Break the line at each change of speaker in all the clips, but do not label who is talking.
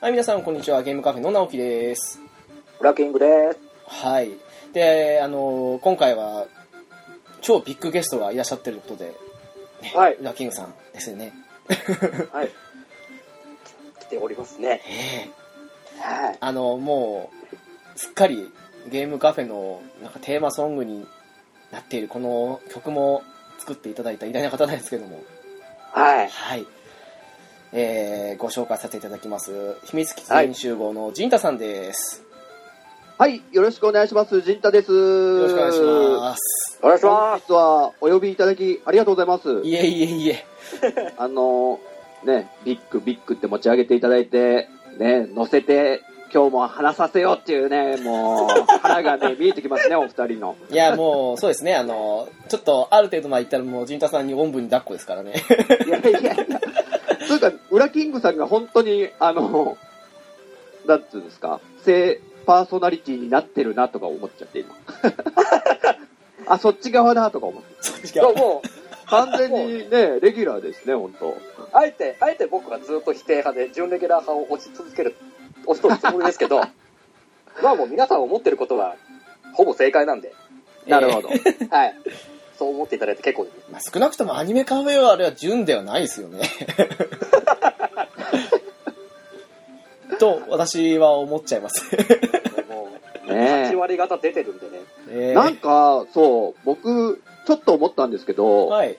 はい、皆さん、こんにちは。ゲームカフェの直樹です。
ブラッキングです。
はい。で、あのー今回は、超ビッグゲストがいらっしゃってることで、ね
はい
ラッキングさんですよね。
はい。来ておりますね。
ええ
はい。
あのもう、すっかり、ゲームカフェの、なんかテーマソングになっている、この曲も作っていただいた偉大な方なんですけども、
はい。
はい。えー、ご紹介させていただきます。秘密基地全員集合の陣太さんです。
はい、よろしくお願いします。陣太です。よ
よろしくお願いします。
お願いし
本
ます。
日はお呼びいただきありがとうございます。
いえいえいえ。
あのー、ね、ビッグビッグって持ち上げていただいて、ね、乗せて、今日も話させようっていうね、もう、腹がね、見えてきますね、お二人の。
いや、もう、そうですね、あの、ちょっと、ある程度までいったら、もう、陣太さんにおんぶに抱っこですからね。
いやいやいや。というか、裏キングさんが本当に、あの、なんつうんですか、性パーソナリティになってるなとか思っちゃって、 今。あ、そっち側だとか思って。
そっち
そ
が
う、も
完全にね、 レギュラーですね、本当。
う、あえて、あえて僕はずっと否定派で、準レギュラー派を押し続ける、押しとるつもりですけど、まあもう皆さん思ってることは、ほぼ正解なんで、
なるほど。
はい。そう思っていただいて結構です。
まあ、少なくともアニメカフェはあれは純ではないですよね。 と、私は思っちゃい ます。
もう、
ね
8割方出てるんでね。
え
え。
ー
なんか、そう、僕、ちょっと思ったんですけど、
はい。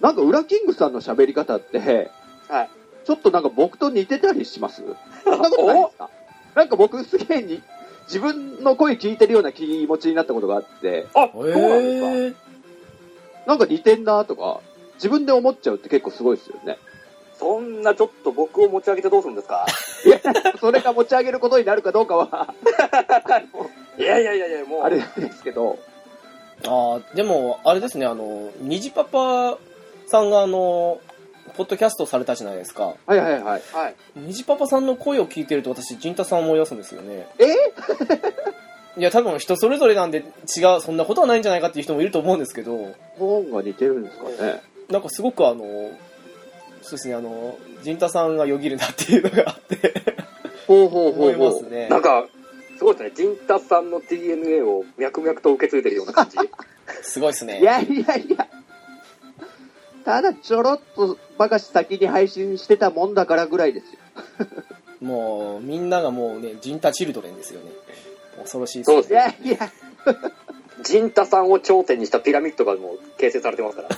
なんか、ウラキングさんの喋り方って、
はい。
ちょっとなんか僕と似てたりしますそんなことないですかなんか僕すげえに、自分の声聞いてるような気持ちになったことがあって、
あ、
え
そうなんですか。
ー、
なんか似てんなとか、自分で思っちゃうって結構すごいですよね。
そんなちょっと僕を持ち上げてどうするんですか
それが持ち上げることになるかどうかは、
いやいやいやいや、もう、
あれなんですけど、
あーでも、あれですね、あの、ニジパパさんが、あの、ポッドキャストされたじゃないですか。
はいはいはい。
はい。
ニジパパさんの声を聞いてると、私、陣太さんを思い出すんですよね。
え
いや、多分人それぞれなんで違う、そんなことはないんじゃないかっていう人もいると思うんですけど、
本が似てるんですかね。
なんかすごくあの、そうですね、あの、陣太さんがよぎるなっていうのがあって、
ほうほう
思
ほう
いま
ほ
す
う。
ね。
なんか、すごいですね。ジンタさんの DNA を脈々と受け継いでるような 感じ。
すごいですね。
いやいやいや。ただちょろっとばかし先に配信してたもんだからぐらいですよ。
もう、みんながもうね、陣太チルドレンですよね。恐ろしいです
そう
ね
で。すね
いや。いや。
ジンタさんを頂点にしたピラミッドがもう形成されてますから。、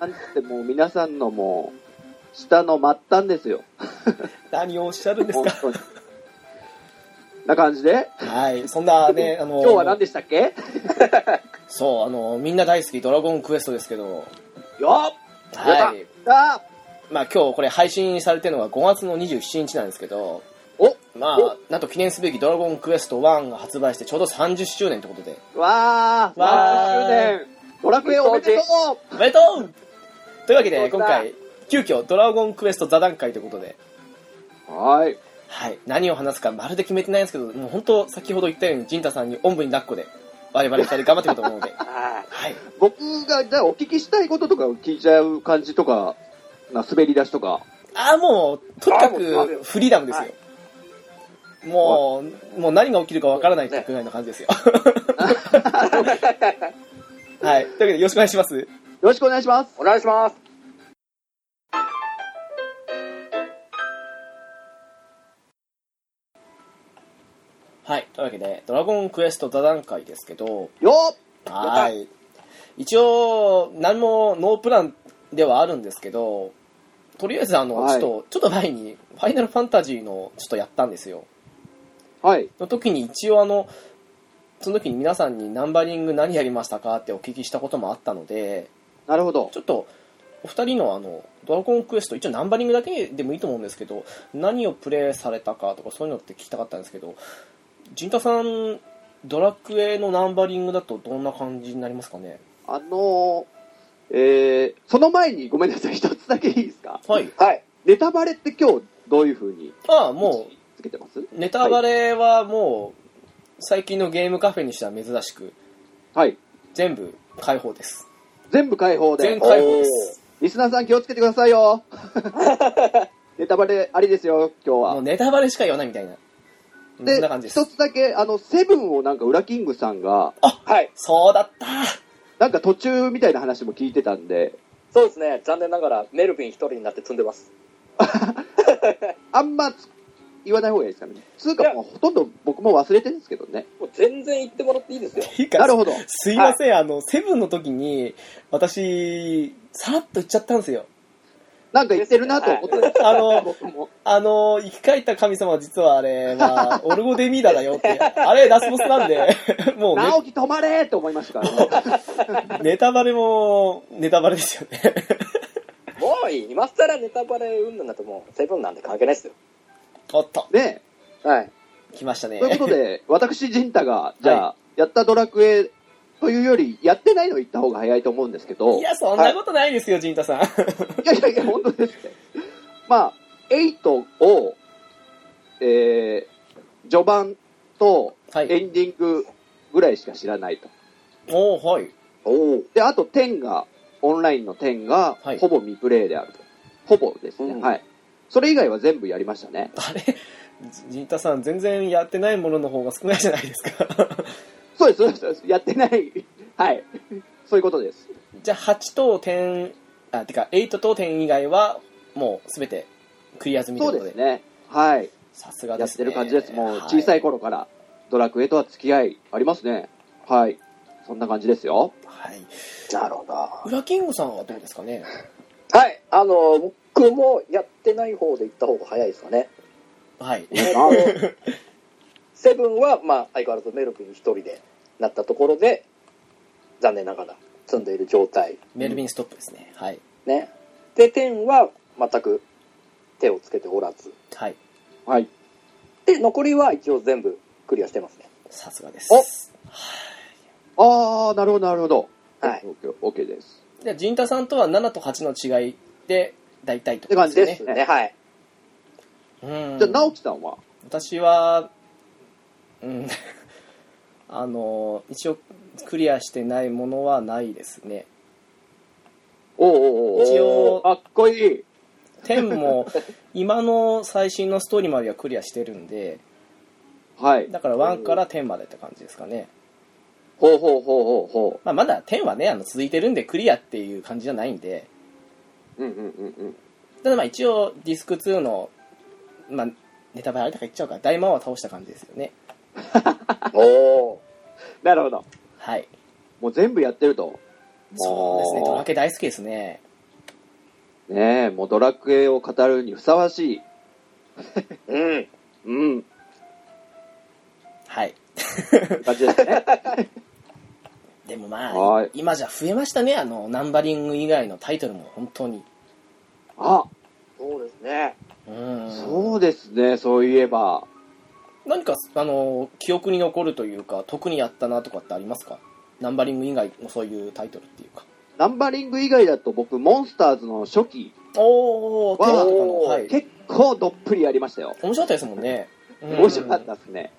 なんてもう皆さんのもう、下の末端ですよ。
何をおっしゃるんです
本
か。
当に。な感じで、
はい。そんなね、あの、
今日は何でしたっけ
そう、あの、みんな大好きドラゴンクエストですけど、
よっ
は
出
い。
あ
まあ今日これ配信されてるのが5月の27日なんですけど、
お
まあ、なんと記念すべきドラゴンクエスト1が発売してちょうど30周年ということで、
わー
わー
!30 周年ドラクエおめでと
おめでとうというわけで
そう
今
だ
回、急遽ドラゴンクエスト座談会ということで、
うはい。
はい。何を話すかまるで決めてないんですけど、もう本当先ほど言ったように、陣太さんにおんぶに抱っこで、我々二人頑張っていこうと思うので
あ
はい。
僕が、じゃあお聞きしたいこととかを聞いちゃう感じとか、な滑り出しとか。
ああ、もう、とにか
あーもう
くフリーダムですよ。
は
もう、もう何が起きるかわからないぐらいの感じですよ。はい。というわけで、よろしくお願いします。
よろしくお願いします。
お願いします。
はい。というわけで、ドラゴンクエスト座談会ですけど、
よっ
はい。一応、何もノープランではあるんですけど、とりあえず、あの、
はい
ちょっと、ちょっと前に、ファイナルファンタジーの、ちょっとやったんですよ。
はい。
の時に一応あの、その時に皆さんにナンバリング何やりましたかってお聞きしたこともあったので、
なるほど
ち。ょっと、お二人のあの、ドラゴンクエスト、一応ナンバリングだけでもいいと思うんですけど、何をプレイされたかとかそういうのって聞きたかったんですけど、陣太さん、ドラクエのナンバリングだとどんな感じになりますかね
あのー、えー、その前にごめんなさい、一つだけいいですか
はい。
はい。
ネタバレって今日どういう風に
ああ、も
つけてます
う、ネタバレはもう、最近のゲームカフェにしては珍しく、
はい。
全部解放です。
全部解放で。
全解放です。
リスナーさん気をつけてくださいよ。ネタバレありですよ、今日
もう
は。
ネタバレしか言わないみたいな。うんそんな感じで
で、
す
一。つだけ、あの、セブンをなんか、ウラキングさんが、
はい。
そうだった
なんか途中みたいな話も聞いてたんで、
そうですね。残念ながら、メルヴィン一人になって積んでます。
あんまつ言わない方がいいですかね。つう
い
か、
や
もうほとんど僕も忘れてるんですけどね。
もう全然言ってもらっていいですよ。
ていうか
なるほど。
すいません、あの、セブンの時に、私、さらっと言っちゃったんですよ。
なんか言ってるなと思ってたんです
あ の、
僕も。
あの、生き返った神様は実はあれは、オルゴデミーダだよって、あれラスボスなんで、 もうね
直樹止まれって思いましたからね。
ネタバレも、ネタバレですよね。
もういい。今更ネタバレうんぬんだともう、セブンなんて関係ないですよ。
おっと、
ね
はい。
来ましたね
と。いうことで、私、ジンタが、じゃあ、やったドラクエというより、やってないの言った方が早いと思うんですけ ど、
いや、そんなことないですよ、ジンタさん。
いやいやいや、本当ですね。まあ、8を、えー、序盤と
は
エ
い。
ンディングぐらいしか知らないと。
おー、はい。
おお。
で、あと10が、オンラインの10が
はい、
ほぼ未プレイであると。ほぼですね、
うん
はい。それ以外は全部やりましたね。
あれジンタさん、全然やってないものの方が少ないじゃないですか。
そうです、そうですそうです。やってない。はい。そういうことです。
じゃあ、8と10、あ、てか、8と10以外は、もう、すべて、クリア済みとい
そうう
こと
で
で。
すね。はい。
さすが
や
で
っ
す
て
ね。
る感じです。もう、小さ
い。
い頃から、ドラクエとは付き合いありますね。はい。そんな感じですよ。
はい。
なるほど。は
ウラキングさんはどうですかね
い。あの、僕もやってない方で行った方が早いですかね。
はい。
えっとセブンは、まあ、相変わらずメル君一人でなったところで、残念ながら積んでいる状態。
メルビンストップですね。はい。
ね。で、10は全く手をつけておらず。
はい。
はい。
で、残りは一応全部クリアしてますね。
さすがです。
あー、なるほど、なるほど。
はい。
オッケーオッケーです。
じゃあ、ジンタさんとは7と8の違いで、大体と。
って感じ
で
ですす
ね。
ね。
はい。
うん。
じゃあ、直樹さんは
私は、うん、 あの、一応、クリアしてないものはないですね。
おうおうおう
一応
かっこいい。
10も、今の最新のストーリーまではクリアしてるんで、
はい。
だから1から10までって感じですかね。
ほうほうほうほうほ
まあ、まだ10はね、あの続いてるんで、クリアっていう感じじゃないんで、
う。うんうんうんうん。
ただまあ一応ディスク2の、まあ、ネタバレあれだから言っちゃうから大魔王は倒した感じですよね
おー。
なるほど。
はい
もう全部やってると。
そうですね
あー
ドラケ大好きですね
ねえ、もうドラクエを語るにふさわしい。
うん。
うん。
はい
感じで すね。
でもま
は
あ
い
今じゃ増えましたねあのナンバリング以外のタイトルも本当に
あ、
そうですね。
うん
そうですね、そういえば。
何かあの記憶に残るというか特にやったなとかってありますかナンバリング以外のそういうタイトルっていうか
ナンバリング以外だと僕、モンスターズの初期、
おおテーマとかの
わ
は
ー
い
結構どっぷりやりましたよ。
面白かったですもんねうん
面白かったですね。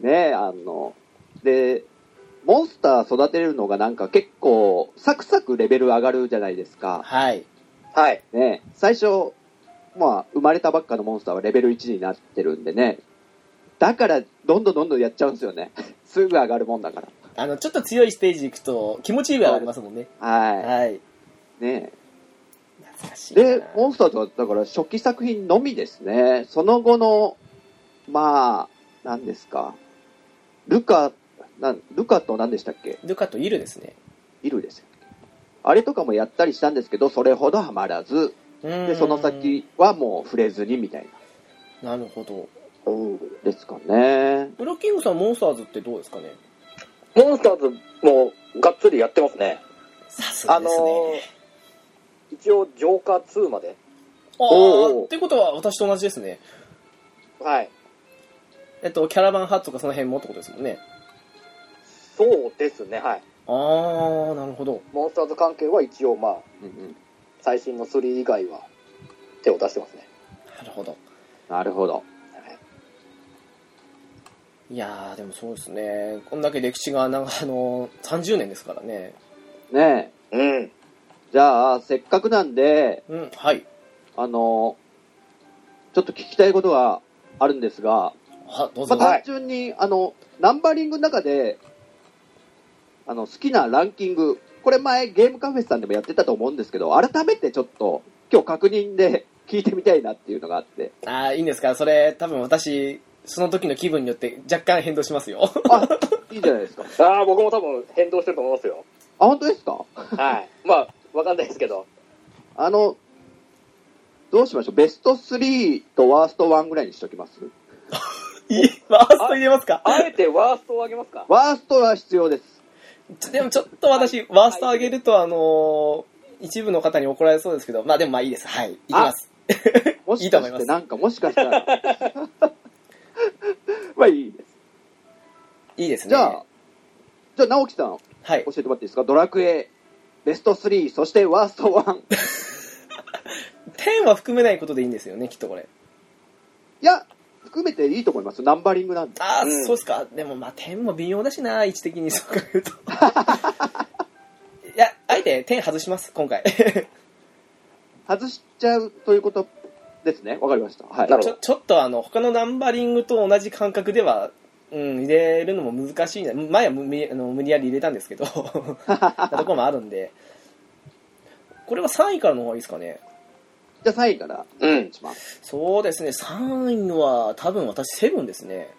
ねえ、あの、で、モンスター育てるのがなんか結構、サクサクレベル上がるじゃないですか。
はい
はい。
ねえ、最初、まあ、生まれたばっかのモンスターはレベル1になってるんでね。だから、どんどんどんどんやっちゃうんですよね。 すぐ上がるもんだから。
あのちょっと強いステージ行くと気持ちいいぐらい上がりますもんね
は
はい
い。ね
懐かし
え。
いな
で、モンスターとは、だから初期作品のみですね。その後の、まあ、何ですか。ルカ、なんルカと何でしたっけ
ルカとイルですね
いるですよあれとかもやったりしたんですけど、それほどハマらず、
で
で、その先はもう触れずにみたい
なるほど
な、ですかね。
ブラッキングさんモンスターズってどうですかね
モンスターズもがっつりやってますね。
さす
あのー一応、ジョーカー2まで。
あの
おうおう
ってことは私と同じですね
はい。
えっとキャラバンハットとかその辺もってことですもんね
そうですね、はい。
ああなるほど
モンスターズ関係は一応、まあ、
うんうん、
最新の3以外は手を出してますね。
なるほど
なるほど。
はい
いやーでもそうですねこんだけ歴史がなんかあのー30年ですからね
ねえ。
うん。
じゃあ、せっかくなんで、
うんはい
あの、ちょっと聞きたいことがあるんですが、
はどう
ま
ぞ、
あ、
はい
単純に、あの、ナンバリングの中で、あの、好きなランキング、これ前ゲームカフェさんでもやってたと思うんですけど、改めてちょっと、今日確認で聞いてみたいなっていうのがあって。
あーいいんですかそれ多分私その時の気分によって若干変動しますよ
あ、いいじゃないですか。
ああ、僕も多分変動してると思いますよ。
あ、本当ですか
はい。 まあ、わかんないですけど。
あの、どうしましょうベスト3とワースト1ぐらいにしときます
いいワースト入れますか
あえてワーストを上げますか
ワーストは必要です。
ちでもちょっと私ワースト上げるとあのー一部の方に怒られそうですけどまあでもまあいいですはいいきます
も
い
し
いと
か
思い
し
ま
て、
す
なんかもしかしたら。 まあいいです。
いいですね
じゃあ、じゃあ、直樹さん、
はい
教えてもらっていいですかドラクエ、ベスト3、そしてワースト1。い
10は含めないことでいいんですよねきっとこれ
や、含めていいと思います。ナンバリングなんで。
ああ、
うん
そうですかでもまあ10も微妙だしな位置的にそう考える といやあえて10外します今回
外しちゃうということですね。わかりました。はい。
なるほ
ちょちょっとあの他のナンバリングと同じ感覚ではうん、入れるのも難しいな前は無理あの無理やり入れたんです けどなとこもあるんでこれは3位からの方がいいですかね
じゃあ、3位から
うん。
します。
そうですね、3位は多分私、セブンですね。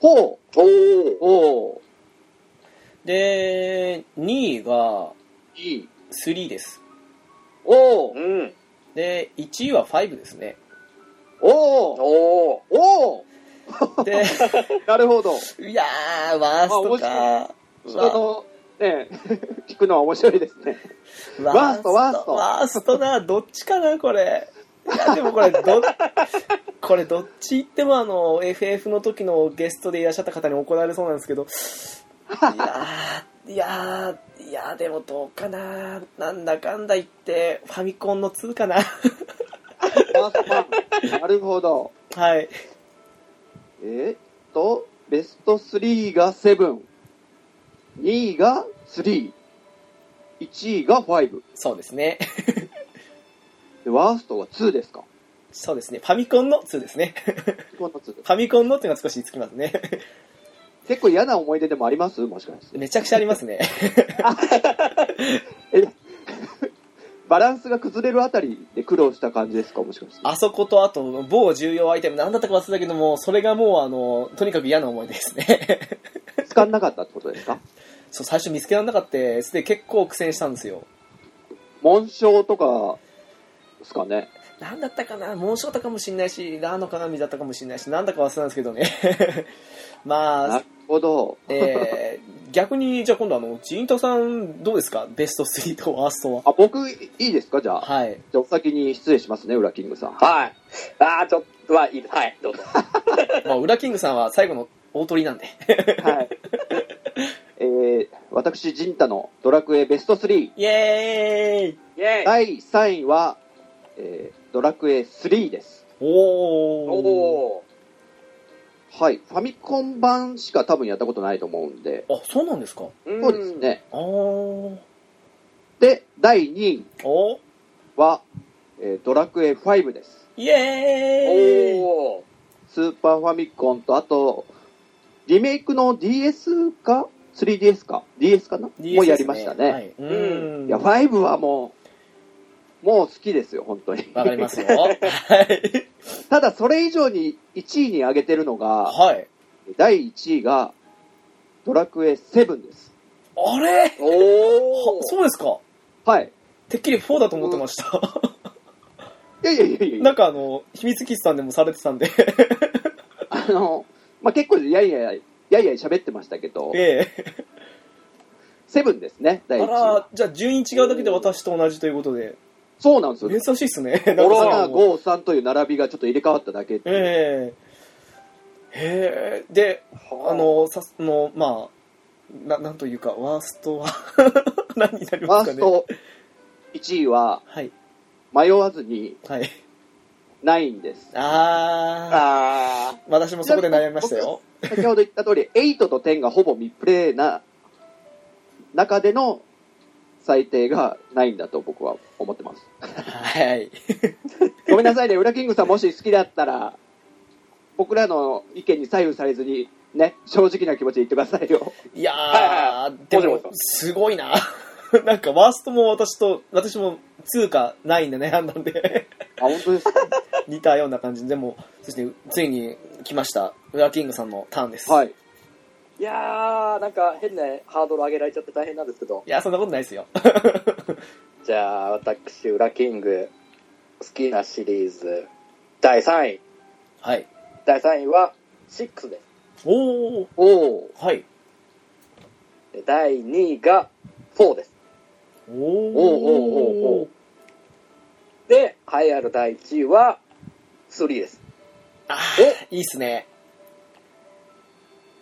ほ
お
う
ー。
お
で、2位が
ーいい。
3です。
お
う
ー
ん。
で、1位は5ですね。
おー
おー。
おー
で、
なるほど。
いやー、ワーストか。
人
わ
の、ね、 聞くのは面白いです ね。ワーストワースト
ワーストな、どっちかな、これ。いや、でもこれ、ど、 これどっち行ってもあの、FF の時のゲストでいらっしゃった方に怒られそうなんですけど、いやー、いやー、いやーでもどうかな。なんだかんだ言って、ファミコンの2かな。
ワースト1。なるほど。
はい。
えーっと、ベスト3が7、2位が3、1位が5、
そうですね。
でワーストが2ですか。
そうですね。ファミコンの2ですね。
この2
ファミコンのっていうのは少しつきますね。
結構嫌な思い出でもありますもしかして。
めちゃくちゃありますね。
バランスが崩れるあたりで苦労した感じですかもしかして。
あそことあと、某重要アイテム、なんだったか忘れたけども、それがもうあの、とにかく嫌な思い出ですね。
使んなかったってことですか
そう、最初見つけられなかったやつで結構苦戦したんですよ。
紋章とか、ですかね。
なんだったかな紋章だったかもしんないし、ラーの鏡だったかもしんないし、なんだか忘れたんですけどね。 ま
な
あ
る、ほど。
えー、逆に、じゃあ今度あの、ジンタさん、どうですかベスト3とワーストは。
あ、僕、いいですかじゃあ。
はい。
じゃあ、お先に失礼しますね、裏キングさん。
はい。ああ、ちょっと、まあいいです。はい、どうぞ。
まあ、ウラキングさんは最後の大鳥なんで。
はい。えー、私、ジンタのドラクエベスト3。
イエーイ
イェイ。
第3位は、えードラクエ3です。
おー。
おー。
はい。ファミコン版しか多分やったことないと思うんで。
あ、そうなんですか
うん
そうです。ね。
あー。お
で、第2位
お
は、えードラクエ5です。
イエーイ
おー。
スーパーファミコンと、あと、リメイクの DS か ?3DS か ?DS かな
DS
もうやりましたね。、
はいい、うん。
や、5はもう、もう好きですよ、本当に。
わかりますよ。はい。
ただ、それ以上に1位に上げてるのが、
はい。
第1位が、ドラクエ7です。
あれ
お
は
ー。
そうですか
はい。
てっきり4だと思ってました。
いやいやいやいや
なんかあの、秘密基地さんでもされてたんで、
あの、まあ、結構、やいやいや、やいやい喋ってましたけど、
ええ。
セブンですね、
あ
第1位
ら。、じゃあ順位違うだけで私と同じということで、
そうなんですよ。
珍しいっすね。なんかそういうの
7、
も
5、3という並びがちょっと入れ替わっただけっていう
ええへえであのさあのまあななんというかワーストは 何になりま
ワ
すか
ース
ね
ト1位は、
はい
迷わずに
はい
9です。
ああ
あ
私もそこで悩みましたよ
先ほど言った通り、8と10がほぼ未プレイな中での最低がないんだと僕は思ってます。
はい。
ごめんなさいね、裏キングさんもし好きだったら、僕らの意見に左右されずに、ね、正直な気持ちで言ってくださいよ。
いやー、
はいはい
でも
もちろんもちろん、
すごいな。 なんか、ワーストも私と、私も通貨ないんで悩んだんで、
あ、本当ですか
似たような感じで、も、そして、ついに来ました、ウラキングさんのターンです。。
はい
い
い。
やー、なんか変なハードル上げられちゃって大変なんですけど。
いや、そんなことないですよ。
じゃあ、私、裏キング、好きなシリーズ、第3位。
はい。
第3位は、6です。
おー、
おお。
はい。
で第2位が、4です。
おー、
おーおーおーおー
で、栄えある第1位は、3です。
あーいいっすね。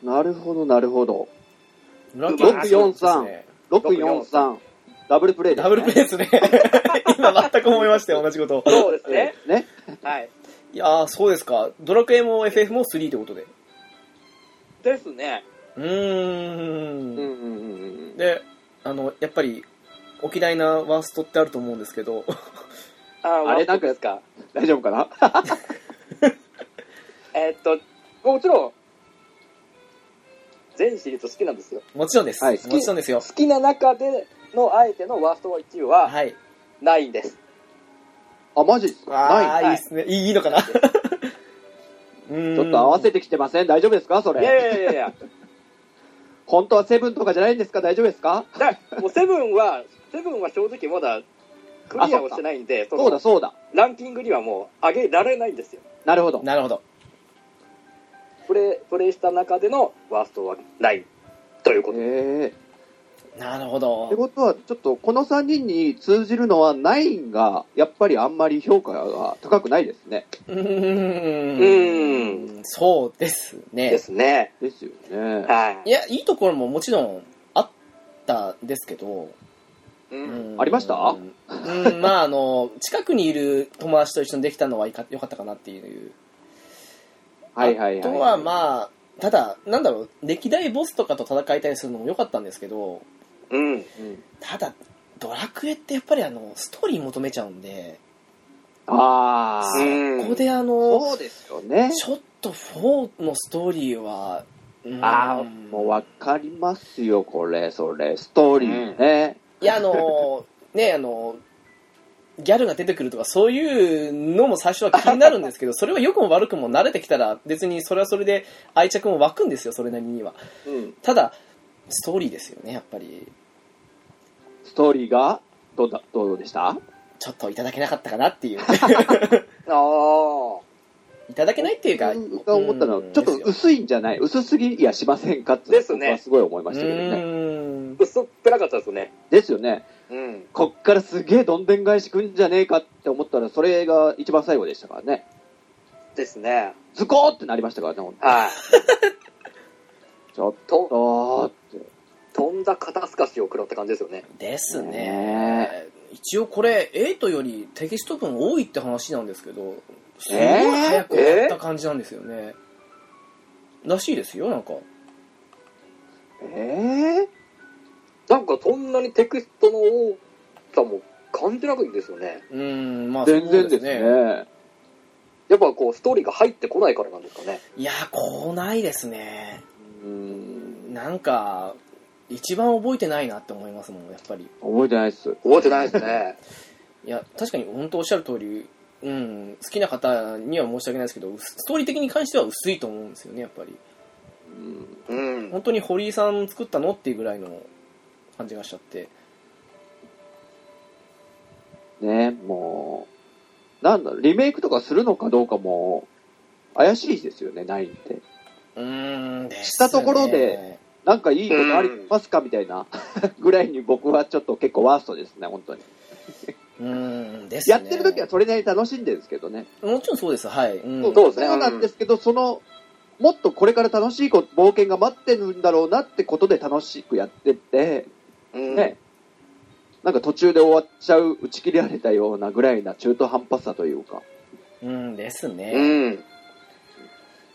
なるほど、なるほど。
ウラ
643643、ダブルプレイです、
ダブ
ね。
ルプレイですね。今全く思いましたよ、同じこと。
そうですね。
イ。ね。
はい。
いやー、そうですか。ドラクエも FF も3ってことで。
ですね。
うー
うんんうんうんうん。
であのやっぱりお嫌いなワーストってあると思うんですけど
あ
あれ
なんかですか
大丈夫かな
えーっと、もちろん、全シリーズ好きなんですよ。
もちろんです、
はい
もちろんですよ
好きな中でのあえてのワースト1位は、
はい
ないんです。
あ、マジですか
あ
な
あ
い
いいですねいいいいのかなうー
い。
ん
ちょっと合わせてきてません大丈夫ですかそ
いやい
れ。
やいやいや。
本当はセブンとかじゃないんですか大丈夫ですか
だからもうセブンは、セブンは正直まだクリアをしてないんで、その
そうだ、そうだ。
ランキングにはもう上げられないんですよ。
なるほど。
なるほど
プレイ、プレイした中でのワーストはないということで。
え
なるほ
ー、って
ど
ことは、ちょっとこの3人に通じるのは、ナインがやっぱりあんまり評価が高くないですね。
うーん
う
そうですね
ですね。
ですよね。
はい
やいいところももちろんあったんですけど、
い。うん。
うん
ありました
うんうんまああの近くにいる友達と一緒にできたのはいかよかったかなっていう
はいはいはい。
あとはまあただなんだろう歴代ボスとかと戦いたりするのも良かったんですけど
うん。
うん
ただドラクエってやっぱりあのストーリー求めちゃうんで
ああ、
ここであの
そうですよね。
ちょっと4のストーリーはうん
ああ、もうわかりますよ、これ、それ、ストーリーね。
いやあのねあのギャルが出てくるとかそういうのも最初は気になるんです けどそれは良くも悪くも慣れてきたら別にそれはそれで愛着も湧くんですよそれなりには
うん
ただストーリーですよねやっぱり
ストーリーが、どうだ、どうでした
ちょっといただけなかったかなって いう
ああ。
いただけないっていうか、
僕が思ったのは、ちょっと
ですよ
薄いんじゃない薄すぎやしませんかって、
ですね
僕はすごい思いま
う
したけどね。
ーん
薄っぺらかったですね。
ですよね。
うん。
こっからすげえどんでん返しくんじゃねえかって思ったら、それが一番最後でしたからね。
ですね。
ズコーってなりましたからね、ほんと
はい。
ちょっ
と、
とーって。
飛んだ肩透かしを食らった感じですよね。
です
ね
ね。一応これ、8よりテキスト分多いって話なんですけど、すごい
えー
早くやった感じなんですよね。らしいですよ、なんか。
え
なんかそんなにテクストの多さも感じなくんですよね。
うーん、ま
ー、
あ、
全然です
そうね。
ね。
やっぱこう、ストーリーが入ってこないからなんですかね。
いや、来ないですね。
うーん、
なんか、一番覚えてないなって思いますもん、やっぱり。
覚えてないっす。
覚えてないですね。
いや、確かに本当おっしゃる通り、うん、好きな方には申し訳ないですけど、ストーリー的に関しては薄いと思うんですよね、やっぱり。
うん
うん。
本当に堀井さん作ったのっていうぐらいの感じがしちゃって
ねもう、なんだろう、リメイクとかするのかどうかも、怪しいですよね、ないんで。
うーんですね
したところでなんかいいことありますかみたいな ぐらいに僕はちょっと結構ワーストですね、本当に。
うーんですね
やってる時はそれなりに楽しんでるんですけどね。
もちろんそうですはい、うん
そうですね
そうなんですけど、その、もっとこれから楽しいこ冒険が待ってるんだろうなってことで楽しくやってって、
うん
ね、なんか途中で終わっちゃう、打ち切られたようなぐらいな中途半端さというか、
うんです
う
ね、
ん。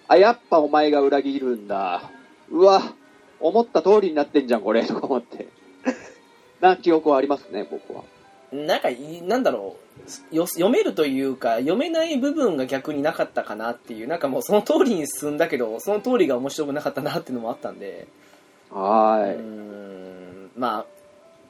あ、やっぱお前が裏切るんだ。うわ、思った通りになってんじゃん、これ、とか思って。な記憶はありますね、僕は。
なんかいなんだろうよ読めるというか読めない部分が逆になかったかなっていうなんかもうその通りに進んだけどその通りが面白くなかったなっていうのもあったんで、
は
うー
ーい。
んまあ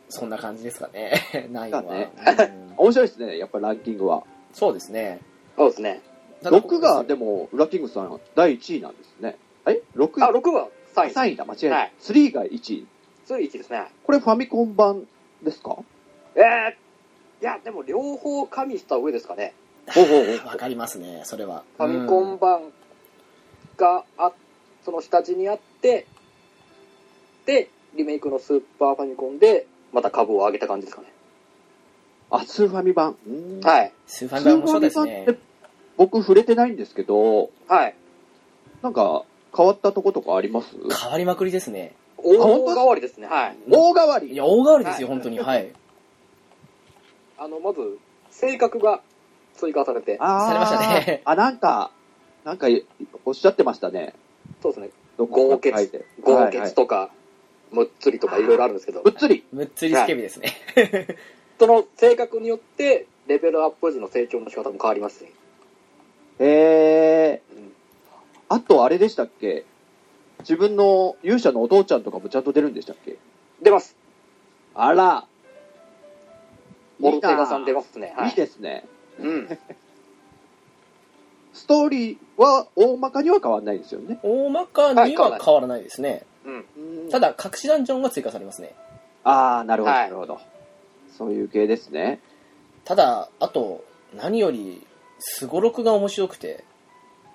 そんな感じですかね ないは、
だね
うん
面白いですね、やっぱりランキングは。
そうですね
そうですね。
6が、で
も
も、裏キングさん、第1位なんですね。え ?6 位
あ、6は3位。
3位だ、間違え
は
ないい。3が1位。
3位1ですね。
これファミコン版です か
ええいや、でも両方加味した上ですかね。
ほうほうほう
わかりますねそれは
ファミコ
うん
ン版があ、その下地にあって、で、リメイクのスーパーファミコンで、また株を上げた感じですかね。
あ、スーファミ版。うーん
はい。
スーフ
ス
ァ
ー
ミ
フ
版もそう
ァ
で
ミ
す
版
ね
って僕触れてないんですけど、
はい。
なんか変わったとことかあります
変わりまくりですね
大
本当だ
代わりですね。はい。
大変わ
い
り
や大変わりですよ、
は
本当にはい
あの、まず、性格が追加されて、
あー
されましたね
あ、なんか、なんかおっしゃってましたね。
そうですね、
どこ
豪
か書
傑
いて
豪
はいはい
傑とか、むっつりとかいろいろあるんですけど
ぶ、っつり。
むっつりスケベですね、
その性格によって、レベルアップ時の成長の仕方も変わりますし、
へえ
うん。
あとあれでしたっけ自分の勇者のお父ちゃんとかもちゃんと出るんでしたっけ
出ます。
あら。
オルテガさん出
ま
ますね。はい
いですね。
うん。
ストーリーは大まかには変わんないですよね。
大まかには変わらないですね、
うん。
うん
ただ隠しダンジョンが追加されますね
ああ、なるほど、
はい
なるほど。そういう系ですね。
ただあと何よりすごろくが面白くて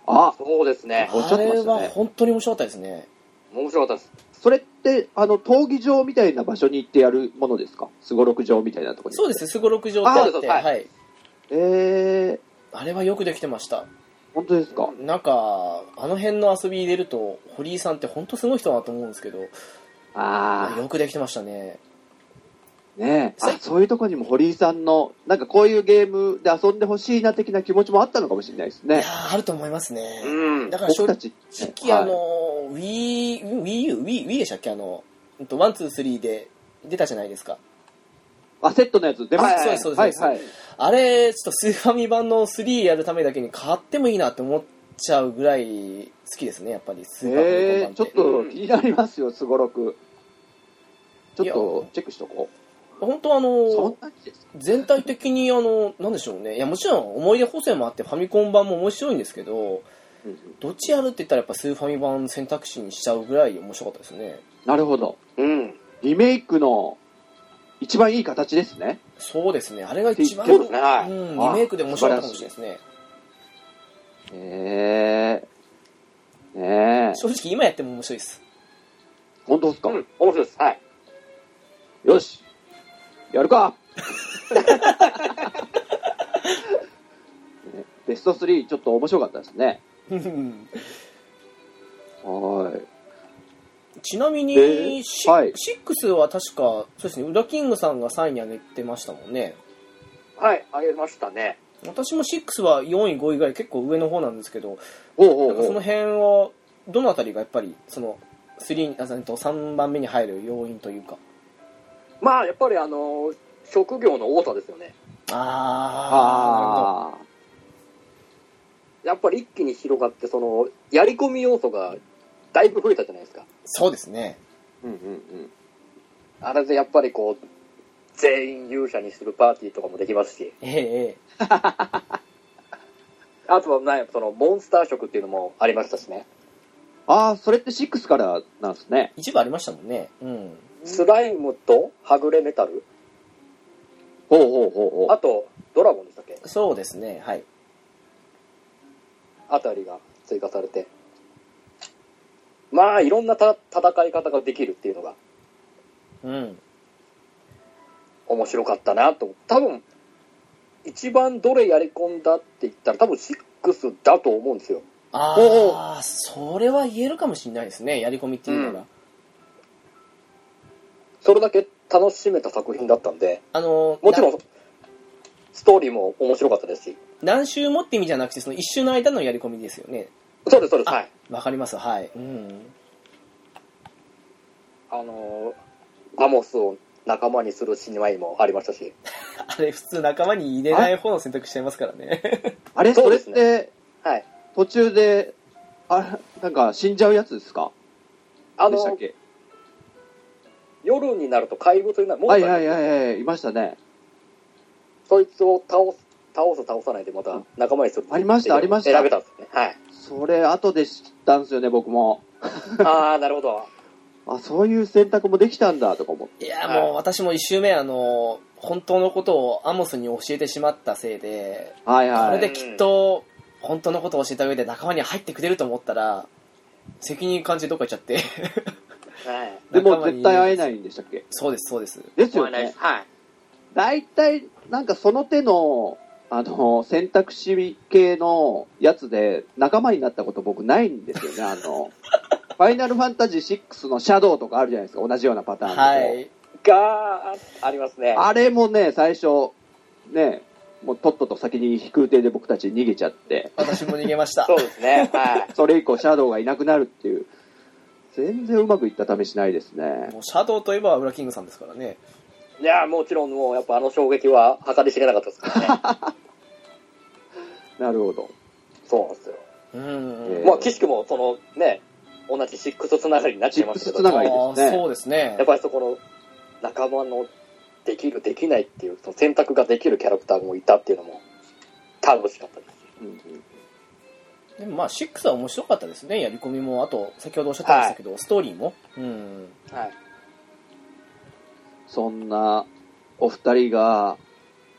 あ、
そうですね。
おっし
あ
ゃってま
れ
したね
は本当に面白かったですね
面白かったです。
それって、あの、闘技場みたいな場所に行ってやるものですかすごろく場みたいなところに。
そうです。すごろく場ってあ
あそ
っ
う
て
ですはい
はい、
えー、
あれはよくできてました
本当ですか
う
なんかあの辺の遊び入れると堀井さんって本当すごい人だなと思うんですけど
あ
よくできてましたね
あ、ねえ。
さ
あ、そういうとこにも堀井さんの、なんかこういうゲームで遊んでほしいな的な気持ちもあったのかもしれないです
いや
ね。
ーあると思いますね
うん
だ。から正
僕た
直
ち、ね
あの、Wii WiiU Wii Wii でしたっけあのうんとワンツースリーで出たじゃないですか
はいあ、セットのやつ出ま
あ
し
そう
た
で
ね
すそうです
は
そう
いは
で
い。
あれ、ちょっとスーファミ版の3やるためだけに買ってもいいなって思っちゃうぐらい好きですね、やっぱりスーファミ
え
版
ー、
っ
ち
て。
ょっと気になりますよ、すごろく。ちょっ
いや
とチェックしとこ
本当あ
う。そ
の
ん、なにですか
全体的にあの、なんでしょうね。いや、もちろん思い出補正もあってファミコン版も面白いんですけど、
うんうん
どっちやるって言ったらやっぱスーファミ版選択肢にしちゃうぐらい面白かったですね。
なるほど。
うん。
リメイクの一番いい形ですね。
そうですね。あれが一番、
そう
そう
うん、リ
ですね。はい。
メイクで面白かったかもしれないですね。
へえ。ねえ。
正直今やっても面白いです。
本当ですか、
うん。面白いです。はい。
よし。や るかねベスト3、ちょっと面白かったですね。は
ちなみに、
えー
シ
はい
6は確か、そうですね、ウラキングさんが3位に上げてましたもんね。
はい。あげましたね。
私も6は4位、5位ぐらい結構上の方なんですけど、
い。おう
なんかそ
お
う
お
の
う。
辺は、どのあたりがやっぱり、その、3、あ、3と3番目に入る要因というか。
まあ、やっぱりあの、職業の多さですよね。
あ
ああ。
やっぱり一気に広がって、その、やり込み要素がだいぶ増えたじゃないですか。
ー、そうですね。
うんうんうん。
あれでやっぱりこう、全員勇者にするパーティーとかもできますし、
えええ
あとはね、その、モンスター色っていうのもありましたしね。
ああ、それって6からなんですね。
え一部ありましたもんね。うん。
スライムとはぐれメタル、
ほうほうほうほ
あと、ドラゴンでしたっけ
そうですね、はい。
あたりが追加されて。まあ、いろんなた戦い方ができるっていうのが
うん。
面白かったなと思って多分、一番どれやり込んだって言ったら多分6だと思うんですよ。
ああ、それは言えるかもしれないですね、やり込みっていうのが。
うんそれだけ楽しめた作品だったんで、
あの、
もちろん、ストーリーも面白かったですし。
何周もって意味じゃなくてその一周の間のやり込みですよね
そうです、そうです。はい。
わかりますはい、うん、
あのー、アモスを仲間にするしないもありましたし。
あれ、普通仲間に入れない方の選択しちゃいますからね。
あれ
そ
そうれ
で
っ
すね
て、
はい。
途中で、あれ、なんか死んじゃうやつですか
あ
でしたっ
の、
け
夜になると怪物になる。もう
はいはいはいはい、いましたね。
そいつを倒す、倒す倒さないでまた仲間にするっていう。
ありましたありました
選べたんですね。 はい。
それ、後で知ったんですよね、僕も。
ああ、なるほど。
あ、そういう選択もできたんだ、とか思って。
いや、
はい
もう私も一周目、あの、本当のことをアモスに教えてしまったせいで、
はい
こ
は
れ
い。
できっと、本当のことを教えた上で仲間に入ってくれると思ったら、責任感じてどっか行っちゃって。。
はい。
でも絶対会えないいんでしたっけ
そうです、そうです。
です
思
よ
えないで
ね
す。はい。
大体、なんかその手の、あの、選択肢系のやつで仲間になったこと僕ないんです よね、あの、ファイナルファンタジー6のシャドウとかあるじゃないですか、同じようなパターンで。
はい。
が、ありますね。
あれもね、最初、ね、もうとっとと先に飛空艇で僕たち逃げちゃって、
私も逃げました
そ。うですね。はい。
それ以降シャドウがいなくなるっていう、全然うまくいった試しないですね。
もうシャドウといえばウラキングさんですからね。
いやーもちろんもうやっぱあの衝撃は計り知れなかったですから ね。
なるほど。
そうなんですよ。
うん。
えー
まあ、岸くもそのね、同じシックスつながりになっちゃいましたけ
シ
ど、
ックスつな
あ
がり
や
ー
ですね
そうですね
っ。ぱりそこの仲間のできる、できないっていう、その選択ができるキャラクターもいたっていうのも楽しかったです。
うんうん
でもまあ、6は面白かったですね。やり込みも、あと、先ほどおっしゃってましたけど、ストーリーも。うん。
はい。
そんなお二人が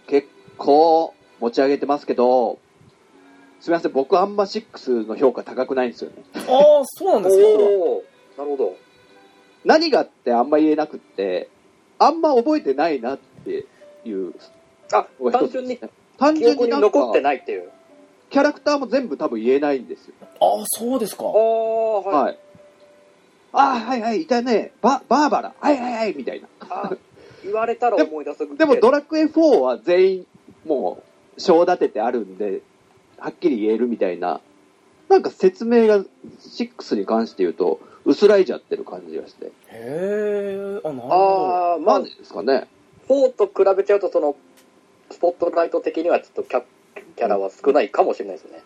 結構持ち上げてますけど、すみません、僕あんま6の評価高くないんですよね。
ああ、そうなん
お
ですか。
おーなるほど。
何がってあんま言えなくって、あんま覚えてないなっていう。
あ
の、が一
単
つ
純に、
単
記
純
憶
に
に
なんか
残ってないっていう。
キャラクターも全部多分言えないんですよ。
ああ、そうですか。
おー、はい。
はい。ああ、はいはい、いたね。バ、バーバラ。はいはいはい、みたいな。
あ言われたら思い出す。
でもドラクエ4は全員、もう、章立ててあるんで、はっきり言えるみたいな、なんか説明が6に関して言うと、薄らいじゃってる感じがして。
へえ、あ、なるほど。
ああ、ま
な
あ
んで、ですかね。
4と比べちゃうと、その、スポットライト的にはちょっとキャキャラは少ないかもしれないですね。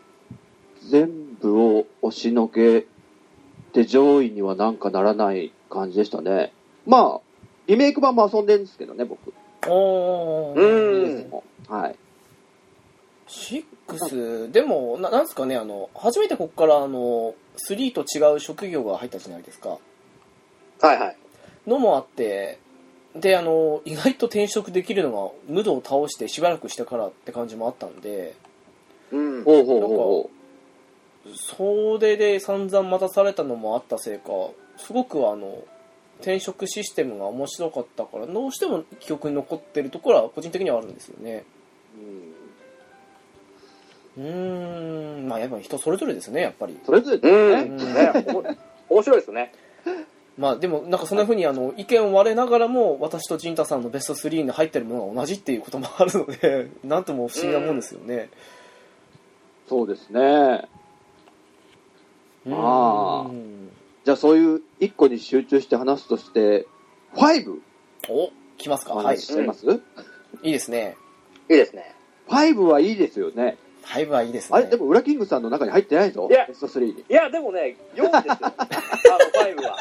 全部を押しのけて上位にはなんかならない感じでしたね。まあ、リメイク版も遊んでるんですけどね、僕。
お
う
ー
ん
ですもんはい。
6、でも、ななんですかね、あの、初めてここから、あの、3と違う職業が入ったじゃないですか。
はいはい。
のもあって、で、あの、意外と転職できるのが、ムドを倒してしばらくしてからって感じもあったんで、
うん。
ほうほうほうほ
総出で散々待たされたのもあったせいかすごくあの転職システムが面白かったからどうしても記憶に残ってるところは個人的にはあるんですよね
う。うん
うーんまあやっぱ人それぞれですねやっぱり
それぞれ
う
ですね。
ん。ね、おも面白いですね。
まあでもなんかそんな風にあの意見を割れながらも私と陣太さんのベスト3に入ってるものが同じっていうこともあるので なんとも不思議なもんですよね
そうですね。
うん
ああじゃあそういう一個に集中して話すとして、5
お来ますか
お
はい
話
い
ししてます、
いですね
いいですね。
?5 はいいですよね。
5はいいですね
あれ、でも、ウラキングさんの中に入ってないぞ。
いや
ベスト3に。
いや、でもね、4位ですよ。あの、5は。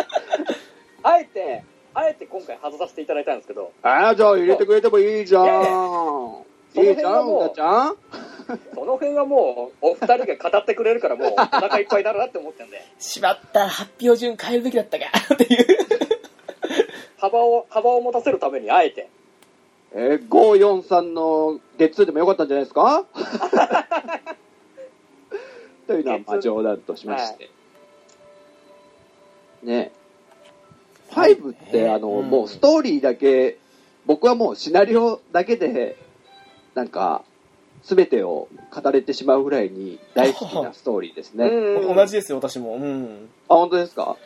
あえて、あえて今回外させていただいたんですけど、
ああ、じゃあ入れてくれてもいいじゃん。
いやいやその
いい
辺
じゃ
は
ん、
もう
ウラちゃん。
その辺はもう、お二人が語ってくれるからもう、お腹いっぱいだなって思ったんで、
しまった発表順変えるべきだったか っていう
幅を、幅を持たせるためにあえて、
えー、5、4、3の月2でもよかったんじゃないで すかというのは、まあ、
月
冗談としまして。ね5って、あの、
うん
もうストーリーだけ、僕はもうシナリオだけで、なんか、すべてを語れてしまうぐらいに大好きなストーリーですね。
うん
同じですよ私もうん
あ、本当ですか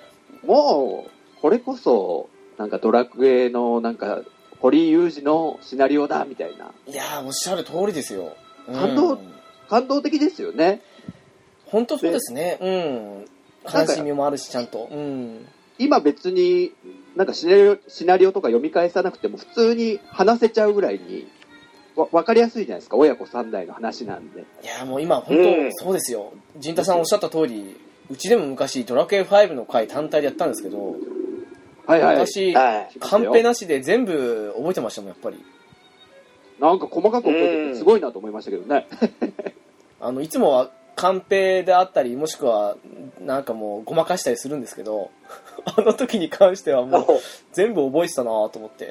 もう、これこそ、なんかドラクエの、なんか、堀井雄二のシナリオだ、みたいな。
いやーおっしゃる通りですよ、うん、
感動感動的ですよね。
本当そうですねうん
なん
悲
か
しみもあるしちゃんとうん
今別になんかシナリオシナリオとか読み返さなくても普通に話せちゃうぐらいにわ分かりやすいじゃないですか親子3代の話なんで
いやもう今本
うん
当そうですよ陣太さんおっしゃった通りうちでも昔ドラクエ5の回単体でやったんですけど
はいはい
私
はい。
カンペなしで全部覚えてましたもんやっぱり
なんか細かく覚えててすごいなと思いましたけどね、
あのいつもはカンペであったりもしくはなんかもうごまかしたりするんですけど あの時に関してはもう全部覚えてたなと思って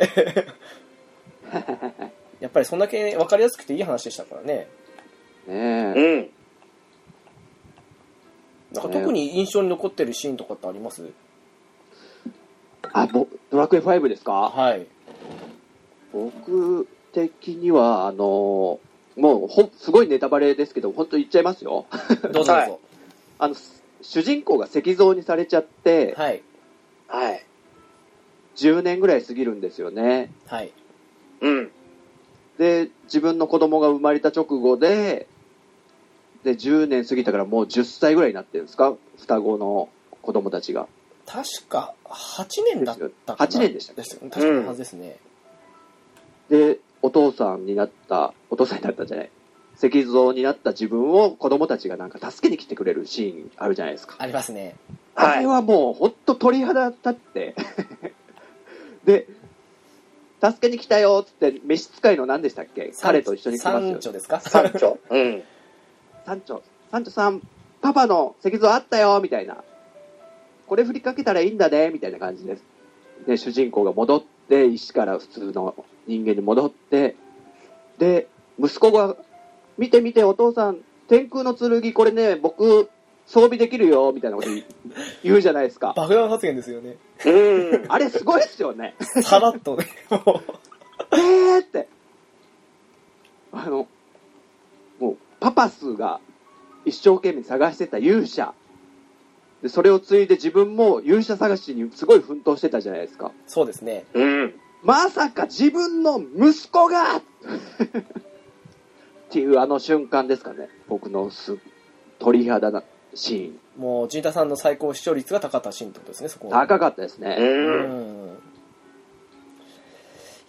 やっぱりそんだけ分かりやすくていい話でしたからね
ねえ
うん。
なんか特に印象に残ってるシーンとかってあります
あぼドラクエ5ですか
はい
僕的にはあのもうほんすごいネタバレですけど本当言っちゃいますよ
どうぞどうぞ
はい
あの主人公が石像にされちゃって
はい
はい。
10年ぐらい過ぎるんですよね
はい
うん。
で自分の子供が生まれた直後でで10年過ぎたからもう10歳ぐらいになってるんですか双子の子供たちが
確か8年だったかな
8年でしたっけ
ですよね確かのはずですね、
でお父さんになったお父さんになったんじゃない石像になった自分を子供たちがなんか助けに来てくれるシーンあるじゃないですか
ありますね
あ
は
れ
い。
はもう本当鳥肌立って で助けに来たよっつって召使いの何でしたっけ彼と一緒に来ますよ
三丁ですか
三丁。うん。
三丁三丁さんパパの石像あったよみたいなこれ振りかけたらいいんだねみたいな感じですで主人公が戻って石から普通の人間に戻ってで息子が「見て見てお父さん天空の剣これね僕装備できるよ」みたいなこと言う言うじゃない ですか
爆弾発言ですよね
うん。
あれすごいっすよね。
さらっとねもう
えーって。あの、もう、パパスが一生懸命探してた勇者。で、それを継いで自分も勇者探しにすごい奮闘してたじゃないですか。
そうですね
うん。
まさか自分の息子が っていうあの瞬間ですかね。僕のす鳥肌なシーン。
もう陣太さんの最高視聴率が高かったシーンってことですねそこは
高かったです
う
ね。
ん。
うん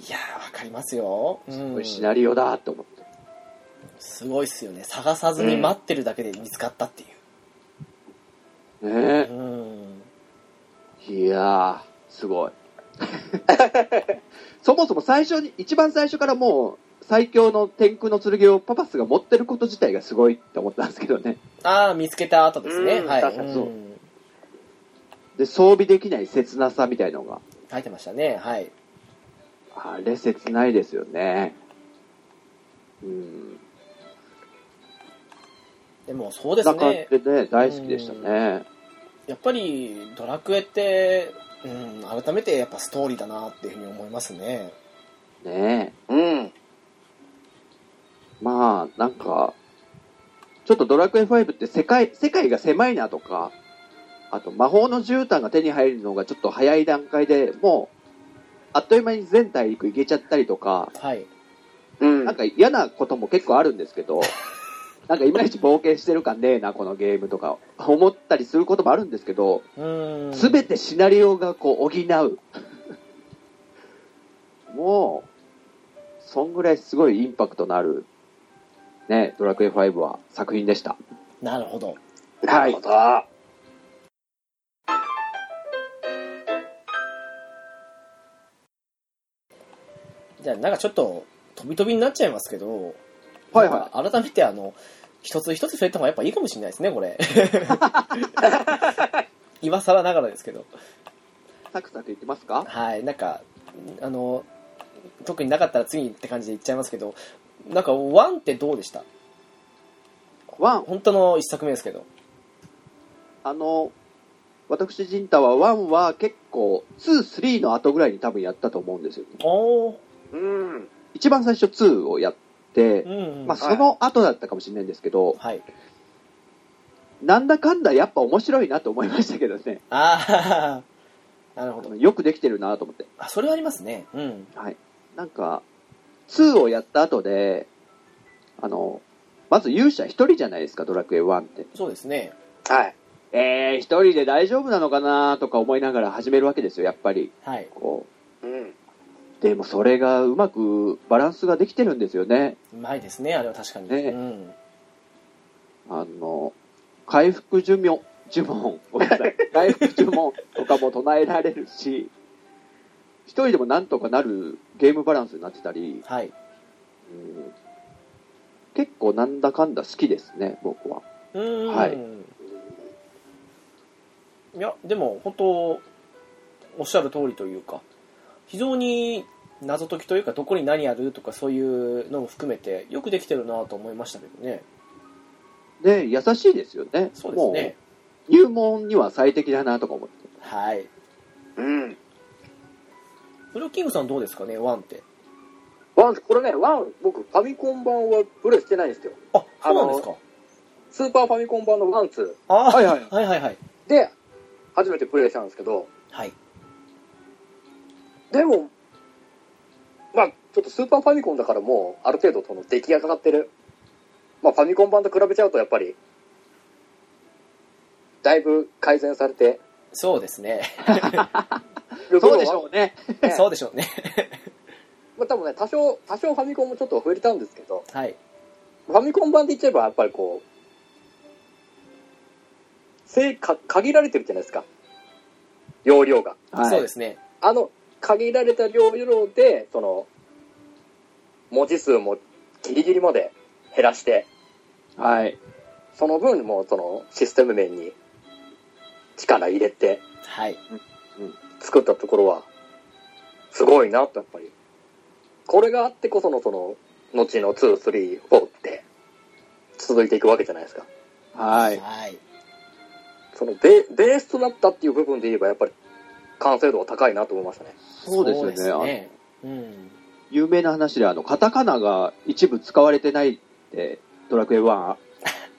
いやーわかりますよ、うん
これシナリオだと思って。
すごいっすよね探さずに待ってるだけで見つかったってい
ね
ううん
いやー、すごい。 そもそも最初に、一番最初からもう、最強の天空の剣をパパスが持ってること自体がすごいって思ったんですけどね。
ああ見つけた後ですね、
うん
はい
確かに
そうんで、装備できない切なさみたいのが、
書いてましたねはい
あれ切ないですよね。うん。
でもそうです
な感
ね
じでね、大好きでしたね。
やっぱりドラクエって、うん、改めてやっぱストーリーだなっていうふうに思いますね
ねえ。
うん。
まあ、なんか、ちょっとドラクエ5って世界、世界が狭いなとか、あと魔法の絨毯が手に入るのがちょっと早い段階でもう、あっという間に全大陸行けちゃったりとか、
はい
うん。
なんか嫌なことも結構あるんですけど、なんかいまいち冒険してる感ねえな、このゲームとか、思ったりすることもあるんですけど、
うん
すべてシナリオがこう補う。もう、そんぐらいすごいインパクトのある、ね、ドラクエ5は作品でした。
なるほど
なるほど。は
じゃあなんかちょっと飛び飛びになっちゃいますけど
はいはい
なんか改めてあの一つ一つ触れた方がやっぱいいかもしれないですねこ れ今更ながらですけど
サクサクいきますか
はいなんかあの特になかったら次って感じで言っちゃいますけどなんかワンってどうでした
ワン
本当の一作目ですけど
あの、私、ジンタはワンは結構、2、3の後ぐらいに多分やったと思うんですよ。
おお
うん。
一番最初2をやって
う、ん、うん、
まあその後だったかもしれないんですけど、
はい
なんだかんだやっぱ面白いなと思いましたけどね。
ああ なるほど
よくできてるなと思って。
あそれはありますねうん
なんか、2をやった後で、あの、まず勇者一人じゃないですか、ドラクエ1って。
そうですね
はい。
えー、一人で大丈夫なのかなとか思いながら始めるわけですよ、やっぱり。
はい。
こ
うん。
う。でもそれがうまくバランスができてるんですよね。
うまいですね、あれは確かに。
ね
うん。
あの、回復寿命、 呪文、ごめんなさい。回復呪文とかも唱えられるし、一人でもなんとかなるゲームバランスになってたり、
はい。
うん結構なんだかんだ好きですね、僕は。
うん。
はい
いや、でも、本当おっしゃる通りというか、非常に謎解きというか、どこに何あるとか、そういうのも含めて、よくできてるなと思いましたけどね。
で、優しいですよね。
そうですね。
もう入門には最適だなとか思って。
はい。
うん。
ブルーキングさんどうですかね、ワンって。
ワン、これね、ワン、僕、ファミコン版はプレイしてないんですよ。
あ、そうなんですか。
スーパーファミコン版のワンツ
あ
はいはい
ーはいはいはい。
ーで、初めてプレイしたんですけど、
はい。
でも、まあ、ちょっとスーパーファミコンだからもう、ある程度その出来がかかってる。まあ、ファミコン版と比べちゃうと、やっぱり、だいぶ改善されて
そうですね。
る部分
そ
は
うでしょうね。
ね
そうでしょうね。
まあ、多分ね、多少、多少ファミコンもちょっと増えたんですけど、
はい。
ファミコン版で言っちゃえば、やっぱりこう、せいか限られてるじゃないですか。容量が。
はい、
そうですね。
あの、限られた容量で、その、文字数もギリギリまで減らして、
はい。
その分もうそのシステム面に力入れて
はい。
作ったところは、すごいなとやっぱり。これがあってこそのその、後の2、3、4って続いていくわけじゃないですか。
はい。
はい。
そのベベースとなったっていう部分で言えばやっぱり完成度は高いなと思いましたね。
そうです
そ
よね。
うですねうん。
あ有名な話で、あの、カタカナが一部使われてないって、ドラクエ1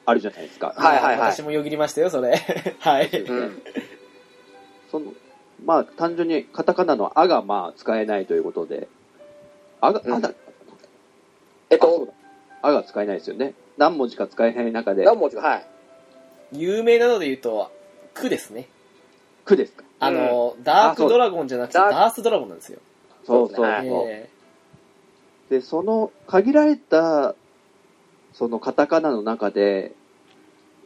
あるじゃないですか。
はいはいはい
私もよぎりましたよ、それ。 はい。
うん。
その、まあ、単純にカタカナのあがまあ使えないということで、あが、
うん
あだ、
えっ
あそう
と
だ、あが使えないですよね。何文字か使えない中で、
何文字か、はい。
有名なので言うと、くですね。
くですか。
あの、ダークドラゴンじゃなくて、
あそう
ダースドラゴンなんですよ。
そうそうそう。
はい
え
で、その限られた、そのカタカナの中で、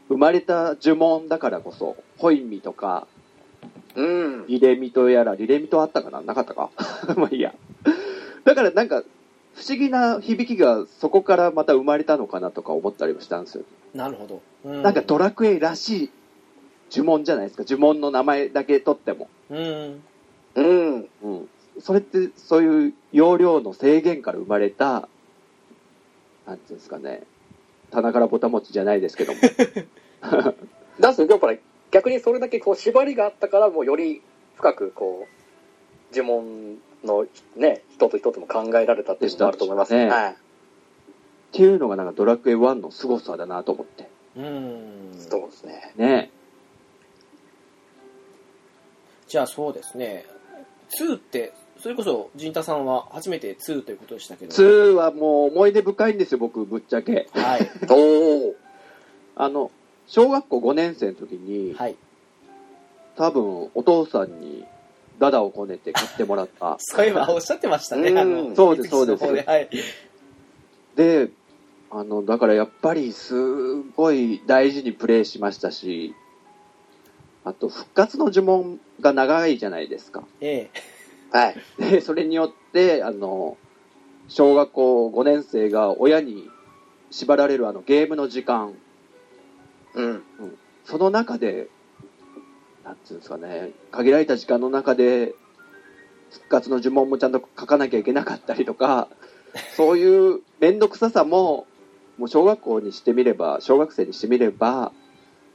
生まれた呪文だからこそ、ホイミとか、
うん。
リレミトやら、リレミトあったかななかったか まあいいや。だからなんか、不思議な響きがそこからまた生まれたのかなとか思ったりもしたんですよ。
ーなるほど。う
なんかドラクエらしい呪文じゃないですか。呪文の名前だけ取っても。
うん。
うん。
うん。それって、そういう容量の制限から生まれた、なんていうんですかね、棚からぼたもちじゃないですけど も。
だすやっぱり逆にそれだけこう縛りがあったからもうより深くこう呪文のね一つ一つも考えられたっていうのもあると思います
で
ね。
した
はい。
っていうのがなんかドラクエ1の凄さだなと思って。
うん。
そうですね。
ね
じゃあそうですね。2って、それこそ、陣太さんは初めて2ということでしたけど。
2はもう思い出深いんですよ、僕、ぶっちゃけ。
はい。
おお。
あの、小学校5年生の時に、
はい。
多分お父さんにダダをこねて買ってもらった。
そういえば、おっしゃってましたね。
うん
あの
そうですそうです
三菱の方はい。
で、あの、だからやっぱりすごい大事にプレイしましたし、あと復活の呪文が長いじゃないですか。
え
はい。
で、それによって、あの、小学校5年生が親に縛られるあのゲームの時間、
うん。
その中で、なんていうんですかね、限られた時間の中で、復活の呪文もちゃんと書かなきゃいけなかったりとか、そういうめんどくささも、もう小学校にしてみれば、小学生にしてみれば、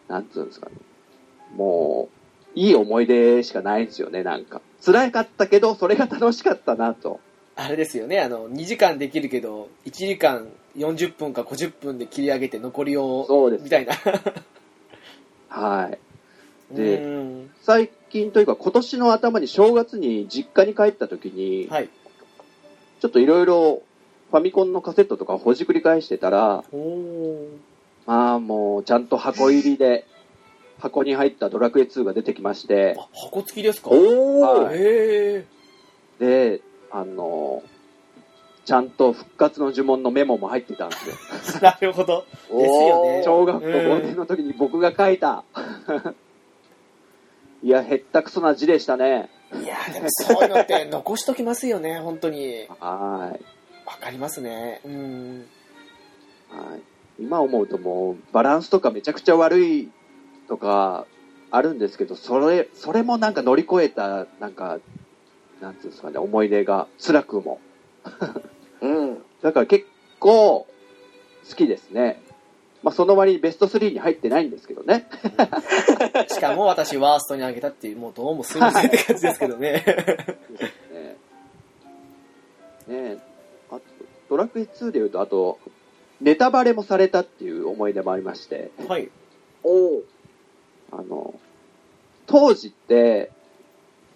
なんていうんですかね、もう、いい思い出しかないんですよね、なんか。辛かったけど、それが楽しかったなと。
えあれですよね、あの、2時間できるけど、1時間40分か50分で切り上げて残りを、
そうです
みたいな。
はい。で
うん。
最近というか今年の頭に正月に実家に帰った時に、
はい。
ちょっといろいろファミコンのカセットとかをほじくり返してたら、
おー
まあもうちゃんと箱入りで、箱に入ったドラクエ2が出てきまして、
あ箱付きですか
お
は
ー
い
へえ
で、あの、ちゃんと復活の呪文のメモも入ってたんです よ。
なるほどですよね
小学校
うん
5年の時に僕が書いた。いや、へったくそな字でしたね。
いやーでもそういうのって残しときますよね本当に
はーい。
わかりますねうん
はい今思うともうバランスとかめちゃくちゃ悪いとかあるんですけど、それ、それもなんか乗り越えた、なんか、なんていうんですかね、思い出が辛くも。
うん。
だから結構好きですね。まあその割にベスト3に入ってないんですけどね。
しかも私ワーストにあげたっていうもうどうもすいませんって感じですけどね
ねえねえあと、ドラクエ2で言うと、あと、ネタバレもされたっていう思い出もありまして、
はい
おー
あの、当時って、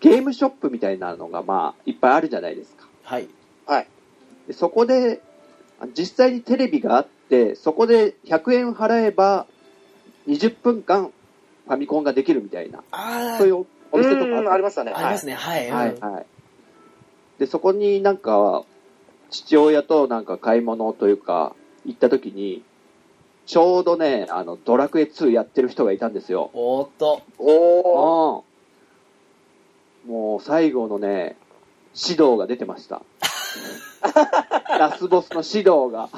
ゲームショップみたいなのが、まあ、いっぱいあるじゃないですか。
はい
でそこで、あ実際にテレビがあって、そこで100円払えば、20分間ファミコンができるみたいな、
あ
そういうお店とかあった
うんありましたね。
あありますねはい、うん
はいはい。で、そこになんか、父親となんか買い物というか、行った時に、ちょうどね、あの、ドラクエ2やってる人がいたんですよ。
おーっと
おー
もう、最後のね、指導が出て ました。ラスボスの指導が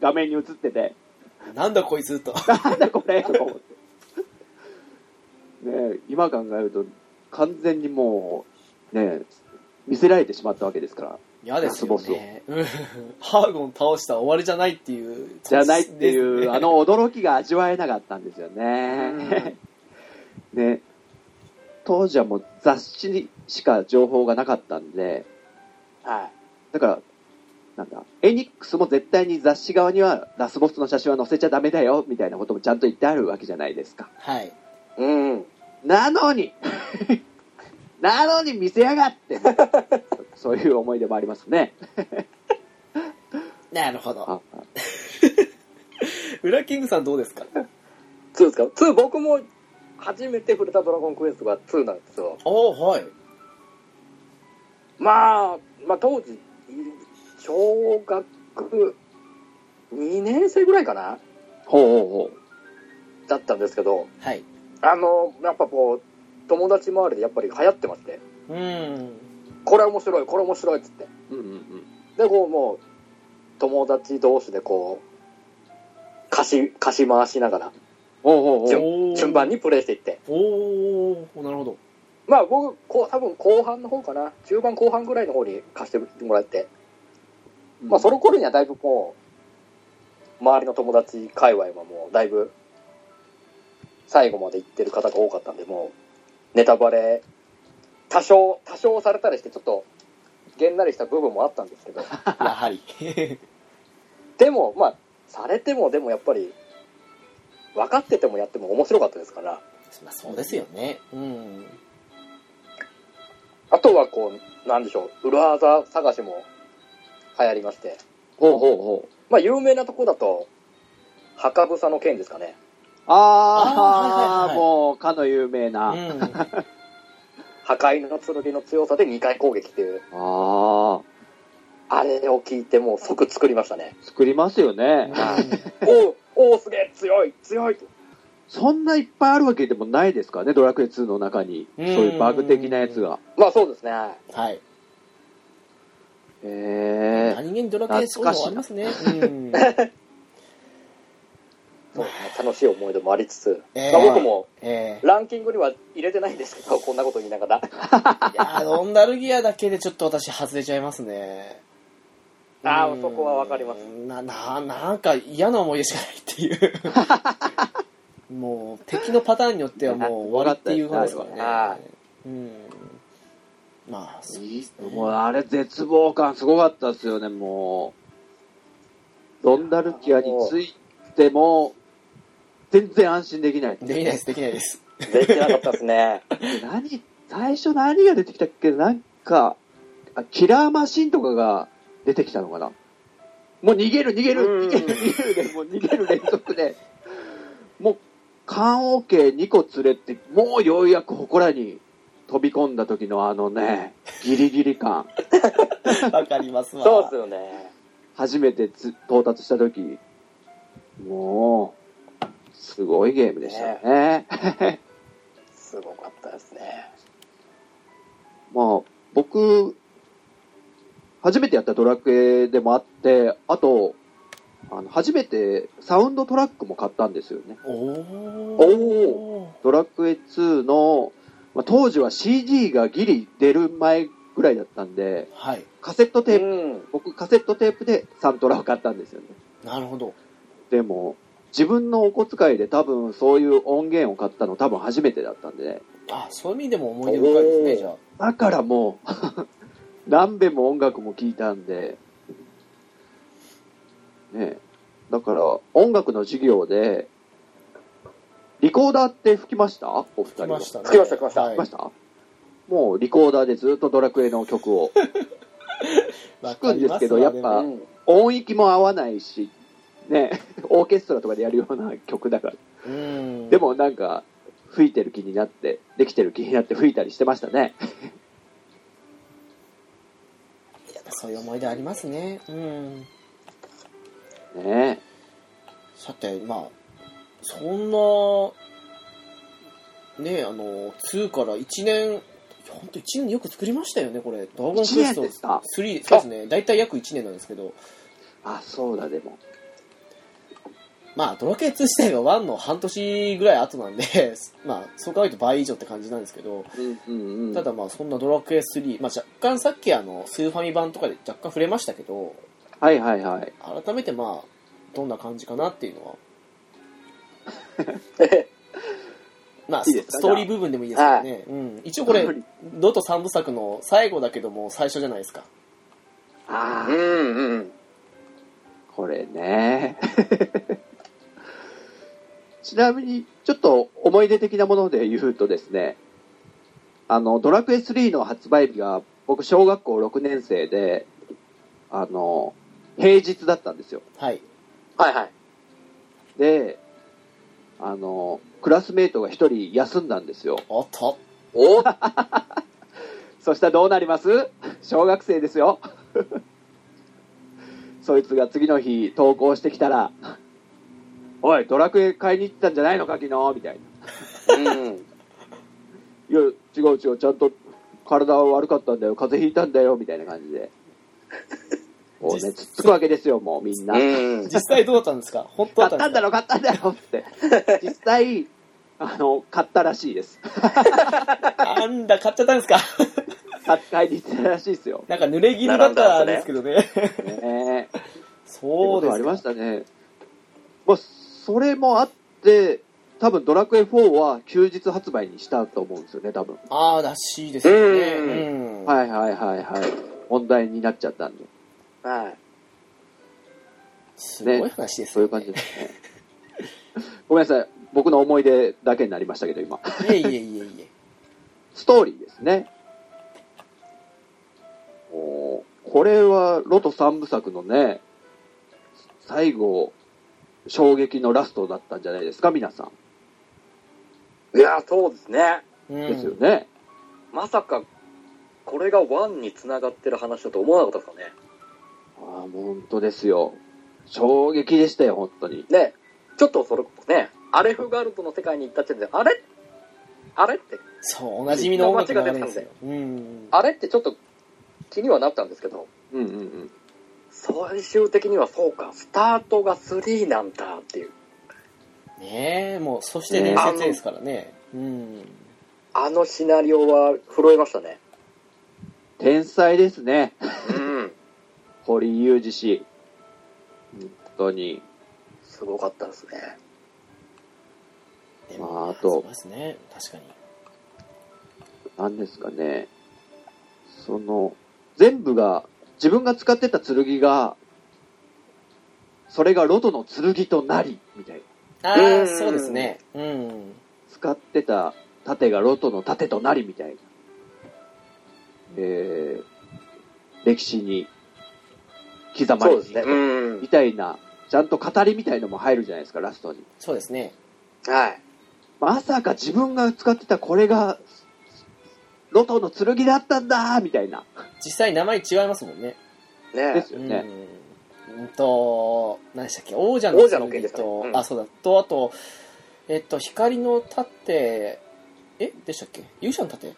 画面に映ってて、
なんだこいつと
なんだこれとか思って。ねえ今考えると、完全にもう、ねえ見せられてしまったわけですから。
嫌ですよねうんハーゴン倒したら終わりじゃないっていう
じゃないっていう、
ですね
あの驚きが味わえなかったんですよね。ね。当時はもう雑誌にしか情報がなかったんで、
はい。
だから、なんだ、エニックスも絶対に雑誌側にはラスボスの写真は載せちゃダメだよ、みたいなこともちゃんと言ってあるわけじゃないですか。
はい
うん。
なのに なのに見せやがって そういう思い出もありますね。
なるほど
あ
ウラキングさんどうですか
2ですか ?2 僕も初めて触れたドラゴンクエストが2なんですよ。
おーはい
まあ、まあ当時、小学2年生ぐらいかな
ほうほうほ
だったんですけど、
はい
あの、やっぱこう、友達周りでやっぱり流行ってまして、
うん
これ面白い、これ面白いっつって。
う。うんうんうん。
で、こうもう、友達同士でこう、貸し、貸し回しながら、
ほうほうほう。
おー
順番にプレイしていって。
おーなるほ ど
まあ僕、こう、多分後半の方かな。中盤後半ぐらいの方に貸してもらって。まあその頃にはだいぶもう、周りの友達界隈はもうだいぶ、最後まで行ってる方が多かったんで、もう、ネタバレ、多少、多少されたりして、ちょっと、げんなりした部分もあったんですけど、
やはり
でも、まあ、されても、でもやっぱり、分かっててもやっても面白かったですから、
まあそうですよねうん
あとはこう、なんでしょう、裏技探しも流行りまして、
ほうほうほう。
まあ、有名なとこだと、はかぶさの剣ですかね。
あー
あーはいはいはい
もう、かの有名
う
な。あ
ん
破壊の剣の強さで2回攻撃っていう、
あ、
あれを聞いてもう即作りましたね。
作りますよね。
おう、おうすげえ、強い、強いと。
そんないっぱいあるわけでもないですからね、ドラクエ2の中に。
う
そ
ん
ういうバグ的なやつが。
まあそうですね。は
はい
へえ。
何気にドラクエそういうのありますね。うん、
いそうですね。楽しい思い出もありつつ、
えー
まあ、僕も
え
ランキングには入れてないんですけど、こんなこと言いながら。
ー、いやーノンダルギアだけでちょっと私外れちゃいますね。
あー
うん
そこはわかります
な、な、なんか嫌な思い出しかないって いう。もう敵のパターンによってはもう終わりっていう感じですから
あ
ね。うん。まあ、そう
もうあれ、絶望感すごかったですよね、もう。ドンダルキアについても、全然安心できない。
できないです、できない です。
できてなかったですね。
何、最初何が出てきたっけなんか、あキラーマシンとかが出てきたのかなもう逃げる、逃げる、
うん
逃げる、逃げるで、もう逃げる連続で、もう棺桶2個連れて、もうようやく祠に飛び込んだ時のあのね、ギリギリ感。
わかりますわ。
そうですよね。
初めてつ到達した時、もう、すごいゲームでしたね。
すごかったですね。
まあ、僕、初めてやったドラクエでもあって、あと、あの初めてサウンドトラックも買ったんですよね。
おー
おドラクエ2の、まあ、当時は CG がギリ出る前ぐらいだったんで、
はい。
カセットテープ、
ん。
僕カセットテープでサントラを買ったんですよね。
なるほど。
でも、自分のお小遣いで多分そういう音源を買ったの多分初めてだったんで、ね、
あ、そういう意味でも思い出深いです
お
ね、
ー
じゃあ。
だからもう、 何べんも音楽も聴いたんで、ねえ、だから音楽の授業で、リコーダーって吹きましたお二人
来
は
ましたね。
来ました来ました
はい
吹きましたもうリコーダーでずっとドラクエの曲を。
わ
く
か
ん
り
で
ますす
けどやっぱ
う
あ
ん。
音域も合わないし、ねえ、オーケストラとかでやるような曲だから。
うん。
でもなんか、吹いてる気になって、できてる気になって吹いたりしてましたね。
やっぱそういう思い出ありますね。うん。
ねえ。
さて、まあ、そんな、ね、あの、2から1年、本当1年よく作りましたよね、これ。ドラゴンクエ
1
ス
年
ト
ですか
3、そうですね。大体約1年なんですけど、
あ、そうだ、でも。
まあ、ドラケー2自体が1の半年ぐらい後なんで、 まあ、そう考えると倍以上って感じなんですけど、
うんうんうん
ただまあ、そんなドラクエ3、まあ、若干さっきあの、スーファミ版とかで若干触れましたけど、
はいはいはい。
改めてまあ、どんな感じかなっていうの は、まあ、
いいですか
ストーリー部分でもいいですからね。うん。一応これ、ドと三部作の最後だけども、最初じゃないですか。
あ
う
あ、
んうん。
これね。 ちなみに、ちょっと思い出的なもので言うとですね、あの、ドラクエ3の発売日が、僕、小学校6年生で、あの、平日だったんですよ。
はい。
はいはい。
で、あの、クラスメートが一人休んだんですよ。
おっと。
おー
そしたらどうなります小学生ですよ。 そいつが次の日登校してきたら、おい、ドラクエ買いに行ったんじゃないのか、昨日みたいな。
うん。
いや、違う違う、ちゃんと体は悪かったんだよ、風邪ひいたんだよ、みたいな感じ で。こうね、
実
つっつくわけですよ、もうみんな。
うん。
実際どうだったん ですか本当だ
買
った
っ
んです
たんだ
か
ろ、買ったんだろって。実際、あの、買ったらしいです。
なんだ、買っちゃったんですか
買っ買いに行ったらしいですよ。
なんか濡れ衣だったんですけどね。
ねえ
そうです
あ
か
りましたね。まあ、それもあって、多分ドラクエ4は休日発売にしたと思うんですよね、多分。
ああ、らしいですよね。
う
うん。
はいはいはいはい。問題になっちゃったんで。
はい。
すごい話です
そうい
よ
う感
ね
じです ね。ごめんなさい。僕の思い出だけになりましたけど、今。
いえいえいえいえ。
ストーリーですね。おーこれは、ロト三部作のね、最後、衝撃のラストだったんじゃないですか、皆さん。
いやー、そうですね。
うん
ですよね。
まさか、これがワンに繋がってる話だと思わなかったですか
ああ、本当ですよ。衝撃でしたよ、本当に。
ね。ね。ちょっとそれこそね、アレフガルトの世界に行った時点で、あれあれって、
そう、おなじみの音楽流れですよ。うん。
あれってちょっと気にはなったんですけど、
うんうんうん。
最終的にはそうか、スタートが3なんだっていう。
ねえ、もう、そして伝説ですからね。うん。
あのシナリオは震えましたね。
天才ですね、
うん。
堀井雄二氏。本当に。
すごかったですね。
で
ま
も
あ、あ
そう
と、
ですね。確かに。
何ですかね。その、全部が、自分が使ってた剣が、それがロトの剣となり、みたいな。
あ
う
あ、
ん
そうですね。うん。
使ってた盾がロトの盾となり、みたいな。えー、歴史に刻まれてい
そう
る
ですね。うん
み。たいな、ちゃんと語りみたいのも入るじゃないですか、ラストに。
そうですね。
はい。
まさか自分が使ってたこれが、ロトの剣だったんだみたいな。
実際名前違いますもんね。
で
ね
すよね。
うんうんと、何でしたっけ、王者の
王者の剣ですね
と、
うん
あ、そうだ、と、あと、えっと、光の盾、え、でしたっけ勇者の盾あれ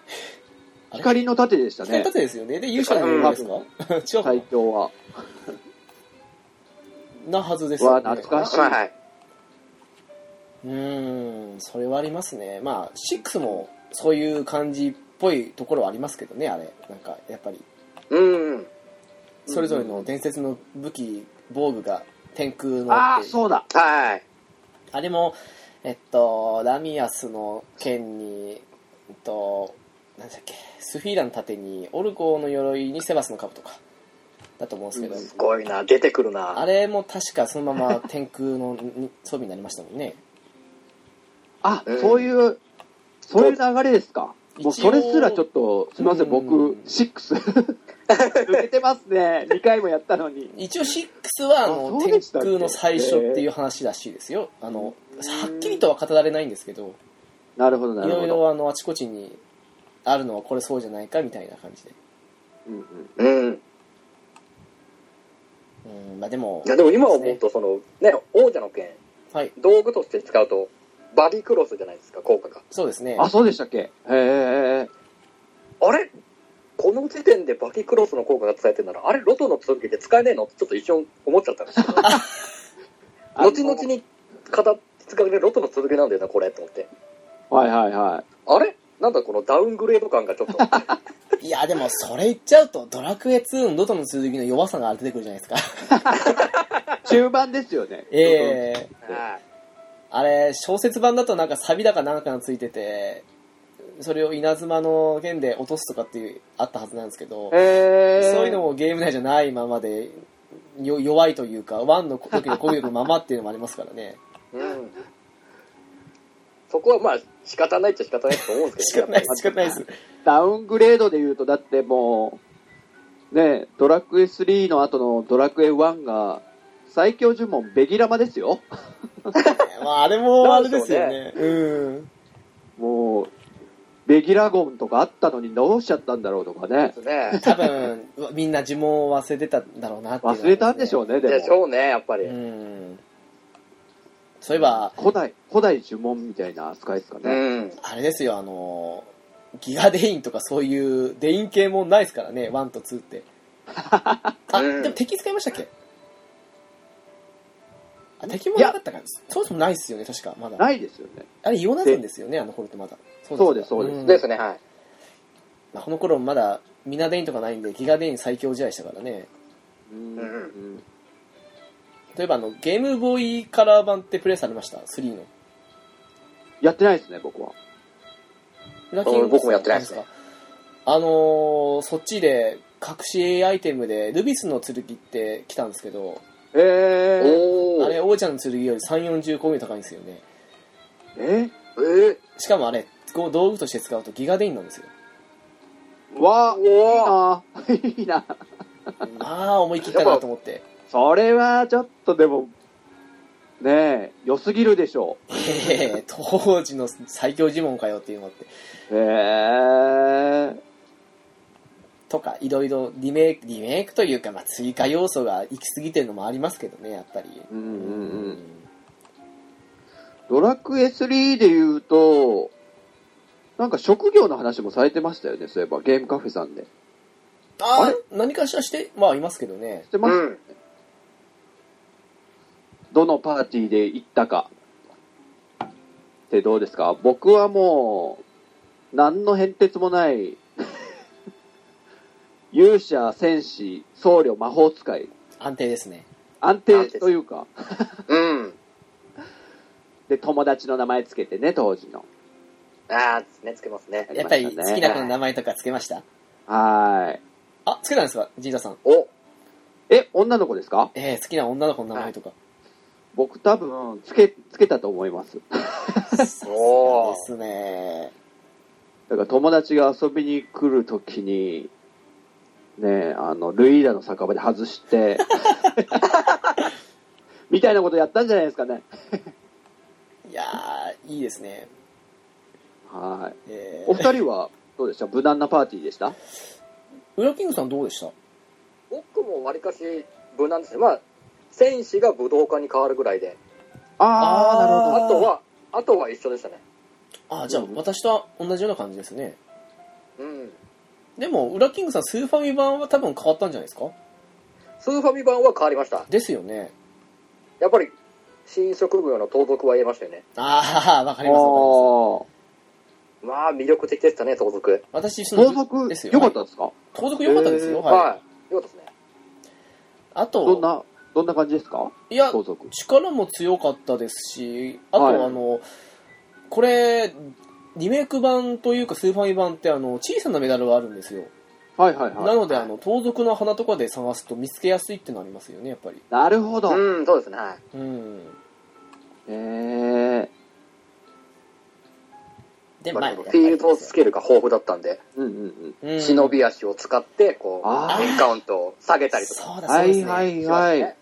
光の盾でした
光の
ね。
盾ですよね。で、勇者の盾ですか、 違うかな、
最強は。
なはずですよね。
わ懐か
え。
しい
はいはい。
うーん、それはありますね。まあ、6もそういう感じっぽいところはありますけどね、あれ。なんか、やっぱり、
うん。
それぞれの伝説の武器、防具が天空の
あ
っ
あ、
ていう
そうだ。
はい。
あれも、えっと、ラミアスの剣に、えっと、なんだっけ、スフィーラの盾に、オルゴーの鎧にセバスの兜か、だと思うんですけど、
すごいな、出てくるな。
あれも確かそのまま天空のに装備になりましたもんね。
あ、
うん
そういう、そういう流れですか。もうそれすらちょっと、すみませ
う
ん、僕
ん、
6。抜けてますね。2回もやったのに。
一応6はあの
あそう
天
でしたっけ
空の最初っていう話らしいですよ。あの、はっきりとは語られないんですけど、
なるほど、ないる
ろ
ほ
い
ど。
ろあの、あちこちにあるのはこれそうじゃないかみたいな感じで。
うんうん
うん。
うん、まあでも
い、や、でも今思うと、その、ね、王者の剣、
はい、
道具として使うと、バディクロスじゃないですか、効果が。
そうですね。
あ、そうでしたっけへえ。
あれこの時点でバディクロスの効果が伝えてるなら、あれ、ロトの剣で使えねえのってちょっと一瞬思っちゃったんですけど、
あの
後々。に語使われるロトの剣なんだよな、これ、と思って。
はいはいはい。
あれなんだこのダウングレード感が ちょっと。
いや、でも、それ言っちゃうと、ドラクエ2のドトの続きの弱さが出てくるじゃないです か。
中盤ですよね。
ええ
は
あれ、小説版だとなんかサビだかなんかがついてて、それを稲妻の剣で落とすとかっていう、あったはずなんですけど、
へえ。
そういうのもゲーム内じゃないままで、よ弱いというか、1の時の攻撃力のままっていうのもありますからね。
いうん、そこはまあ、仕方ないっちゃ仕方ないと思うんです
仕
けど
方ない
ね、
です、仕方ないです。
ダウングレードで言うと、だってもう、ねえ、ドラクエ3の後のドラクエ1が、最強呪文、ベギラマですよ。
まあ、あれもあれですよね。うん。
もう、ベギラゴンとかあったのにどうしちゃったんだろうとかね。
やっぱりね。
多分、うわみんな呪文を忘れてたんだろうなっていうのはあります
忘
ね、
れたんでしょうね、で
でし
も。
ょうね、やっぱり。
うん。そういえば、
古代、古代呪文みたいな扱いですか
う
ね。
ん。
あれですよ、あの、ギガデインとかそういうデイン系もないですからね、1と2って。あ、
うん
でも敵使いましたっけあ、敵もなかったから、そもそもないですよね、確か、まだ。
ないですよね。
あれ、イオナズンですよね、あの頃ってまだ。そ
そうですそうです
ん
ですね、はい。
まあこの頃まだ、ミナデインとかないんで、ギガデイン最強試合でしたからね。
うん
うん
うん
例えば、あの、ゲームボーイカラー版ってプレイされました ?3 の。
やってないですね、僕は。
ラッキング
僕もやってないですね
か。あのーそっちで隠しアイテムでルビスの剣って来たんですけど、
え
お
あれ王者の剣より3、40攻撃高いんですよね。
ー、え
え
しかもあれ、こう道具として使うとギガデインなんですよ。
わ、
うわ
いいな。いい な。
まあ、思い切ったなと思って。
それはちょっとでも、ねえ、良すぎるでしょう。
ええ当時の最強呪文かよっていうのって。
えー、
とか、いろいろリメイク、リメイクというか、まあ、追加要素が行き過ぎてるのもありますけどね、やっぱり。
うんうんうん。ドラクエ3で言うと、なんか職業の話もされてましたよね、そういえば、ゲームカフェさんで。
あ
あ
れ何かしらして、まあ、いますけどね
し。て
う
ます、
ん。
どのパーティーで行ったか。ってどうですか僕はもう、何の変哲もない、勇者、戦士、僧侶、魔法使い。
安定ですね。
安定というか。
うん。
で、友達の名前つけてね、当時の。
ああ、ね、つけますね。
やっぱり好きな子の名前とかつけました
はーい。
あ、つけたんですか、ジータさん。
お
え、女の子ですか
えー、好きな女の子の名前とか。
僕多分、つけ、つけたと思います。
そ
お
うですね。
だから友達が遊びに来るときに、ねえ、あの、ルイーダの酒場で 外して、みたいなことやったんじゃないですかね。
いやー、いいですね。
はい。
え
お二人はどうでした無難なパーティーでした
ー、ウラキングさんどうでした
僕もわりかし無難ですね。まあ、戦士が武道家に変わるぐらいで、
あーなるほ
あ
ど
とは、あとは一緒でしたね。
あじゃあ
うん
私と同じような感じですね
うん。
でもウラキングさんスーファミ版は多分変わったんじゃないですか
スーファミ版は変わりました。
ですよね
やっぱり、新職業の盗賊は言えましたよね。
ああわかりますわか
お
まあ、魅力的でしたね、盗賊。
ります私その
盗賊
ですよ
良かったですか
盗賊良かったですよ、
えー
はい、
い。よかったですね。
あ
どん
と
な、どんな感じですか
いや
盗賊。
力も強かったですしあと、
はい
あのこれリメイク版というかスーファミ版ってあの小さなメダルはあるんですよ、
はいはいは。
ないのであの盗賊の花とかで探すと見つけやすいってのありますよねやっぱり
なるほど。へ
うん、そうですね。はい。
うん
え。
で、
ま
ま
あ
あ、
でもフィールドスケールが豊富だったんで、
うんうんうん。
うん
忍び足を使って、こ
あ
う、
ー
エンカウントを下げたりとか。
そうだそ
は
うです
い
ね、
はいはい。
しますね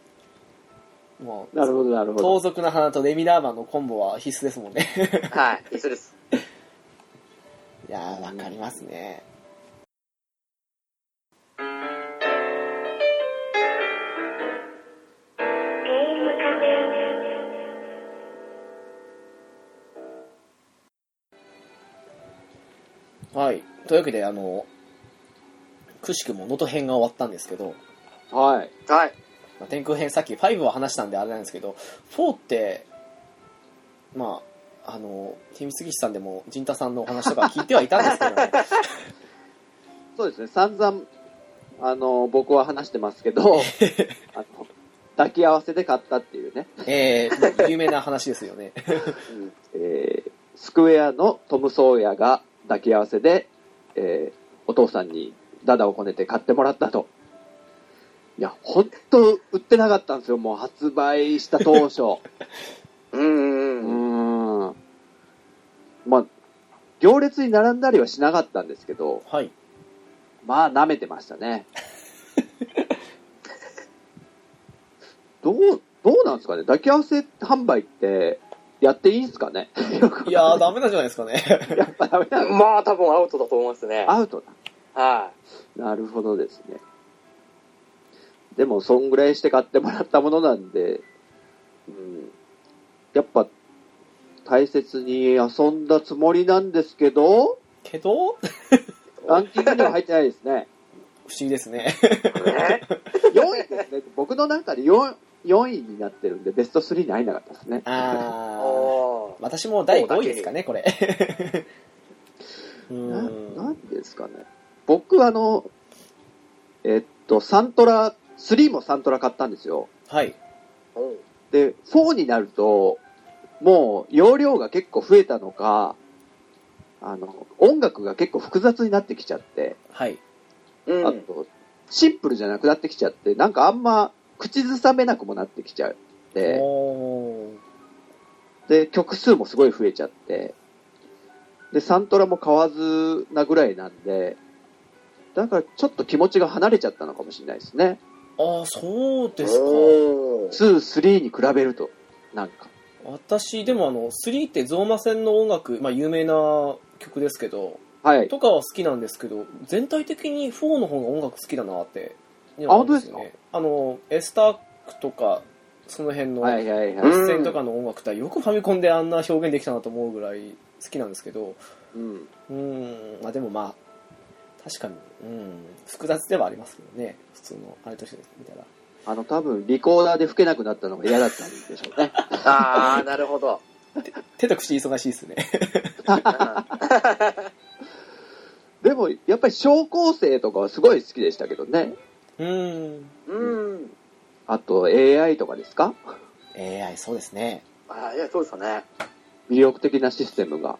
もう
なるほどなるほ
盗
ど。
賊の花とレミラーマンのコンボは必須ですもんね
はい、一緒です。
いやーわかりますねはいというわけであのくしくも能登編が終わったんですけど、
はい。
はい。
まあ、天空編さっき5は話したんであれなんですけど4ってまああの秘密技師さんでも陣太さんのお話とか聞いてはいたんですけど、ね、
そうですね、散々、あの、僕は話してますけ ど、あの、抱き合わせで買ったっていうね、
えー、有名な話ですよね
えースクエアのトム・ソーヤが抱き合わせで、えーお父さんにダダをこねて買ってもらったと。いや、ほんと売ってなかったんですよ、もう発売した当 初。
うん
う
うんうん。
ーん。まあ、行列に並んだりはしなかったんですけど、
はい
まあ、舐めてまし たね。どう、どうなんですかね抱き合わせ販売って、やっていいんすかねよく
いやーダメなんじゃないですかね
やっぱダメなの
まあ、多分アウトだと思いますね。
アウトだ。
は
なるほどですね。でも、そんぐらいして買ってもらったものなんで、うん、やっぱ、大切に遊んだつもりなんですけど、
けど
ランキングには入ってないで すね。
不思議ですね
い。ね。
4位ですね。僕の中で 4, 4位になってるんで、ベスト3に入んなかったですね。
あー
おー
私も第5位ですかねこれう
な
ー
なんんですかね。僕、あの、えっと、サントラ、3もサントラ買ったんですよ。
はい
うん
で、4になると、もう、容量が結構増えたのか、あの、音楽が結構複雑になってきちゃって、
はい
うん。
あと、シンプルじゃなくなってきちゃって、なんかあんま、口ずさめなくもなってきちゃって、
おー
で、曲数もすごい増えちゃって、で、サントラも買わずなぐらいなんで、だからちょっと気持ちが離れちゃったのかもしれないですね。
ああそうですか
おー
2、3に比べると、なんか。
私でもあの3ってゾーマ戦の音楽、まあ、有名な曲ですけど
はい。
とかは好きなんですけど全体的に4の方が音楽好きだなって
あ本当ですか
あのエスタークとかその辺の
はいはいは
う
い。
ん
実践とかの音楽ってよくファミコンであんな表現できたなと思うぐらい好きなんですけど
うん。
うーんまあでもまあ確かにうん複雑ではありますけどね普通のあれとして見たら
あの、多分、リコーダーで吹けなくなったのが嫌だったんでしょうね。
ああ、なるほど。
手と口忙しいですね
でも、やっぱり小構成とかはすごい好きでしたけどね。
うーん
うん。うん
あと、AI とかですか
AI そうですね
ああ、いや、そうですよね。
魅力的なシステムが。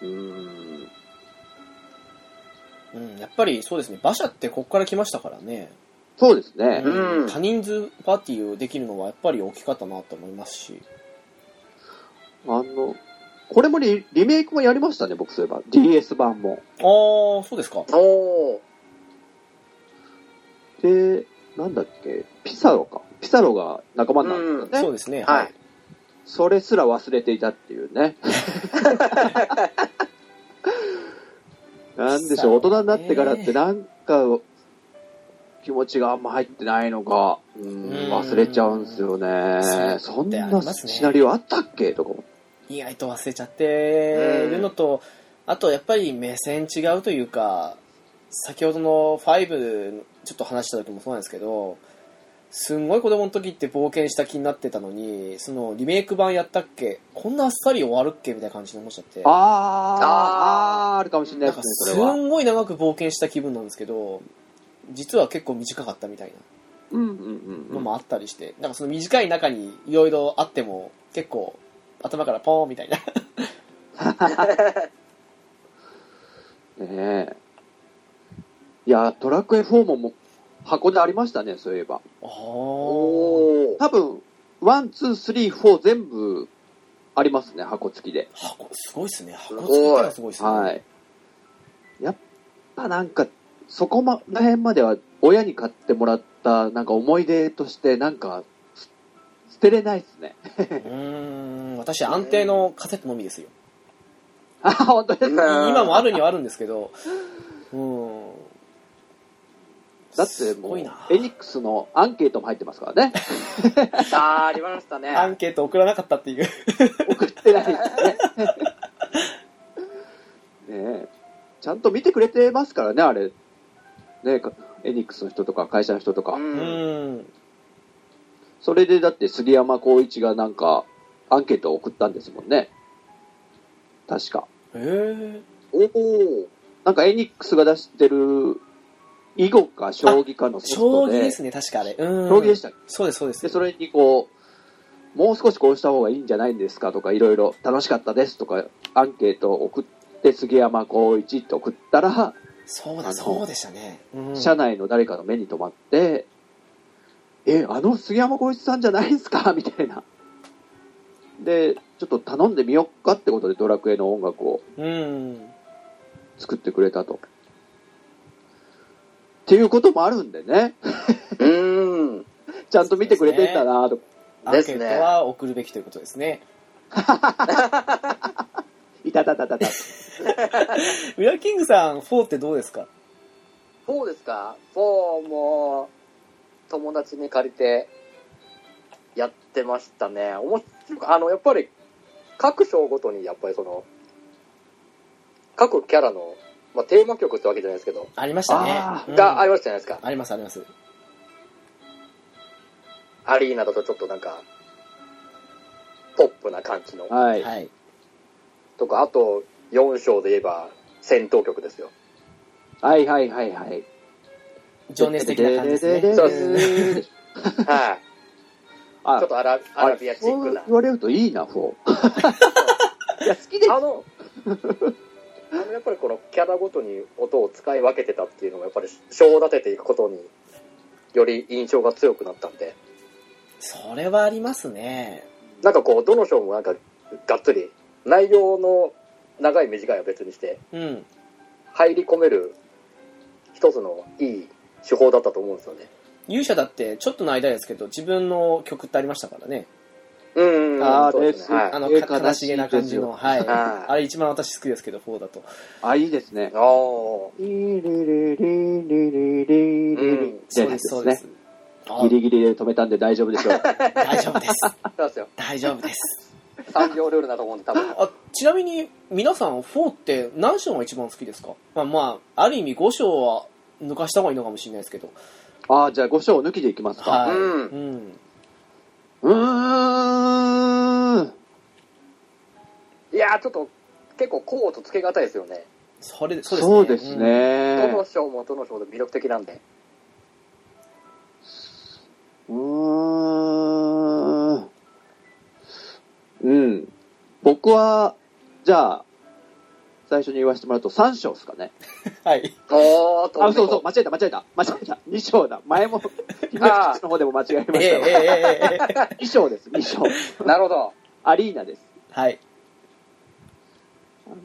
うーん。
うんやっぱりそうですね馬車ってここから来ましたからね
そうですね。
うん
多人数パーティーをできるのはやっぱり大きかったなと思いますし
あの、これもリリメイクもやりましたね、僕そういえば。DS 版も。
ああそうですか
おー
で、なんだっけ、ピサロか。ピサロが仲間になったんだ
そ
ね。
うですね
はい
はい
それすら忘れていたっていうね。なんでしょう、大人になってからってなんか、気持ちがあんま入ってないのか、うん
うん
忘れちゃうんですよね。
そ
そ
うんだってあり
な
ますね
シナリオあったっけとか思って
意外と忘れちゃってるのと、あとやっぱり目線違うというか先ほどの5ちょっと話した時もそうなんですけどすんごい子供の時って冒険した気になってたのにそのリメイク版やったっけこんなあっさり終わるっけみたいな感じに思っちゃって
あー
あ
あー、あるかもしれない
なんか
ですね、
す
それは。
んごい長く冒険した気分なんですけど実は結構短かったみたい
うんうん
な
う
の
んうん。
もあったりして、なんかその短い中にいろいろあっても結構頭からポーンみたいな
ねえ。いや、ドラクエ4もも箱でありましたね、そういえば。
あー
おー。
多分、ワン、ツー、スリー、フォー全部ありますね、箱付きで。
箱すごいっすね箱作
すごい
ったらすごいっすね
はい。やっぱなんか、そこま、ら辺までは親に買ってもらった、なんか思い出として、なんか、す捨てれないですね。
うーん私安定のカセットのみですよ
あ、本当ですか
うん
今もあるにはあるんですけどうん
だって
す
も
ご
う、
い
エ
な
ニックスのアンケートも入ってますからね。
あー、ありましたね。
アンケート送らなかったっていう
送ってないですね。ねえちゃんと見てくれてますからね、あれ。ねえかエニックスの人とか会社の人とか。
う
うん。
ん
それでだって杉山浩一がなんか、アンケートを送ったんですもんね。確か。
へえ
おー。
なんかエニックスが出してる、囲碁か将棋かのソフ
将
ト
棋
で、
ですね確かあれうん
将棋でしたっけ
そうですそうです
で、それにこう、もう少しこうした方がいいんじゃないんですかとか、いろいろ楽しかったですとか、アンケートを送って、杉山浩一って送ったら、
そう
あ
だ
の
そうでしたね、うん、
社内の誰かの目に留まって、え、あの杉山浩一さんじゃないんすかみ たいな。で、ちょっと頼んでみよっかってことでドラクエの音楽を
うん
作ってくれたと。っていうこともあるん でね、
うん。
ちゃんと見てくれてんだなと、
アン
です
ケ
ね
ートは送るべきということですね
いたたたたた。
ウラキングさん4ってどうですか
そうですかそう、もう、友達に借りて、やってましたね。面白く、あの、やっぱり、各章ごとに、やっぱりその、各キャラの、まあ、テーマ曲ってわけじゃないですけど、
ありましたね
あー
うん
がありましたじゃないですか。
ありますあります
アリーナだとちょっとなんか、ポップな感じの。
はい。
はい
とか、あと、4章で言えば、戦闘曲です よ。
はいはいはいはい。
情熱的な感じですね
そう
です。
はい。
あ
ちょっとアラアラビアチックな
そう。言われるといいな、フォー。いや、好きで
あの、あのやっぱりこのキャラごとに音を使い分けてたっていうのも、やっぱり章を立てていくことにより印象が強くなったんで、
それはありますね
なんかこう、どの章もなんかがっつり、内容の長い短いは別にして、
うん
入り込める一つのいい手法だったと思うんですよね。
勇者だってちょっとの間ですけど自分の曲ってありましたからね
うんうん、
あー
そうですね。
です
はい
あの、
え
か悲しげな感じの、はい。
はい
あれ一番私好きですけど、4だと。
あ、いいですね。
お
リリリリリリリリ
う
リ
ん
そうです、そうです。あ
ギリギリで止めたんで大丈夫でしょう。
大丈夫です。
ーそうですよ。
大丈夫です。
産業ルールだと思うんで、多分。
あちなみに、皆さん、4って何章が一番好きですかまあまあ、ある意味5章は抜かした方がいいのかもしれないですけど。
ああ、じゃあ5章抜きでいきますか。
はい。
うん
うん。
うーん。
いやー、ちょっと、結構、こうとつけがたいですよね。
それ、そうですね。
そうです
うん
ど
ね
の。章もどの章で魅力的なんで。
うーん。うん。僕は、じゃあ、最初に言わせてもらうと3章ですかね。
はい。
おー、と
あ、そうそう、間違えた、間違えた、間違えた。2章 だ。前も、東の方でも間違えま
ええ、え
したわ。
え、ええ。
2章です、2章。
なるほど。
アリーナです。
はい。
あの、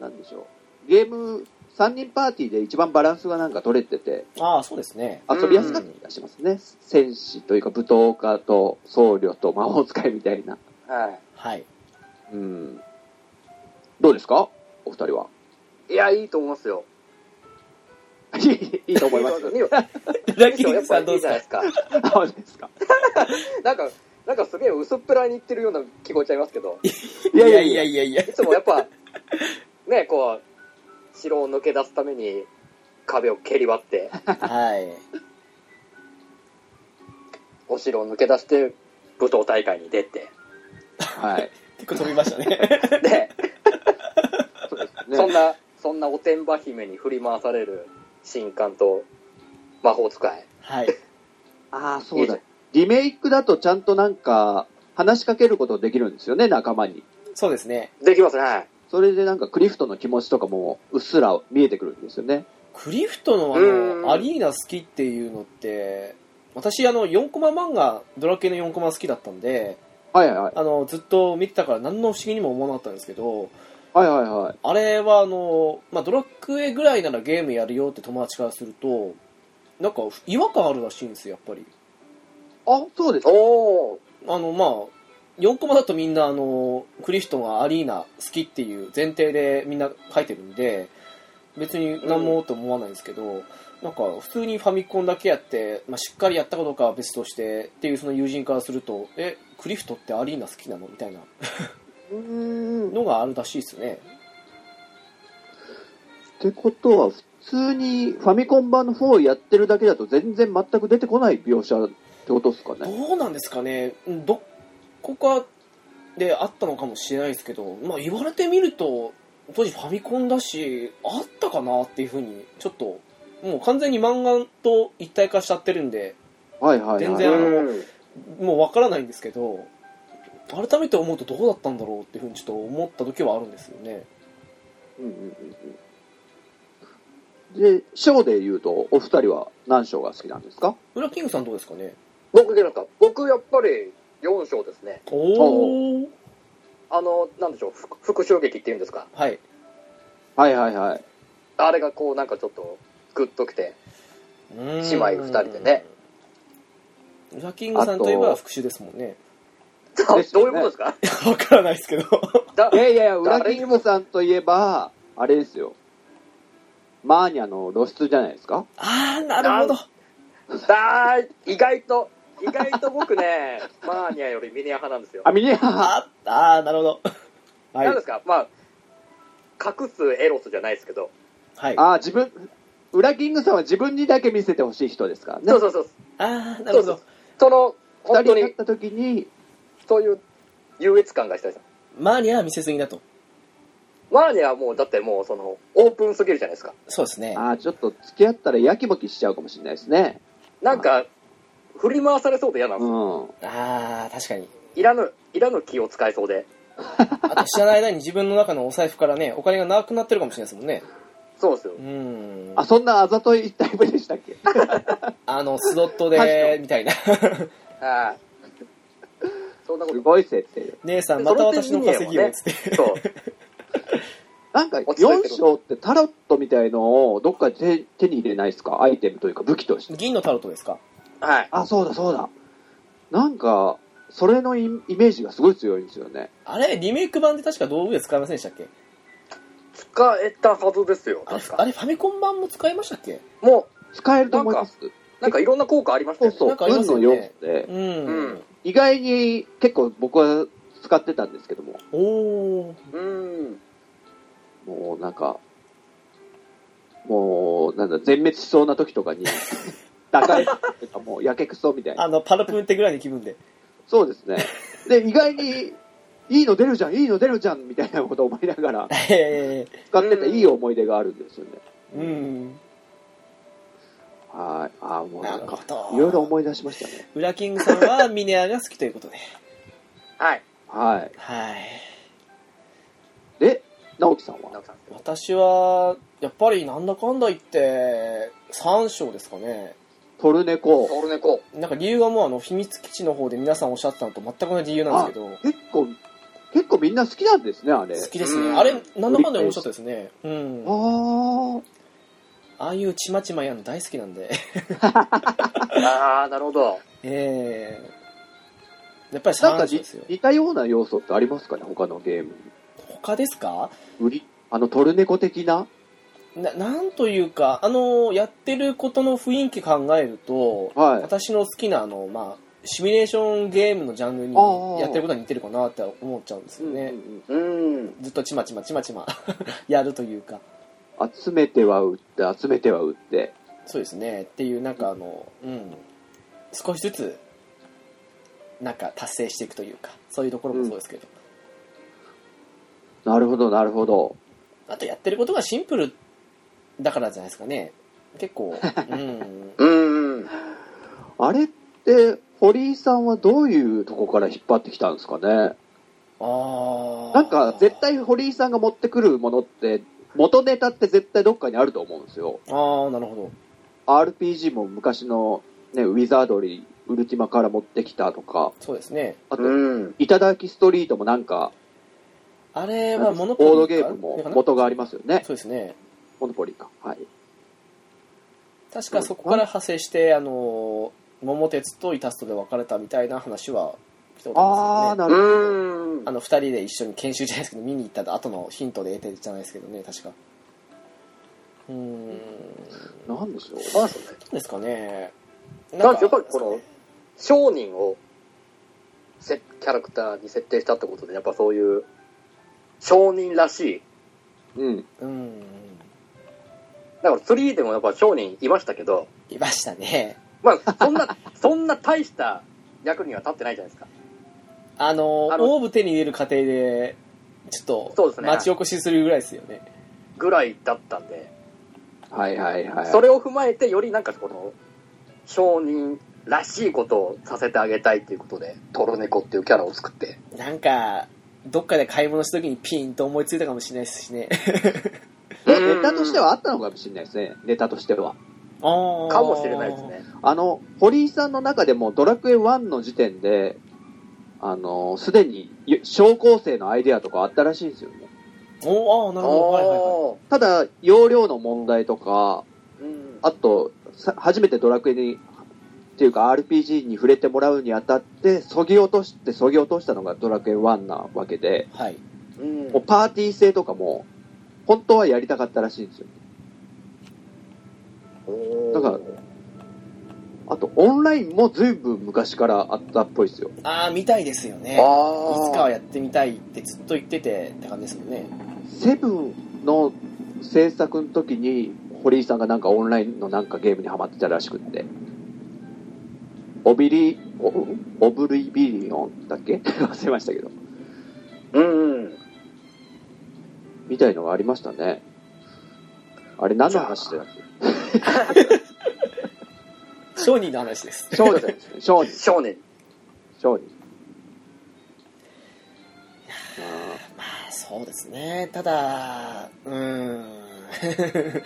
なんでしょう。ゲーム、3人パーティーで一番バランスがなんか取れてて、
ああ、そうですね。
遊びやすかった気がしますね。戦士というか、舞踏家と僧侶と魔法使いみたいな。
は
はい。
うん。どうですかお二人は。
い。いや、いいと思いますよ。
いいと思います。
いいと
ドラ
思いますよやっぱいいじゃないですか。
そうですか。
なんか、なんかすげえ薄っぺらいに言ってるような聞こえちゃいますけど、い
いやいやいやいやいや。
つもやっぱ、ね、こう、城を抜け出すために壁を蹴り割って、
はい。
お城を抜け出して舞踏大会に出て、
はい。
結構飛びました ね。
で、
そうです
そ
ね
ん。な、そんなおてんば姫に振り回される神官と魔法使い。
はい。
ああ、そうだ。リメイクだとちゃんとなんか、話しかけることできるんですよね、仲間に。
そうですね。
できますね。はい
それでなんかクリフトの気持ちとかもうっすら見えてくるんですよね。
クリフトのあ
うん
の、アリーナ好きっていうのって、私あの、4コマ漫画、ドラケの4コマ好きだったんで、
はいはいはい。
あの、ずっと見てたから何の不思議にも思わなかったんですけど、
はいはいはい。
あれはあの、まあ、ドラクエぐらいならゲームやるよって友達からすると、なんか違和感あるらしいんですよ、やっぱり。
あ、そうですか。
おー。
あの、まあ、4コマだとみんなあの、クリフトンがアリーナ好きっていう前提でみんな書いてるんで、別に何もと思わないんですけど、なんか普通にファミコンだけやって、まあ、しっかりやったかどうかは別としてっていうその友人からすると、え、クリフトってアリーナ好きなのみたいな
うーん。っ
のがあるらしいですね。
てことは、普通にファミコン版の4やってるだけだと全然全く出てこない描写ってことですかね。
どうなんですかね、うんどこかであったのかもしれないですけど、まあ、言われてみると、当時ファミコンだし、あったかなっていうふうに、ちょっと、もう完全に漫画と一体化しちゃってるんで、
はいはいはい。
全然あの
うん
もうわからないんですけど、改めて思うとどうだったんだろうっていうふうにちょっと思った時はあるんですよね。
うんうんうんうんで、章で言うと、お二人は何章が好きなんですか
裏キングさんどうですかね
僕じゃないですか。僕やっぱり4章ですね。
おー
あの、なんでしょう、復復讐劇っていうんですか。
はい。
はいはいはい。
あれがこうなんかちょっとグッときて。
姉
姉妹二人でね。
裏キングさんといえば復讐ですもんね。
どう
ですよ
いう
ね
ことですか
わからないですけど。
だ
いやいやいや、裏キングさんといえば、あれですよ。マーニャの露出じゃないですか
あー、なるほど。
だー意外と、意外と僕ね、マーニャよりミネア派なんですよ。
あ、ミニアハ
ああーなるほど。 はい
なん。ですかまあ、隠すエロスじゃないですけど。
はい。あ
あ、自分、裏キングさんは自分にだけ見せてほしい人ですからね。
そうそうそう。
あーなるほ
そう
ど
そ。その、
二
本当
人になっ
に、
た時に、
そういう優越感がしたいです。
マーニアは見せすぎだと。
マーニャはもう、だってもう、その、オープンすぎるじゃないですか。
そうですね。
あちょっと付き合ったらやきもきしちゃうかもしれないですね。
なんか、振り回されそうで嫌なんで
う
すよ。
ん。
あー確かに。
いらぬ、いらぬ気を使いそうで。
あと知らない間に自分の中のお財布からね、お金がなくなってるかもしれないですもんね。
そうですよ
う。ーん。
あ、そんなあざといタイプでしたっけ
あの、スロット
確か
で
に、
みたいな。
はい。そんなこ
すごい設定。
姉さん、また私の稼ぎを、つって。
と。そう。
なんか
落ち着いてる
4章ってタロットみたいのをどっかで手手に入れないですかアイテムというか武器として。
銀のタロットですか
はい。
あ、そうだそうだ。なんか、それのイイメージがすごい強いんですよね。
あれ、リメイク版で確か道具で使いませんでしたっけ
使えたはずですよ。
あれ
確
あ
か。
れファミコン版も使いましたっけ
も
使えると思います。
う、なんかいろんな効果ありました
そう
なん
よね。
そう
かあ、りま
運
すよ
の
ね
4つで、
うん。
うん
意外に結構僕は使ってたんですけども、
おー。
うん。
もうなんか、もう、なんだ、全滅しそうな時とかに、高いとかもうやけくそみたいな。
あの、パルプンってぐらいの気分で。
そうですね。で、意外に、いいの出るじゃん、いいの出るじゃん、みたいなことを思いながら、
え
使ってていい思い出があるんですよね。
ー。うん。
はい。ああ、もう
な
な
る
ん
ほ
か、
ど。
いろいろ思い出しましたね。
ウラキングさんはミネアが好きということで。
はい。
はい。
はい。
で、直樹さん
な
は
んか
私は、やっぱりなんだかんだ言って、3章ですかね。
トルネコ。
オルネコ。
なんか理由がもうあの、秘密基地の方で皆さんおっしゃってたのと全く同じ理由なんですけど、
結構、結構みんな好きなんですね、あれ。
好きです
う
ね。
ん
あれ、なんだかんだ面白かったですね。うん。あ
あ
あいうちまちまやるの大好 きなんで。
ああ、なるほど。
ええやっぱり
なん
3
か似
ですよ
似たような要素ってありますかね、他のゲームに。
他ですか
売り、あの、トルネコ的な
ななんというかあのやってることの雰囲気考えると、
はい
私の好きなあの、まあ、シミュレーションゲームのジャンルに
あー
やってることに似てるかなって思っちゃうんですよね、
うん。
ずっとちまちまちまちま やるというか
集めては売って、集めては売って。
そうですねっていうなんかあの、うん、少しずつなんか達成していくというかそういうところもそうですけど、
なるほど、なるほど。
あとやってることがシンプルだからじゃないですかね結 構、うん、
うん。
あれって、堀井さんはどういうとこから引っ張ってきたんですかね
ああ
なんか、絶対堀井さんが持ってくるものって、元ネタって絶対どっかにあると思うんですよ。
ああなるほ
RPG も昔の、ね、ウィザードリー、ウルティマから持ってきたとか、
どそうですね
あと、
うん。
いただきストリートもなんか、
あれ
な
は
んか
モノポリ
ボ
か
ードゲームも元がありますよね。
そうですね
モノポリーか。はい。
確かそこから派生してあの桃鉄とイタストで別れたみたいな話は来たこと
あ
あ
あ、
りますよね
なるほど。
うん
あ。の二人で一緒に研修じゃないですけど見に行った後のヒントで得てじゃないですけどね確かうーんど
なんでしょう。
なんすよね。
うですかね
なんかやっぱりこの、商人をせキャラクターに設定したってことで、やっぱそういう、商人らしい。
うん。
うん
だから3でもやっぱ商人いましたけど、
いましたね
まあ、そ んな、そんな大した役には立ってないじゃないですか。
あの
あの
オーブ手に入れる過程でちょっ
そう
と
ですね
町おこしするぐらいですよね
ぐらいだったんで、
はいはいはい。
それを踏まえて、よりなんかこの、商人らしいことをさせてあげたいということで、トロネコっていうキャラを作って。
なんかどっかで買い物した時にピンと思いついたかもしれないですしね
ねネタとしてはあったのかもしれないですね。ネタとしては。
あー
かもしれないですね。
あの、堀井さんの中でもドラクエ1の時点で、あの、すでに小構成のアイデアとかあったらしいんですよね。
おああなるほどはいはいはい
お
ただ、容量の問題とか、
ーうん
あと、さ初めてドラクエに、っていうか RPG に触れてもらうにあたって、そぎ落として、そぎ落としたのがドラクエ1なわけで、
はい
うん
もうパーティー性とかも、本当はやりたかったらしいんですよ。だからあと、オンラインも随分昔からあったっぽいですよ。
ああみたいですよねいつか
あ
はやってみたいってずっと言っててって感じですもんね
セブンの制作の時に、堀井さんがなんかオンラインのなんかゲームにハマってたらしくって。オビリ、オオブリビリオンだっけ 忘れましたけど。
うんうん。
みたいのがありましたね。あれ何の話だっ
商人の話です
け商人ですね。商人。
少年。
商人。
まあそうですねただうーん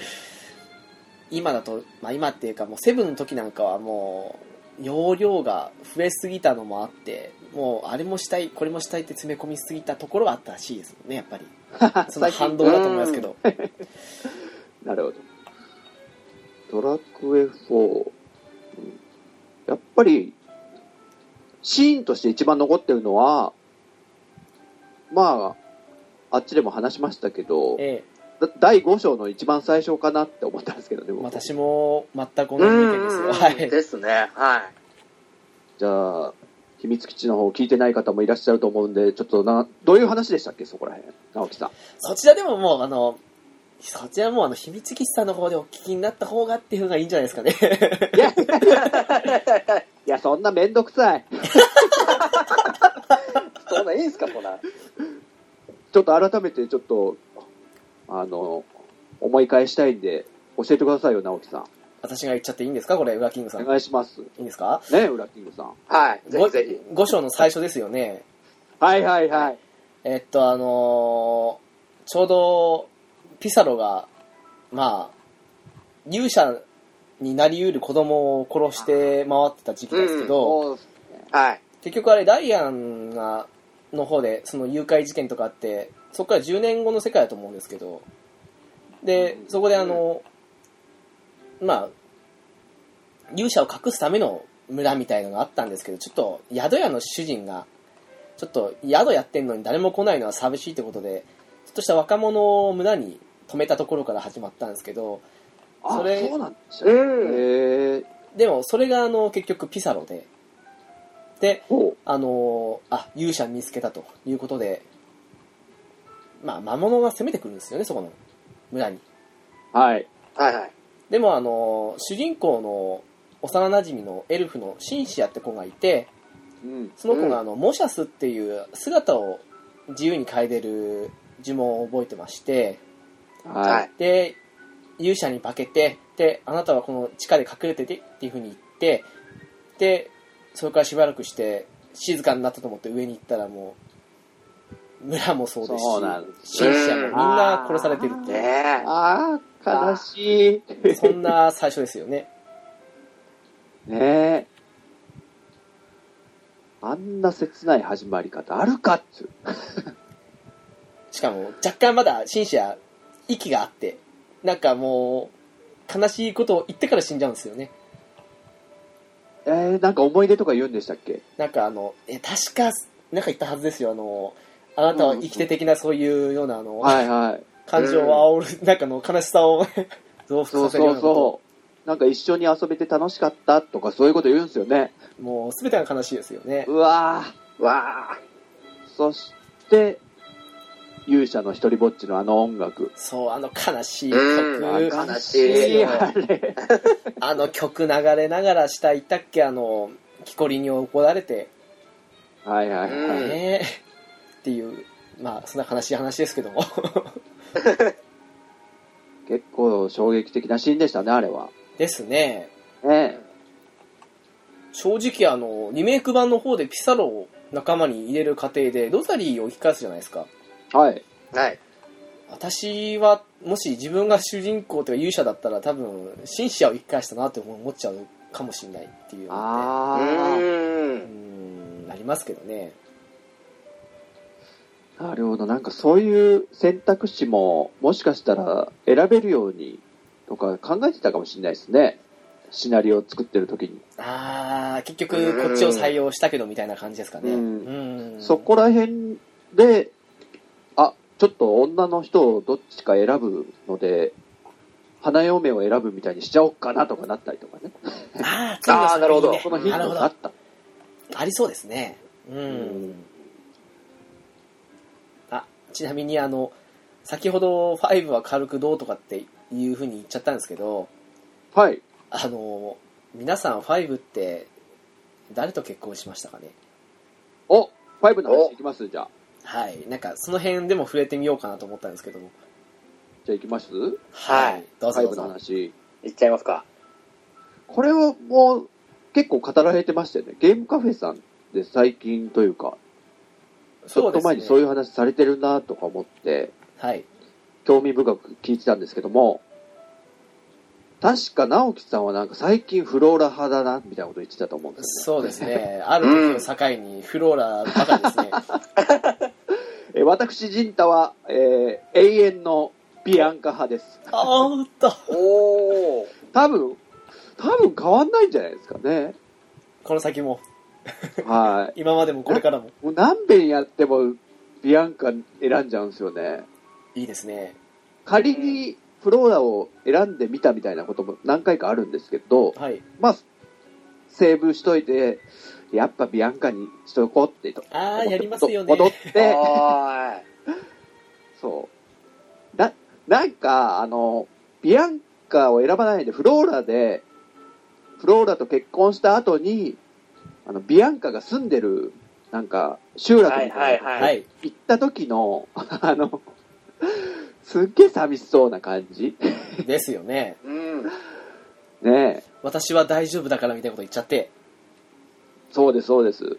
今だと、まあ、今っていうかもうセブンの時なんかはもう容量が増えすぎたのもあってもうあれもしたいこれもしたいって詰め込みすぎたところがあったらしいですもんねやっ ぱり
あー
その反動だと思いますけど
なるほど。ドラクエ4。うんやっぱり、シーンとして一番残ってるのは、まあ、あっちでも話しましたけど、
え
だ第5章の一番最初かなって思ったんですけどね、
え
僕
私も全く同じ意見ですよはい
ですね。はい。
じゃあ、秘密基地の方聞いてない方もいらっしゃると思うんで、ちょっとな、どういう話でしたっけ、そこら辺。直樹さん。
そちらでももう、あの、そちらもあの、秘密基地さんの方でお聞きになった方がっていうのがいいんじゃないですかね。
いや、いや、そんなめんどくさい。
そんないいんすか、そんな。
ちょっと改めてちょっと、あの、思い返したいんで、教えてくださいよ、直樹さん。
私が言っちゃっていいんですかこれ、ウラキングさん。
お
い
願いします。
いんですか
ね、ウラキングさん。
はい。ぜ
ご
ひぜひ。
5章の最初ですよね。
はいはいはい。
えっと、あのーちょうど、ピサロが、まあ、勇者になりうる子供を殺して回ってた時期ですけど、
おー
はい。
結局あれ、ダイアンが、の方で、その誘拐事件とかあって、そこから10年後の世界だと思うんですけど、で、そこであの、まあ、勇者を隠すための村みたいのがあったんですけどちょっと宿屋の主人がちょっと宿やってんのに誰も来ないのは寂しいってことでちょっとした若者を村に泊めたところから始まったんですけど
あ
それ
そうなんですね
うん。
へえ
でもそれがあの結局ピサロでで
ほ
あのあ勇者見つけたということでまあ魔物が攻めてくるんですよねそこの村に
うはい
はいはい。
でもあの主人公の幼馴染のエルフのシンシアって子がいて
うん
その子があの、モシャスっていう姿を自由に変えれる呪文を覚えてまして
は
はい
い。
で勇者に化けてであなたはこの地下で隠れててっていうふうに言ってでそれからしばらくして静かになったと思って上に行ったらもう村もそうですし
そうなんです
シンシアもみんな殺されてるって
ね
いう
え。
ああ悲しい
そんな最初ですよね
ねえ。あんな切ない始まり方あるかっつう。
しかも若干まだシンシア息があってなんかもう悲しいことを言ってから死んじゃうんですよね
えー、なんか思い出とか言うんでしたっけ
なんかあのえ確かなんか言ったはずですよあのあなたは生きて的なそういうようなあの、
はいはい。
感情を煽る、なんかの悲しさを増幅
そ
さ
う
せるよ
そうう
なこ
そう。なんか一緒に遊べて楽しかったとかそういうこと言うんですよね。
ともう全てが悲しいですよね
うわぁ。
わあ。
そして、勇者の一人ぼっちのあの音楽。
そうあの悲しい
うん
曲
わかんない
いやあれ。
あの曲流れながら下行ったっけあの木こりに怒られて
はいはいはい。
うん
ねっていうまあそんな悲しい話ですけども
結構衝撃的なシーンでしたね、あれは。
ですね
ね
正直あのリメイク版の方でピサロを仲間に入れる過程でロザリーを生き返すじゃないですか
え。はい。
はい。
私はもし自分が主人公というか勇者だったら多分シンシアを生き返したなって思っちゃうかもしれないっていうの
う
あー。
ー。
でうんんありますけどね
なるほど。なんかそういう選択肢も、もしかしたら選べるようにとか考えてたかもしれないですね。シナリオを作ってる時に。
ああ結局こっちを採用したけどみたいな感じですかね
うん
うん
そこら辺で、あ、ちょっと女の人をどっちか選ぶので、花嫁を選ぶみたいにしちゃおっかなとかなったりとかね。
あー
あーなるほど
そ
こ
う
の
ですねな
ヒント
るほ
があ
ど
った。
ありそうですねうん、
うん
あちなみにあの先ほど5は軽くどうとかっていうふうに言っちゃったんですけど
はい。
あの皆さん5って誰と結婚しましたかね
お、5の話いきますじゃあ。
はいなんかその辺でも触れてみようかなと思ったんですけども
じゃあいきます
はい、
はい
どうぞどう
?5 の
ぞ
話。
いっちゃいますか。
これはもう結構語られてましたよね。ゲームカフェさんで最近というか、ちょっと前にそう
う
いう話されてるなとか思って、
はい
興味深く聞いてたんですけども、確か直樹さんはなんか最近フローラ派だな、みたいなこと言ってたと思うんですよ
そうですねある時を境にフローラばかりですね、
ね。え私、ジンタは、えー永遠のビアンカ派です。
あーっと
おお。
多分、多分変わんないんじゃないですかね。
この先も
は
今までもこれから も
い。もう何遍やってもビアンカ選んじゃうんですよね。
いいですね
仮にフローラを選んでみたみたいなことも何回かあるんですけど、
はい
まあ、セーブしといて、やっぱビアンカにしとこうってと。
ああやりますよね
戻って、
は
そう。な、なんか、あの、ビアンカを選ばないでフローラで、フローラと結婚した後に、あの、ビアンカが住んでる、なんか、集
ーい。
落
は
みたい
い
な、
はい
は
はい。
い
行った時の、あの、すっげえ寂しそうな感じ。
ですよね
うん。
ねえ。
私は大丈夫だからみたいなこと言っちゃって
そうです、そうです。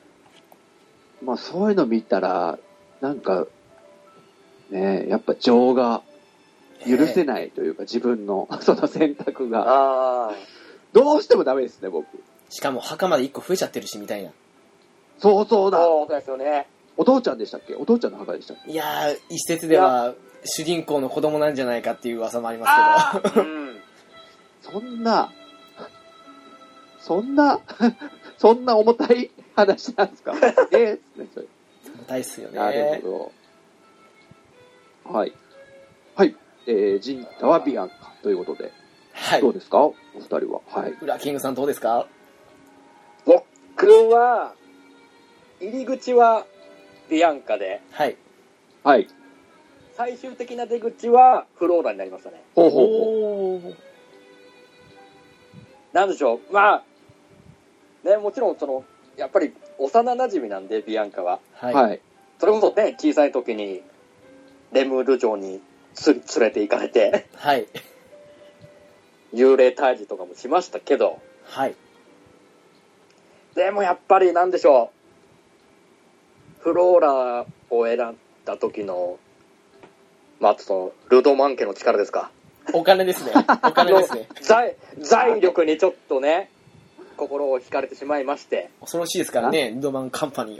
まあ、そういうの見たら、なんか、ねえ、やっぱ情が許せないというか、自分の その選択が、
あ
どうしてもダメですね、僕。
しかも墓まで1個増えちゃってるしみたいな
そうそう
あ。
だ。
そうですよね。
お父ちゃんでしたっけお父ちゃんの墓でしたっけ
いやー一説では主人公の子供なんじゃないかっていう噂もありますけど
ああ。うん。
そんな、そんな、 そんな重たい話なんですかえーそれ
大っすよね。
なるほど。はい。はい。えー、ジンタはビアンカということで、
はい
ど。うですかお二人は。はい。
裏キングさんどうですか
僕は、入り口はビアンカで、
はい。
はい。
最終的な出口はフローラになりましたね。
ほうほうほう。
おー
なんでしょう、まあ、ね、もちろん、その、やっぱり幼馴染なんで、ビアンカは。
はい。
はい。
それこそね、小さい時に、レムール城につ連れて行かれて、
はい。
幽霊退治とかもしましたけど、
はい。
でもやっぱりなんでしょう、フローラを選んだ時の、まあ、その、ルドマン家の力ですか。
お金です ね。お金ですね。
財、財力にちょっとね、心を惹かれてしまいまして。
恐ろしいですからね、ルドマンカンパニー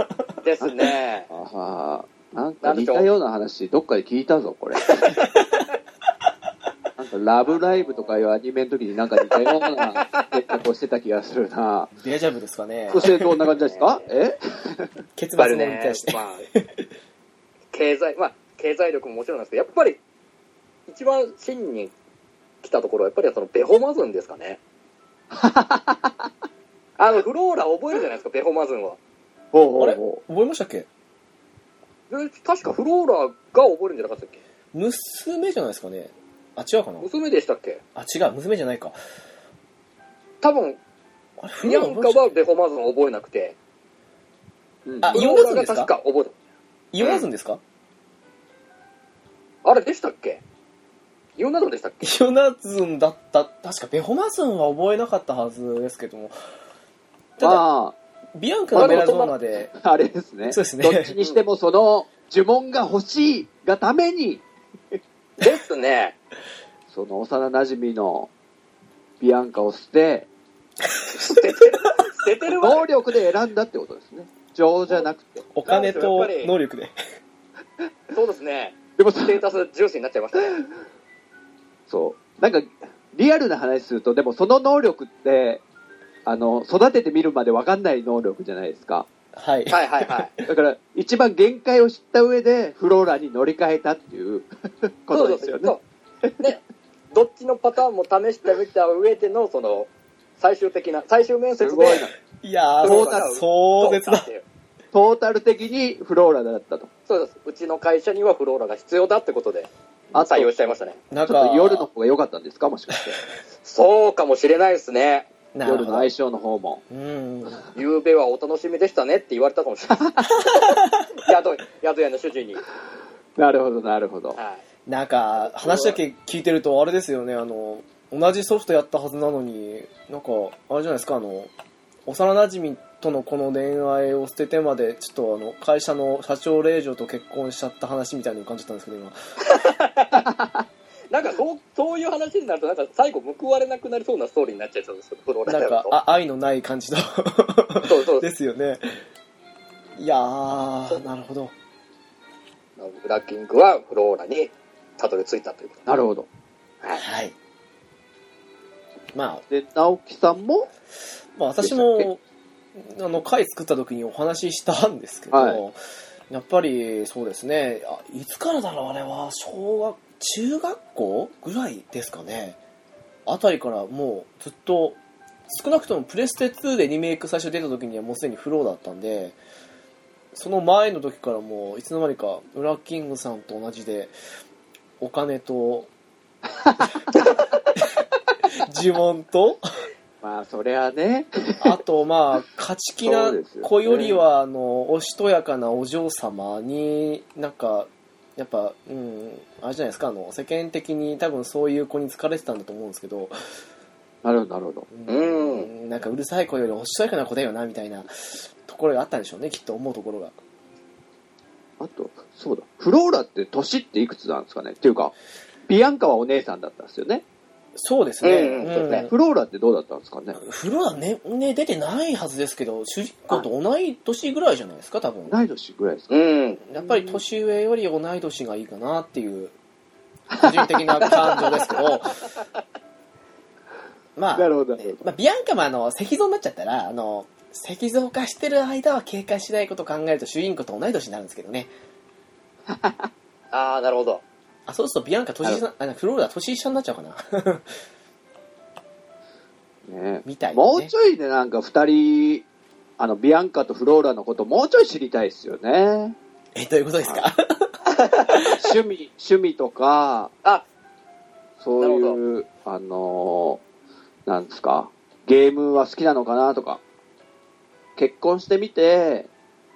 が。
ですね。
ああ、なんか似たような話、どっかで聞いたぞ、これ。なんか、ラブライブとかいうアニメの時になんか似たような結託をしてた気がするな。
デジャブですかね
そ。して、どんな感じで すかえ
結末
やっぱ
も
り
に
ね
対して。、
まあ、経済、まあ、経済力ももちろんなんですけど、やっぱり、一番真に来たところは、やっぱりそのベホマズンですかね。あの、フローラ覚えるじゃないですか、ベホマズンは。
ほう
あれ
ほうほ
覚えましたっけ
で確かフローラが覚えるんじゃなかったっけ
娘じゃないですかね。あ、違うかな
娘でしたっけ
あ、違う。娘じゃないか。
多分、
あれ、フ
ニャ
ロ
ン
ー
カ
ラ
はベホマズン覚えなくて、
う。うん
あ
フローラが確か覚え
言わずんですか
た。あれでしたっけイオナドンでしたっけ
ヨナズンだった、確かベホマズンは覚えなかったはずですけども、ただ、
ま
ビアンカのメラゾーナで、
あ、あれですね。
そうですね
どっちにしても、その、呪文が欲しいがために、
ですね。
その幼馴染のビアンカを捨て、
捨ててる。捨ててるわ
能。力で選んだってことですね。情じゃなくて。
お金
や
と
っぱり
能力で。
そうですね。
でも、
ステータス重視になっちゃいましたね。
そう。なんか、リアルな話すると、でもその能力って、あの、育ててみるまでわかんない能力じゃないですか。
はい。
はいはいはい。
だから、一番限界を知った上で、フローラに乗り換えたっていうことですよね。
そうそうで、 どっちのパターンも試してみた上での、その、最終的な、最終面接
す
で、
ごいな。
いやー、
そ
そうう
だ
だ
よ、
壮絶だ
って。いう
トータル的にフローラだったと。
そうです。うちの会社にはフローラが必要だってことで、
あと、
採
ちょ
用
っ
しちゃいましたね。
なんか、
と夜の方が良かったんですかもしかして。
そうかもしれないですね。
なるほ
夜
ど
の相性の方も。
うん。
夕べはお楽しみでしたねって言われたかもしれない。宿宿屋の主人に。は
なるほど、なるほど。
い。
なんか、話だけ聞いてると、あれですよね、あの、同じソフトやったはずなのに、なんか、あれじゃないですか、あの、幼馴染とのこの恋愛を捨ててまで、ちょっとあの、会社の社長令嬢と結婚しちゃった話みたいに浮かんじゃったんですけど、 今。
なんかそう、そういう話になると、なんか最後報われなくなりそうなストーリーになっちゃいそうですけど、フローラ
なん
だ
か、
と。
あ愛のない感じの
そうそう
ですよね。いやー、なるほど。
ブラッキングはフローラにたどり着いたということ
なるほど。
はい。まあ、
で、直樹さんも、
まあ、私も、あの、回作った時にお話ししたんですけど、
はい
やっぱり、そうですね、あいつからだろう、あれは、小学、中学校ぐらいですかね。あたりからもうずっと、少なくともプレステ2でリメイク最初出た時にはもうすでにフローだったんで、その前の時からもういつの間にか、ウラキングさんと同じで、お金 と、呪文と、
まあ、そりゃね、
あと、まあ、勝ち気な
そうですよね
子よりは、あの、おしとやかなお嬢様に、なんか、やっぱ、うん、あれじゃないですか、あの、世間的に多分そういう子に疲れてたんだと思うんですけど、
なるほど、なるほど。
うん
なんかうるさい子よりおしとやかな子だよな、みたいなところがあったんでしょうね、きっと思うところが。
あと、そうだ、フローラって年っていくつなんですかねっていうか、ビアンカはお姉さんだったんですよね。
そうですね。
うんうんそうですね
フローラってどうだったんですかね
フロアね、ね、出てないはずですけど、主人公と同い年ぐらいじゃないですか、多分。
同い年ぐらいですか
うん。
やっぱり年上より同い年がいいか なっていう、個人的な感情ですけど、まあ、
なるほどなるほど
えーまあ、ビアンカもあの石像になっちゃったらあの石像化してる間は警戒しないことを考えると主人公と同い年になるんですけどね
ああ、なるほど。
あそうするとビアンカ年下あフローラ年下になっちゃうかな
ね
みたいな、ね、
もうちょいね、なんか二人、あの、ビアンカとフローラのこともうちょい知りたいですよね。
えどういうことですか
趣味、趣味とか、
あ、
そういう、あのー、なんですか、ゲームは好きなのかなとか、結婚してみて、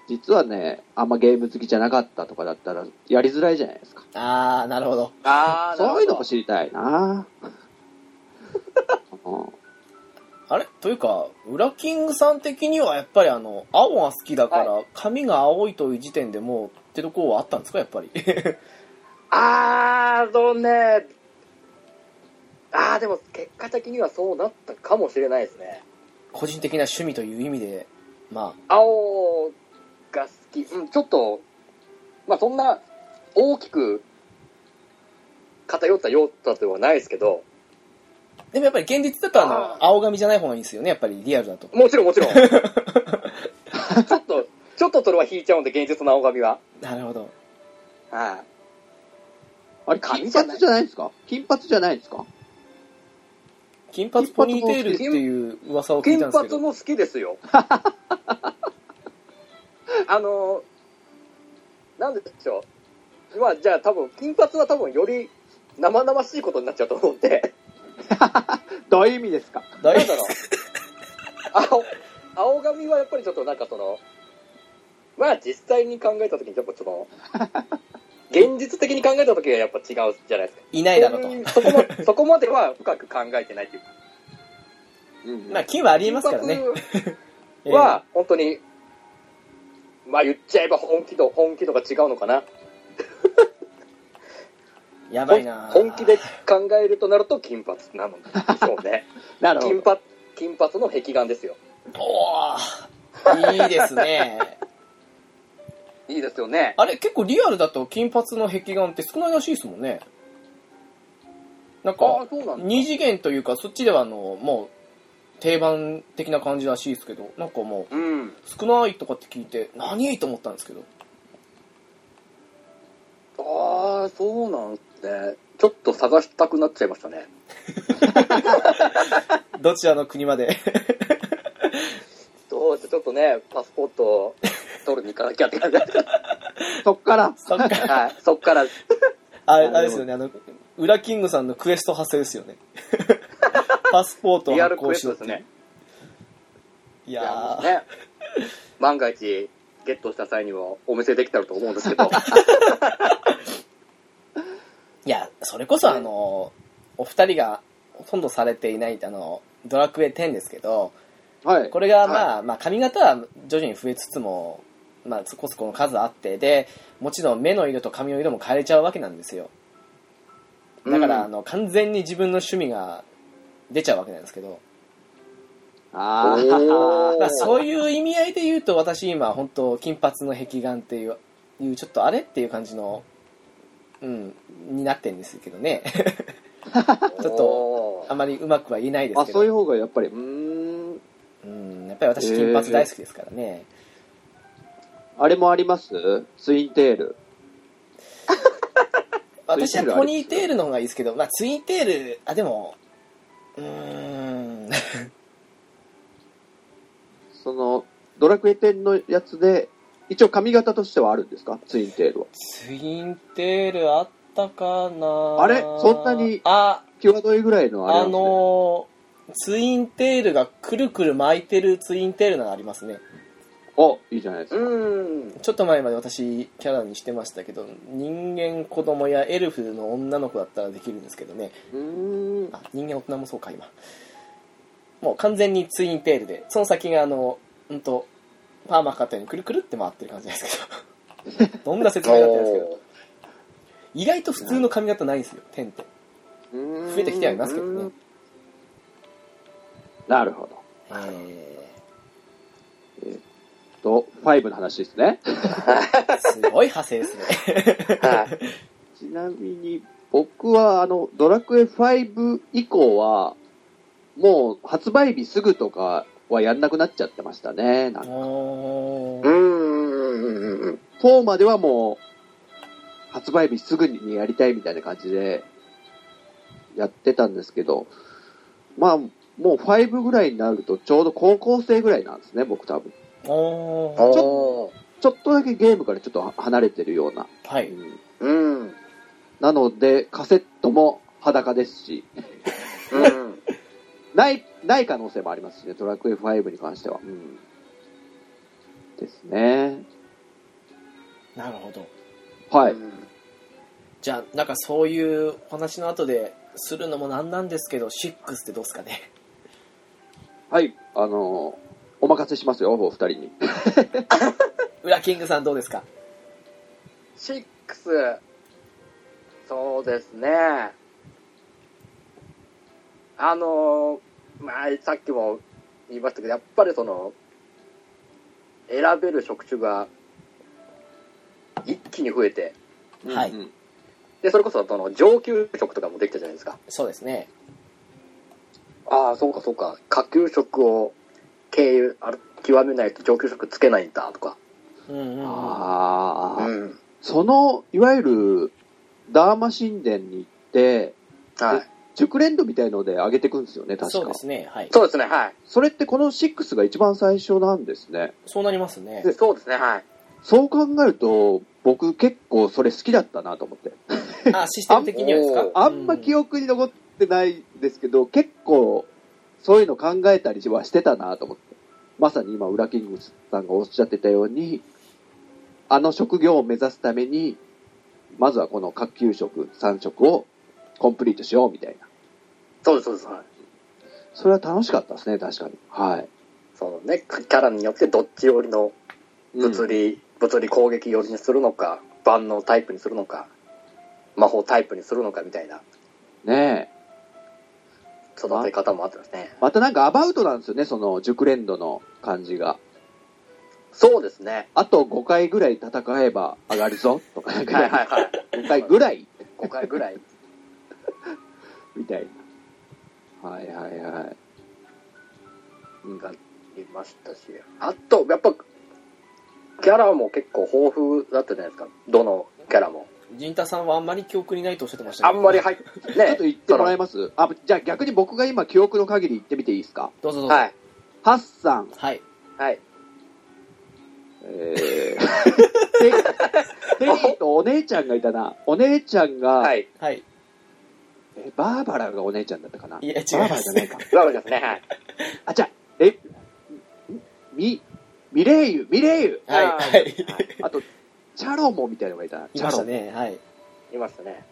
実はね、あんまゲーム好きじゃなかったとかだったら、やりづらいじゃないですか。
ああなるほど
ああ、なるほ
そう
ど
いうのも知りた いなうん
あれというか裏キングさん的にはやっぱりあの青が好きだから、髪が青いという時点でもうってとこはあったんですかやっぱり
ああ、そうね。ああ、でも結果的にはそうなったかもしれないですね。
個人的な趣味という意味でま
青が好き。うん、ちょっと、まあそんな大きく偏ったようだではないですけど、
あでもやっぱり現実だとあの
あ
青髪じゃない方がいいんですよねやっぱりリアルだと
もちろんもち ろん。ちょっと、ちょっとそれは引いちゃうんで、現実の青髪は。
なるほど
はい。
あれ、
髪
金
じゃな
髪
い
じゃないですか金髪じゃないですか
金髪ポニーテールっていう噂を聞い
金
たんですけ
髪
ど
も好きですよ。あの、なんでしょう。まあ、じゃあ多分、金髪は多分より生々しいことになっちゃうと思うんで、
どういう意味ですか
大
なんだろう。青、青髪はやっぱりちょっとなんかその、まあ実際に考えた時にやっぱその、現実的に考えた時はやっぱ違うじゃないですか。
いないだろうと
そこまそこまでは深く考えてないっていうか。
うん
まあ金はありえますからね
金髪は、本当に、まあ言っちゃえば本気度、本気度が違うのかな。
えーやばいな
ほん本気で考えるとなると金髪なのでしょうね。
なるほ
金
ど。
髪、金髪の壁眼ですよ。
おーいいですね
いいですよね。
あれ結構リアルだと金髪の壁眼って少ないらしいですもんねなん
ああ
か
ー、そうなんだ。
二次元というかそっちではあのもう定番的な感じらしいですけどなんかもう
うん。
少ないとかって聞いて何と思ったんですけど
ああ、そうなんですね。ちょっと探したくなっちゃいましたね。
どちらの国ま で
どうしてちょっとね、パスポートを取るに行かなきゃって感じだった。
そっから、
そっか
はい。そっから、
あれあれですよね、あの、裏キングさんのクエスト発生です よね。パスポートを
リア
発
ルク
行
エ
し
ス
ろ
ト
っ
で
ていう。
すね。
い
いや
や
ー
ー、
ね。万が一、ゲットした際にはお見せできたらと思うんですけど。
いや、それこそあの、お二人がほとんどされていない、あの、ドラクエ10ですけど、
はい。
これがまあ、まあ髪型は徐々に増えつつも、まあ、そこそこの数あって、で、もちろん目の色と髪の色も変えれちゃうわけなんですよ。だから、
うん
あの、完全に自分の趣味が出ちゃうわけなんですけど、
あ
お
ま
ー
あ、そういう意味合いで言うと私今本当金髪の壁眼っていういうちょっとあれっていう感じのうんになってるんですけどね ちょっと
と
あまりうまくは言えないで
あ。
す
あ、
け
そういう
ど
方がやっぱり、うーん、
うんやっぱり私金髪大好きですからね、
あれもありますツインテール。
私は
ツインテールあり
ポニーテールの方がいいですけど、まあ、ツインテールあでもうーん
その、ドラクエ10のやつで、一応髪型としてはあるんですかツインテールは。
ツインテールあったかな
あれそんなに
あ
際どいぐらいのあれ
あ
なんですね、
のーツインテールがくるくる巻いてるツインテールなのありますね。
あ、いいじゃないです
う
か。
ん。
ちょっと前まで私キャラにしてましたけど、人間子供やエルフの女の子だったらできるんですけどね。
うーん。
あ、人間大人もそうか、今。もう完全にツインテールで、その先があの、うんと、パーマかかったようにくるくるって回ってる感じなんですけど。どんな説明だったんですけど、意外と普通の髪型ないんですよ、点って。増
増
えてきてはいますけどね。
なるほど。
え
と、5の話ですね。
ー、すごい派生ですね。
はい。
ちなみに、僕は、あの、ドラクエ5以降は、もう発売日すぐとかはやんなくなっちゃってましたね。なん
あ
か
う
ー
んうんうんうんうん。
4まではもう、発売日すぐにやりたいみたいな感じで、やってたんですけど、まあ、もう5ぐらいになると、ちょうど高校生ぐらいなんですね、僕多分。
あー
おー
ちょっとだけゲームからちょっと離れてるような。
は
う
い
ん
うん。うん。
なので、カセットも裸ですし、ない、ない可能性もありますしね、ドラクエ5に関しては。うんですね。
なるほど
はい。
じゃあなんかそういうお話の後でするのもなんなんですけど6ってどうですかね
はい。あの、お任せしますよ、お二人に。
裏キングさんどうですか
シックス。そうですね。あのー、まあ、さっきも言いましたけど、やっぱりその、選べる職種が一気に増えて、
はい
うんうん
で、それこそその上級職とかもできたじゃないですか。
そうですね
ああ、そうかそうか。下級職を経由、ある極めないと上級職つけないんだとか。
うんうんうん
ああ、
ん。
その、いわゆる、ダーマ神殿に行って、
はい。
熟練度みたいので上げていくんですよね、確か。
そうですねはい
そうですね、はい。
それってこの6が一番最初なんですね。
そうなりますね
で
そうですね、はい。
そう考えると、僕結構それ好きだったなと思って。
あシステム的にはですか
あんま記
憶
憶に残ってないですけど、結構そういうの考えたりはしてたなと思って。まさに今、裏キングさんがおっしゃってたように、あの職業を目指すために、まずはこの下級職、3職をコンプリートしようみたいな。
そうです、そうです、はい。
それは楽しかったですね、確かに。はい。
そうね、キャラによってどっち寄りの物理、物理攻撃寄りにするのか、万能タイプにするのか、魔法タイプにするのかみたいな
ねえ。
育て方もあってますね。
またなんかアバウトなんですよね、その熟練度の感じが。
そうですね。
あと5回ぐらい戦えば上がる ぞ、とか。
はいはいはい。
5回ぐらい
5回ぐらい。
みたいな。はいはいはい。うん
がいましたし、あと、やっぱ、キャラも結構豊富だったじゃないですか、どのキャラも。
陣太さんはあんまり記憶にないとおっしゃってました
あ
けど
んまり 入っ
ちょっ
ね
と、言ってもらえますあ、じゃあ逆に僕が今記憶の限り言ってみていいですか
どうぞどうぞ
はい、
ハッサン、
はい
はい。
えー、テテリーとお姉ちゃんがいたな。お姉ちゃんが、
はい。
はい
えバーバラがお姉ちゃんだったかない
や違いま
バーバラじゃ
す
ないか。
わかりますね、はい。
あ、じゃあ、え、んみ、ミレイユ、ミレイユ。
はい
あー
はい
はい
あと、チャロモみたいなのがいたな。
い
チ
ま
ャ
した
ロ。
ねはい
いましたね。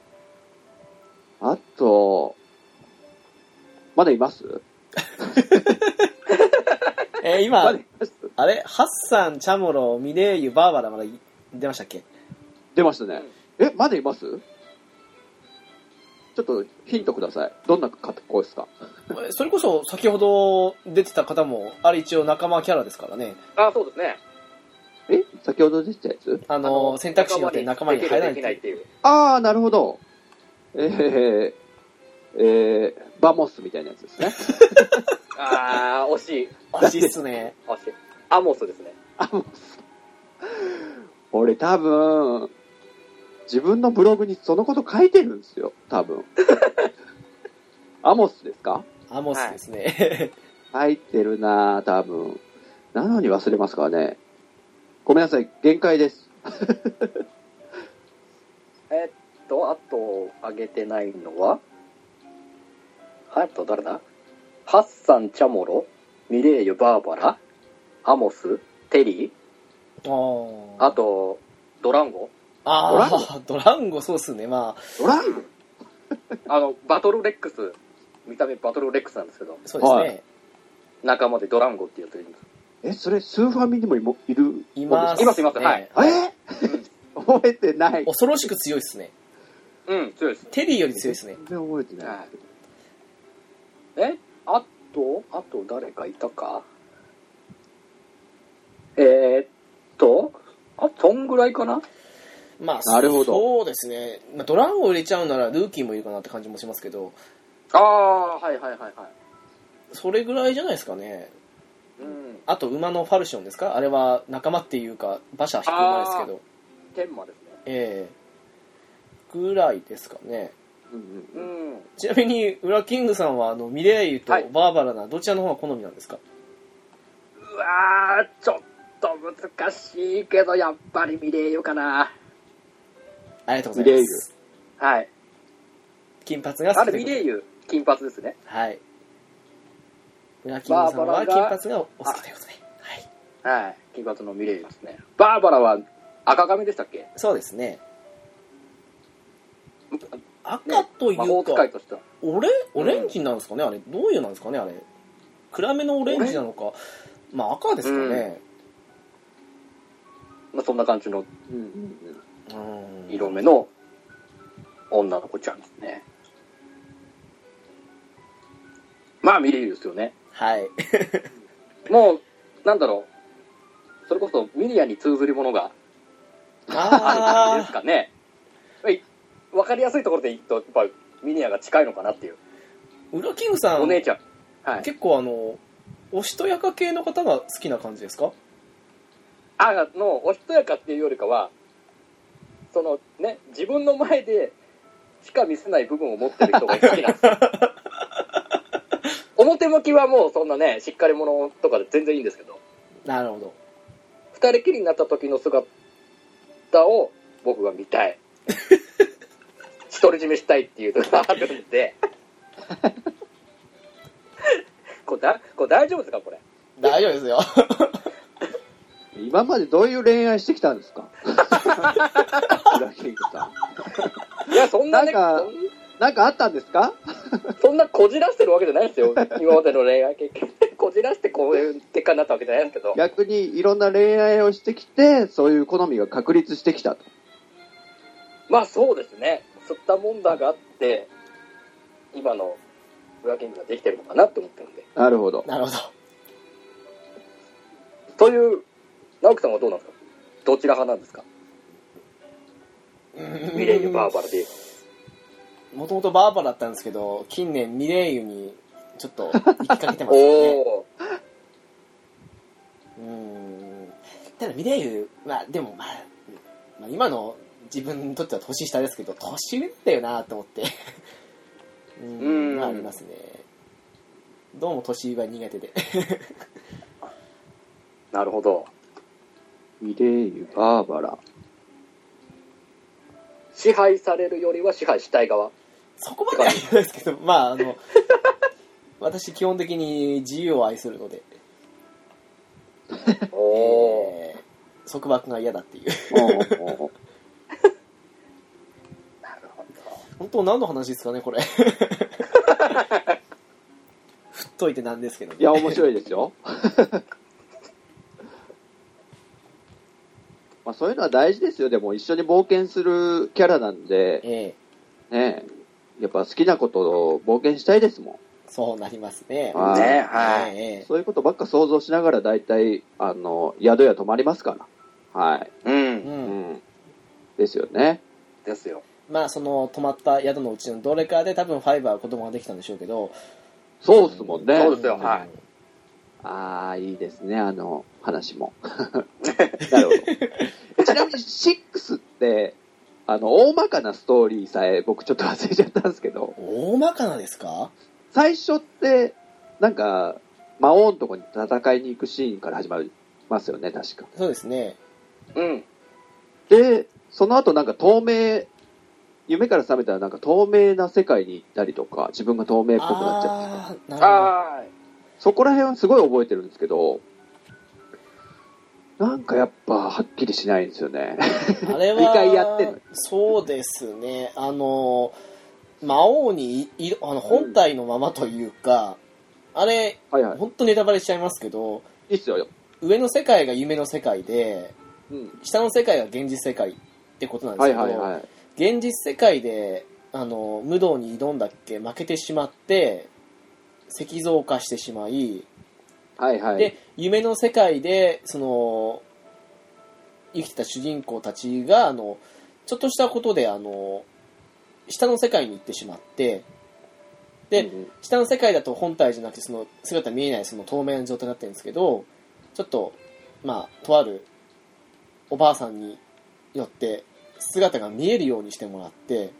あと、まだいます
えー
ま
今
だいます
あれハッサンチャモロミレイユバーバラまだい出ましたっけ
出ましたね。え、まだいますちょっとヒントください。どんな格好ですか
それこそ先ほど出てた方もあれ一応仲間キャラですからね
あそうですね。
え先ほど出てたやつ
あの選択肢によって仲間に入らない
できないっていう。
あー、なるほど。えー、えー、えーバモスみたいなやつですね。
ああ、惜しい。
らしいっす ね
惜しい。アモスですね。
あモス。俺多分、自分のブログにそのこと書いてるんですよ。多分。アモスですか
アモスですね、
書いてるなぁ多分。なのに忘れますからね。ごめんなさい。限界です。
えっと、あと、あげてないのはあと、誰だハッサン、チャモロ、ミレイユ、バーバラ、アモス、テリー、
あ
あと、ドランゴ。
あードランゴそうっすねまあ
ドランゴ
あの、バトルレックス、見た目バトルレックスなんですけど、
そうですね、
は
仲間でドランゴって言ってるんです。
え、それ、スーファミにもいもいるもんです
います、ね、
いますいますはい
え ー覚えてない。
恐ろしく強いっすね
うん、強いです。
テリーより強いっすね
全然覚えてない。
はいえあと、あと誰かいたかえー、っと、あ、そんぐらいかな
まあ
なるほど
そうですね、まあ、ドランゴ入れちゃうならルーキーもいるかなって感じもしますけど
ああ、はいはいはいはい。
それぐらいじゃないですかね
うん。
あと馬のファルシオンですかあれは仲間っていうか馬車引く馬ですけど
天馬ですね。
ええぐらいですかね
うん
う
うん
ん。
ちなみにウラキングさんはあのミレイユと
はい
バーバラなどちらの方が好みなんですか、
うわー、ちょっと難しいけど、やっぱりミレイユかな。
ありがとうございま
ミレイ
す
はい。
金髪が好
あ
き
れ、
という
ミ
こと
レイユ、金髪ですね。
はいウラキングさんは
バーバラ
金
が
髪がお好きということではい
はい。金髪のミレイユですね。バーバラは赤髪でしたっけ
そうですね赤とい
魔法
う
使
か
いとしては。
オレオレンジなんですかね、あれどういうなんですかねあれ暗めのオレンジなのかまあ赤ですかね、
まあ、そんな感じの
うんうん
うん、
色目の女の子ちゃんですね。まあ、ミレイユですよね。
はい
もう、なんだろう。それこそ、ミリアに通ずるものがあるんです
あ
かね。はいわかりやすいところで言うと、やっぱ、ミリアが近いのかなっていう。
ーウラキングさん
お姉ちゃん。はい。
結構あのおしとやか系の方が好きな感じですか
あの、おしとやかっていうよりかは、そのね、自分の前でしか見せない部分を持ってる人が好きなん ですよ。表向きはもうそんなね、しっかり者とかで全然いいんですけど、
なるほど
二人きりになった時の姿を僕が見たい。独り占めしたいっていうのがあるん で。これだこれ大丈夫ですかこれ。
大丈夫ですよ
うん今までどういう恋愛してきた んですか裏キングさん。
いや、そんなね、
なんか
そん
なんかあったんですか
そんなこじらしてるわけじゃないで すよ。今までの恋愛経験。 こじらしてこういう結果になったわけじゃないですけど。
逆にいろんな恋愛をしてきて、そういう好みが確立してきたと。
まあそうですね。吸ったもんだがあって、今のブラキングができてるのかなって思ってるんで。
なるほど。
なるほど
という、直樹さんはどうなんですかどちら派なんですかミレイユ・バーバラで。
もともとバーバラだったんですけど近年ミレイユにちょっと行きかけてますよ ね
お
うーんただミレイユはでもまあ、まあ、今の自分にとっては年下ですけど年上だよなと思って うー
うん
んまあありますねどうも年上は苦手で
ー。なるほど。
ミレイユ、バーバラ。
支配されるよりは支配した い側。
そこまでは言わないですけど まああの私基本的に自由を愛するので、
おー。
えー束縛が嫌だっていう
おー
なるほ
本当何の話ですかねこれ 振っといてなんですけどね
いや、面白いですよ。 まあそういうのは大事ですよ。でも一緒に冒険するキャラなんで、
ええ
ねえやっぱ好きなことを冒険したいですも
そうなりますね
は
ど。
い
ね
え
は
え
ん
え。え
そういうことばっか想像しながら大体、あの、宿屋泊まりますから。はい。
い。う。
うん
うんん。ですよね。
ですよ。
まあその泊まった宿のうちのどれかで多分ファイバーは子供ができたんでしょうけど
そうっすもんね。
そうですよはい
ああ、いいですね、あの話も。なるほど。ちなみに、6って、あの、大まかなストーリーさえ僕ちょっと忘れちゃったんですけど、
大まかなですか
最初って、なんか、魔王のとこに戦いに行くシーンから始まりますよね、確か。
そうですね
うん。
で、その後なんか透明、夢から覚めたらなんか透明な世界に行ったりとか、自分が透明っぽくなっちゃったりとか
ああなるほど
は
そこら辺はすごい覚えてるんですけど、なんかやっぱはっきりしないんですよね。
あれは
二回やってんの
そうですねあの魔王にいいあの本体のままというか、あれ
はいはい。
本当ネタバレしちゃいますけど
いいっすよ。
上の世界が夢の世界で
うん。
下の世界が現実世界ってことなんです
は
け
い
ど、
はいはい。
現実世界であの武道に挑んだっけ負けてしまって石像化してしまい、
はいはい。
で夢の世界でその生きてた主人公たちがあのちょっとしたことであの下の世界に行ってしまってで、
うんうん
下の世界だと本体じゃなくてその姿見えないその透明の状態になってるんですけどちょっとまあとあるおばあさんによって姿が見えるようにしてもらって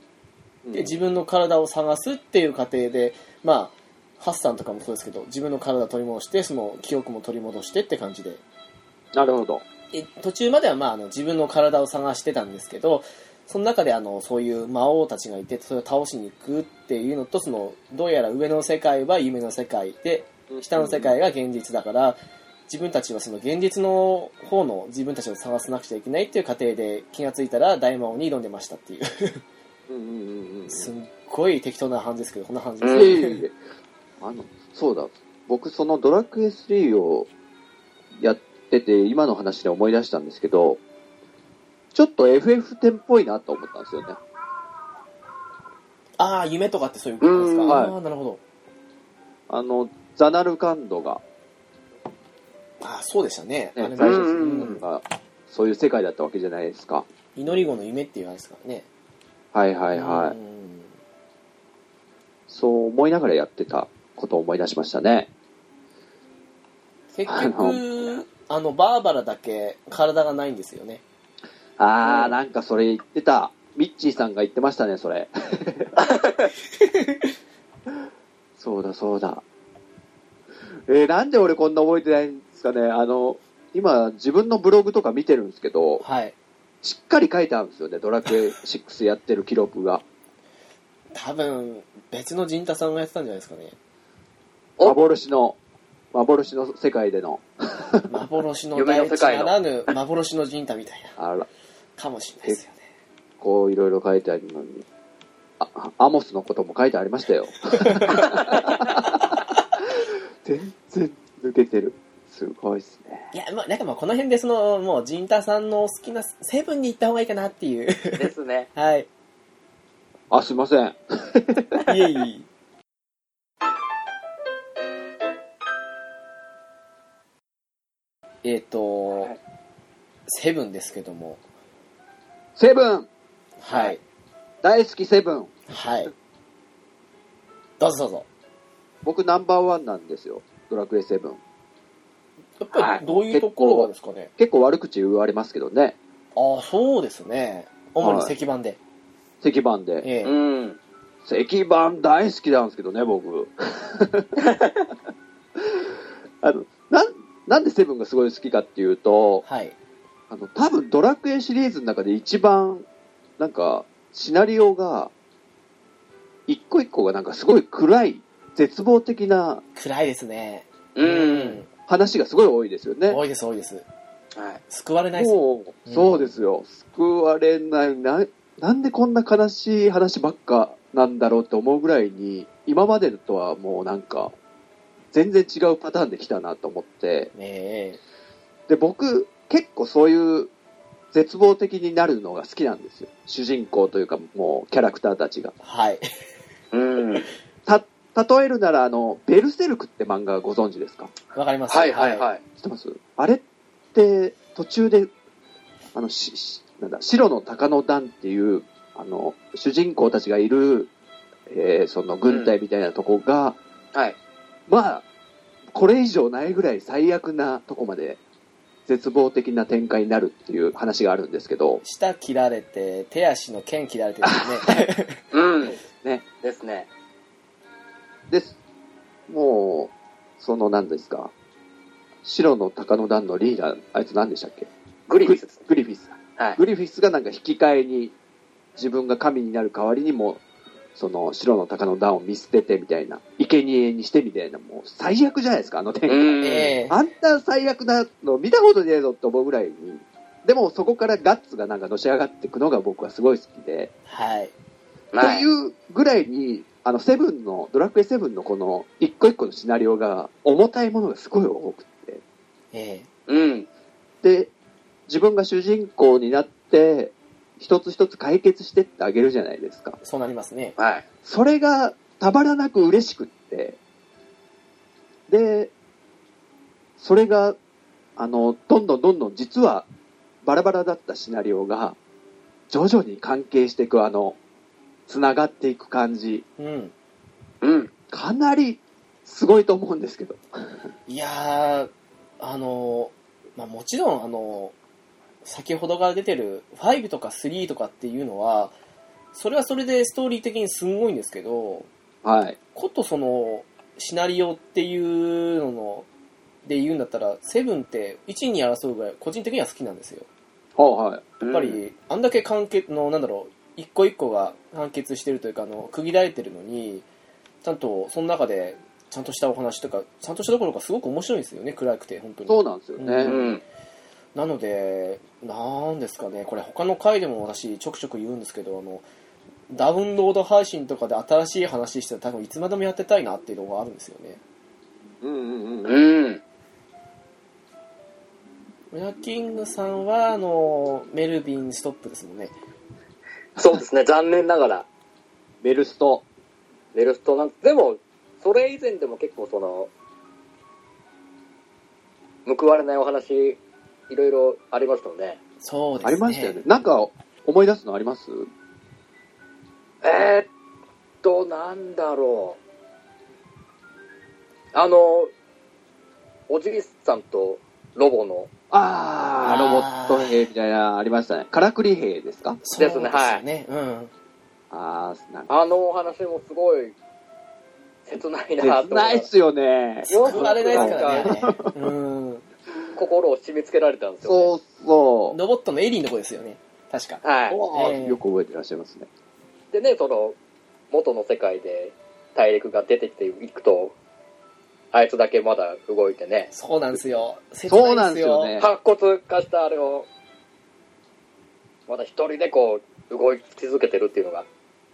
うん
で自分の体を探すっていう過程でまあハッサンとかもそうですけど自分の体を取り戻してその記憶も取り戻してって感じで
なるほど。
で途中まではまああの自分の体を探してたんですけどその中であのそういう魔王たちがいてそれを倒しに行くっていうのとそのどうやら上の世界は夢の世界で下の世界が現実だから自分たちはその現実の方の自分たちを探さなくちゃいけないっていう過程で気がついたら大魔王に挑んでましたっていう
うんうんうんうんうん。
すっごい適当な感じですけどこんな感じで
う
す
ん
いえいえいえあの、そうだ。僕、そのドラクエ3をやってて、今の話で思い出したんですけど、ちょっと FF10 っぽいなと思ったんですよね。
ああ夢とかってそういうことですか、
うん
はい
ああなるほど
あの、ザナルカンドが、
ああそうでしたね
ね
あれも
最
初
うん
がそういう世界だったわけじゃないですか。
祈り子の夢っていうあれですからね
はいはいはい。
うん
そう思いながらやってたことを思い出しましたね。
結
あ
局あのバーバラだけ体がないんですよね
あー、
うん
なんかそれ言ってた。ミッチーさんが言ってましたね、それ。そうだ、そうだ。えーなんで俺こんな覚えてないんですかね。あの、今、自分のブログとか見てるんですけど、
はい
しっかり書いてあるんですよね、ドラクエ6やってる記録が。
多分別の陣太さんがやってたんじゃないですかね
お
幻の、幻の世界での。
幻の
夢
大
の世
地
界
な
の
らぬ幻の陣太みたいな
あら、
かもしれないですよね
こういろいろ書いてあるのに。あ、アモスのことも書いてありましたよ。全然抜けてる。すごいですね。
いやまあなんかまあこの辺でそのもう陣太さんのお好きなセブンに行った方がいいかなっていう
ですね。
はい
あ、すいません。
いえいええっ、と、
はい
セブンですけども、
セブン
はい、
大好きセブン
はい。どうぞどうぞ。
僕ナンバーワンなんですよ。ドラクエセブン。
やっぱりどういうところがですかね。
結構悪口言われますけどね。
ああ、そうですね。主に石板で。
石板で。
ええ
うん。
石板大好きなんですけど ね、僕。あの、なん、なんでセブンがすごい好きかっていうと、
はい。
あの、多分ドラクエシリーズの中で一番、なんか、シナリオが、一個一個がなんかすごい暗い、絶望的な
暗いですね。
うん。。
話がすごい多いですよね。
多いです、多いです。
はい。
救われないです。
もう、
うん
そうですよ。救われない、な、なんでこんな悲しい話ばっかなんだろうって思うぐらいに、今までとはもうなんか、全然違うパターンで来たなと思って、
ええ
で、僕、結構そういう絶望的になるのが好きなんですよ。主人公というか、もうキャラクターたちが。
はい。
うん。
た、例えるなら、あの、ベルセルクって漫画ご存知ですか
わかります。
はいはいはい。
知ってますあれって、途中で、あの、し、しなんだ、白の鷹の段っていう、あの、主人公たちがいる、えーその軍隊みたいなとこが、
はい。
まあ、これ以上ないぐらい最悪なとこまで、絶望的な展開になるっていう話があるんですけど、
舌切られて、手足の剣切られてですね。
うん。
ね。
ですね。
です。もう、その何ですか。白の鷹の段のリーダー、あいつ何でしたっけ
グリフィスですね。
グリフィス。
はい。
グリフィスがなんか引き換えに、自分が神になる代わりにも、その白の鷹の段を見捨ててみたいな、生贄にしてみたいな、もう最悪じゃないですか、あの展 開。
うん。
ええ
あんな最悪なの見たことねえぞって思うぐらいに、でもそこからガッツがなんかのし上がっていくのが僕はすごい好きで、
はい。
は
というぐらいに、あの、セブンの、ドラクエセブンのこの、一個一個のシナリオが、重たいものがすごい多くて、
ええ
うん。
で、自分が主人公になって、一つ一つ解決してってあげるじゃないですか。
そうなりますね。
はい。
それが、たまらなく嬉しくって、で、それが、あの、どんどんどんどん実は、バラバラだったシナリオが、徐々に関係していく、あの、繋がっていく感じ。
うん。
うん。
かなりすごいと思うんですけど。
いやー、あのー、まあ、もちろん、あのー、先ほどから出てる5とか3とかっていうのは、それはそれでストーリー的にすんごいんですけど、
はい。
ことその、シナリオっていうのの、で言うんだったら、7って1に争うぐらい、個人的には好きなんですよ。
はいはい。
やっぱり、あんだけ完結の、なんだろう、一個一個が完結してるというか、あの、区切られてるのに、ちゃんと、その中で、ちゃんとしたお話とか、ちゃんとしたどころかすごく面白いんですよね、暗くて、本当に。
そうなんですよ
う
ね。
うん。
なので、なんですかね、これ他の回でも私ちょくちょく言うんですけど、あの、ダウンロード配信とかで新しい話してたら多分いつまでもやってたいなっていうのがあるんですよね。
うんうんうん。
うん。
ウェアキングさんは、あの、メルビンストップですもんね。
そうですね、残念ながら。
メルスト。
メルストなんでも、それ以前でも結構その、報われないお話、いろいろありましたよね。
そうです
あ
ね。
りましたよね。なんか思い出すのあります
えー、っと、なんだろう。あの、おじいさんとロボの、
あ
あー
あ、ロボット兵みたいな、ありましたね。からくり兵ですか
そうです
ですね
ね、
はい
ね。うん。
ああ、なんか、
あのお話もすごい、切ないなと思
切ないっすよね。
よく
救われないですからね。うん。
心を締め付けられたんですよ、ね。
そうそ
ロボットのエリーの子ですよね。確か。
は
う。
い。
お
え
ー
ー
よく覚えてらっしゃいますね。
でね、その、元の世界で大陸が出てきていくと、あいつだけまだ動いてね、
そうなんですよ。
そうなんですよね。
白骨化したあれを、まだ一人でこう、動き続けてるっていうのが、
う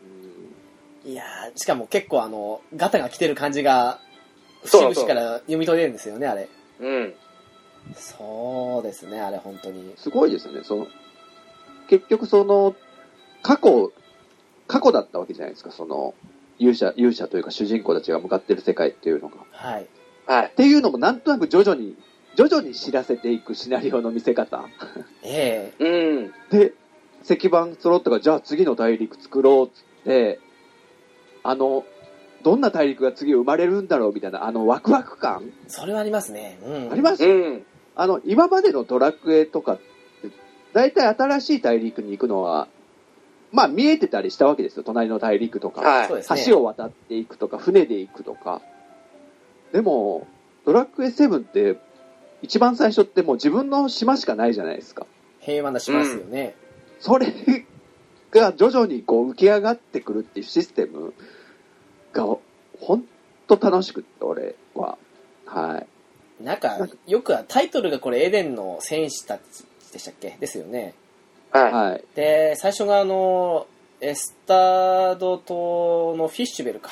ん
いやーしかも結構あの、ガタが来てる感じが、節
そう
々
そう
から読み取れるんですよね、あれ。
うん。
そうですね、あれ、本当に。
すごいですよね。その、結局その、過去、過去だったわけじゃないですか、その、勇者、勇者というか主人公たちが向かってる世界っていうのが。っ
はい。
はい。
ていうのもなんとなく徐々に、徐々に知らせていくシナリオの見せ方。
ええ
うん。
で、石板揃ったから、じゃあ次の大陸作ろうっつって、あの、どんな大陸が次生まれるんだろうみたいな、あのワクワク感
それはありますね。うん。
あります
うん。
あの、今までのドラクエとかって、大体新しい大陸に行くのは、まあ見えてたりしたわけですよ。隣の大陸とか。
はい
そうですね。
橋を渡っていくとか、船で行くとか。でも、ドラクエ7って、一番最初ってもう自分の島しかないじゃないですか。
平和なしますよね。
それが徐々にこう浮き上がってくるっていうシステムが、ほんと楽しくって、俺は。はい。
なんか、よくはタイトルがこれ、エデンの戦士たちでしたっけですよね。
は
はい。
で、最初があの、エスタード島のフィッシュベルか、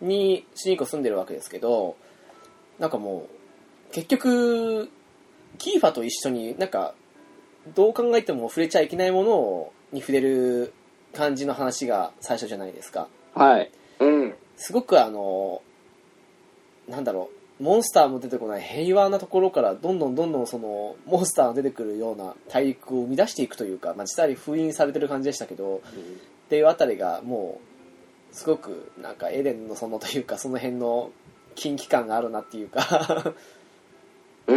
に主人公住んでるわけですけど、なんかもう、結局、キーファと一緒になんか、どう考えても触れちゃいけないものをに触れる感じの話が最初じゃないですか。
はい。
い。うん。
すごくあの、なんだろう、モンスターも出てこない平和なところからどんどんどんどんそのモンスターが出てくるような大陸を生み出していくというか、まあ、実際に封印されてる感じでしたけど、っていうあたりがもうすごくなんかエデンのそのというかその辺の近畿感があるなっていうか
う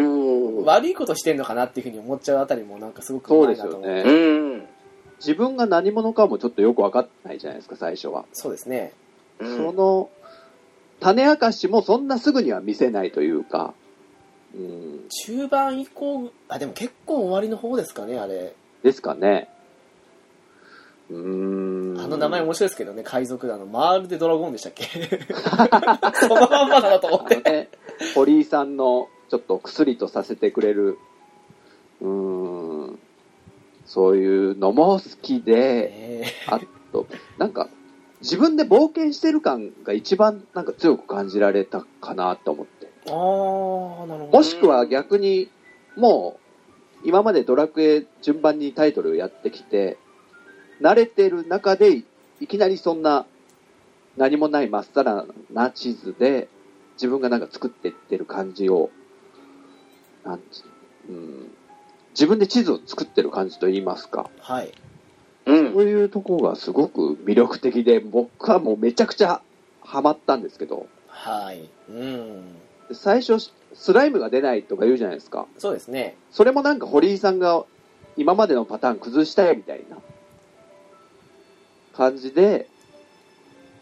ん。
悪いことしてんのかなっていうふうに思っちゃうあたりもなんかすごく
そう
ま
うで
い
す
なと
よ
思
ね。
うん。
自分が何者かもちょっとよく分かってないじゃないですか、最初は。
そうですね
その、種明かしもそんなすぐには見せないというか、うん、
中盤以降あでも結構終わりの方ですかねあれ
ですかね。うーん。
あの名前面白いですけどね海賊団のマール・でドラゴンでしたっけ そのまんまだなと思っ
あの
て
ね、堀井さんのちょっと薬とさせてくれる、うーん、そういうのも好き
え
で、あと、なんか、自分で冒険してる感が一番なんか強く感じられたかなと思って。
ー、ああなるほど
もしくは逆に、もう、今までドラクエ順番にタイトルをやってきて、慣れてる中でい、いきなりそんな、何もないまっさらな地図で、自分がなんか作っていってる感じを、なんつうん、自分で地図を作ってる感じと言いますか。
はい
うん
そ。ういうとこがすごく魅力的で、僕はもうめちゃくちゃハマったんですけど、
はい。うん。
最初、スライムが出ないとか言うじゃないですか。
そうですね。
それもなんか堀井さんが今までのパターン崩したいみたいな感じで、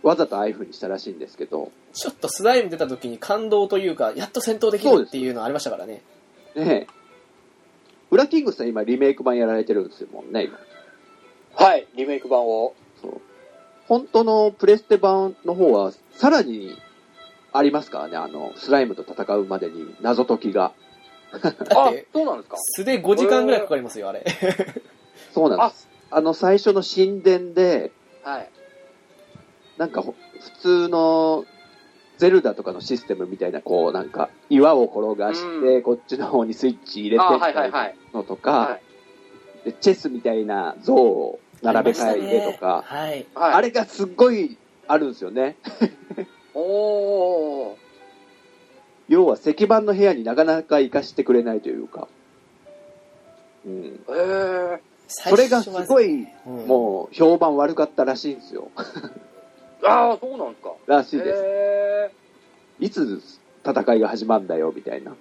わざとああいう風にしたらしいんですけど、
ちょっとスライム出た時に感動というか、やっと戦闘できるっていうのありましたからね。
ねえ。ウラキングスさん今リメイク版やられてるんですよ、もんね、今。
はい、リメイク版を。
そう。本当のプレステ版の方は、さらにありますからね、あの、スライムと戦うまでに謎解きが。
だっ
あ
て、、
そうなんですか
素で5時間ぐらいかかりますよ、あれ。
そうなん
あ
です。、あの、最初の神殿で、
はい。
なんかほ、普通の、ゼルダとかのシステムみたいな、こう、なんか、岩を転がして、こっちの方にスイッチ入れて
あ、は
み
いはい
た
はいい。
なのと
は
か、でチェスみたいな像を並べ替えてとか、
はい。
い。はい、
あれがすっごいあるんですよね。
おー。
要は石板の部屋になかなか行かしてくれないというか、うん、
えー。
それがすご
い、
い
うん
もう評判悪かったらしいんですよ
ああ、そうなんですか。
らしいです、
へ
いつ戦いが始まるんだよみたいな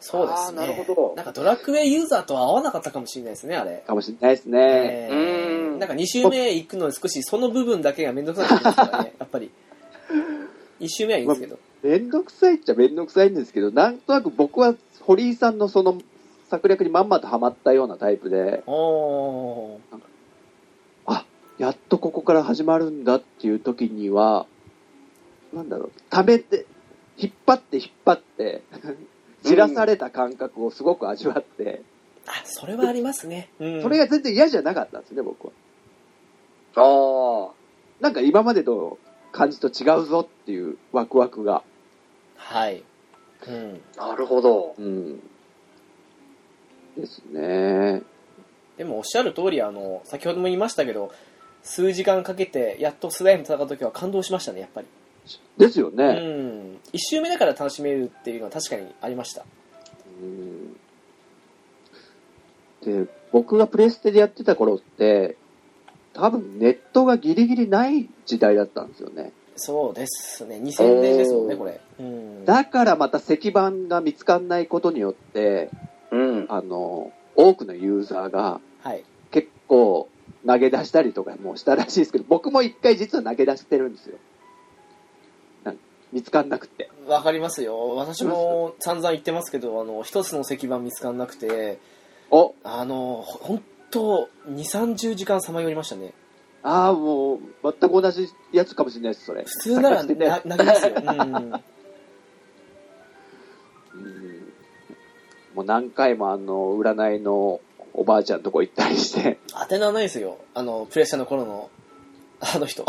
そうですね。
あーなるほど
なんかドラクエユーザーとは合わなかったかもしれないですね、あれ。
かもしれないですね、
え
うーん
なんか2周目行くのに少しその部分だけがめんどくさくなってます からね、やっぱり。1周目はいいんですけど。
めんどくさいっちゃめんどくさいんですけどなんとなく僕は堀井さんのその策略にまんまとハマったようなタイプで
おー。
やっとここから始まるんだっていう時にはなんだろうためて引っ張って引っ張って知らされた感覚をすごく味わって、
あ、それはありますね。うん。
それが全然嫌じゃなかったんですね、僕は。
ー。ああ。
なんか今までの感じと違うぞっていうワクワクが。
はい。うん。
なるほど。
うん。ですね。
でもおっしゃる通り、あの、先ほども言いましたけど、数時間かけて、やっとスライム戦った時は感動しましたね、やっぱり。
ですよ
う
ね。
ん。1周目だから楽しめるっていうのは確かにありました。
うんで、僕がプレステでやってた頃って、多分ネットがギリギリない時代だったんですよね。
そうですね。2000年ですもんね、
おー
これ。うん。
だからまた石板が見つかんないことによって、
うん。
あの、多くのユーザーが
はい。
結構投げ出したりとかもしたらしいですけど、僕も一回実は投げ出してるんですよ。なん見つかんなくて。
わかりますよ。私も散々言ってますけど、あの、一つの石板見つかんなくて、
お
あの、ほほんと、2、30時間さまよりましたね。
ああ、もう、全く同じやつかもしれないです、それ。普
普通なら
ね
な、投げますよ。うん。
うんもう何回もあの、占いのおばあちゃんとこ行ったりして、
当てなないですよあのプレッシャーの頃のあの 人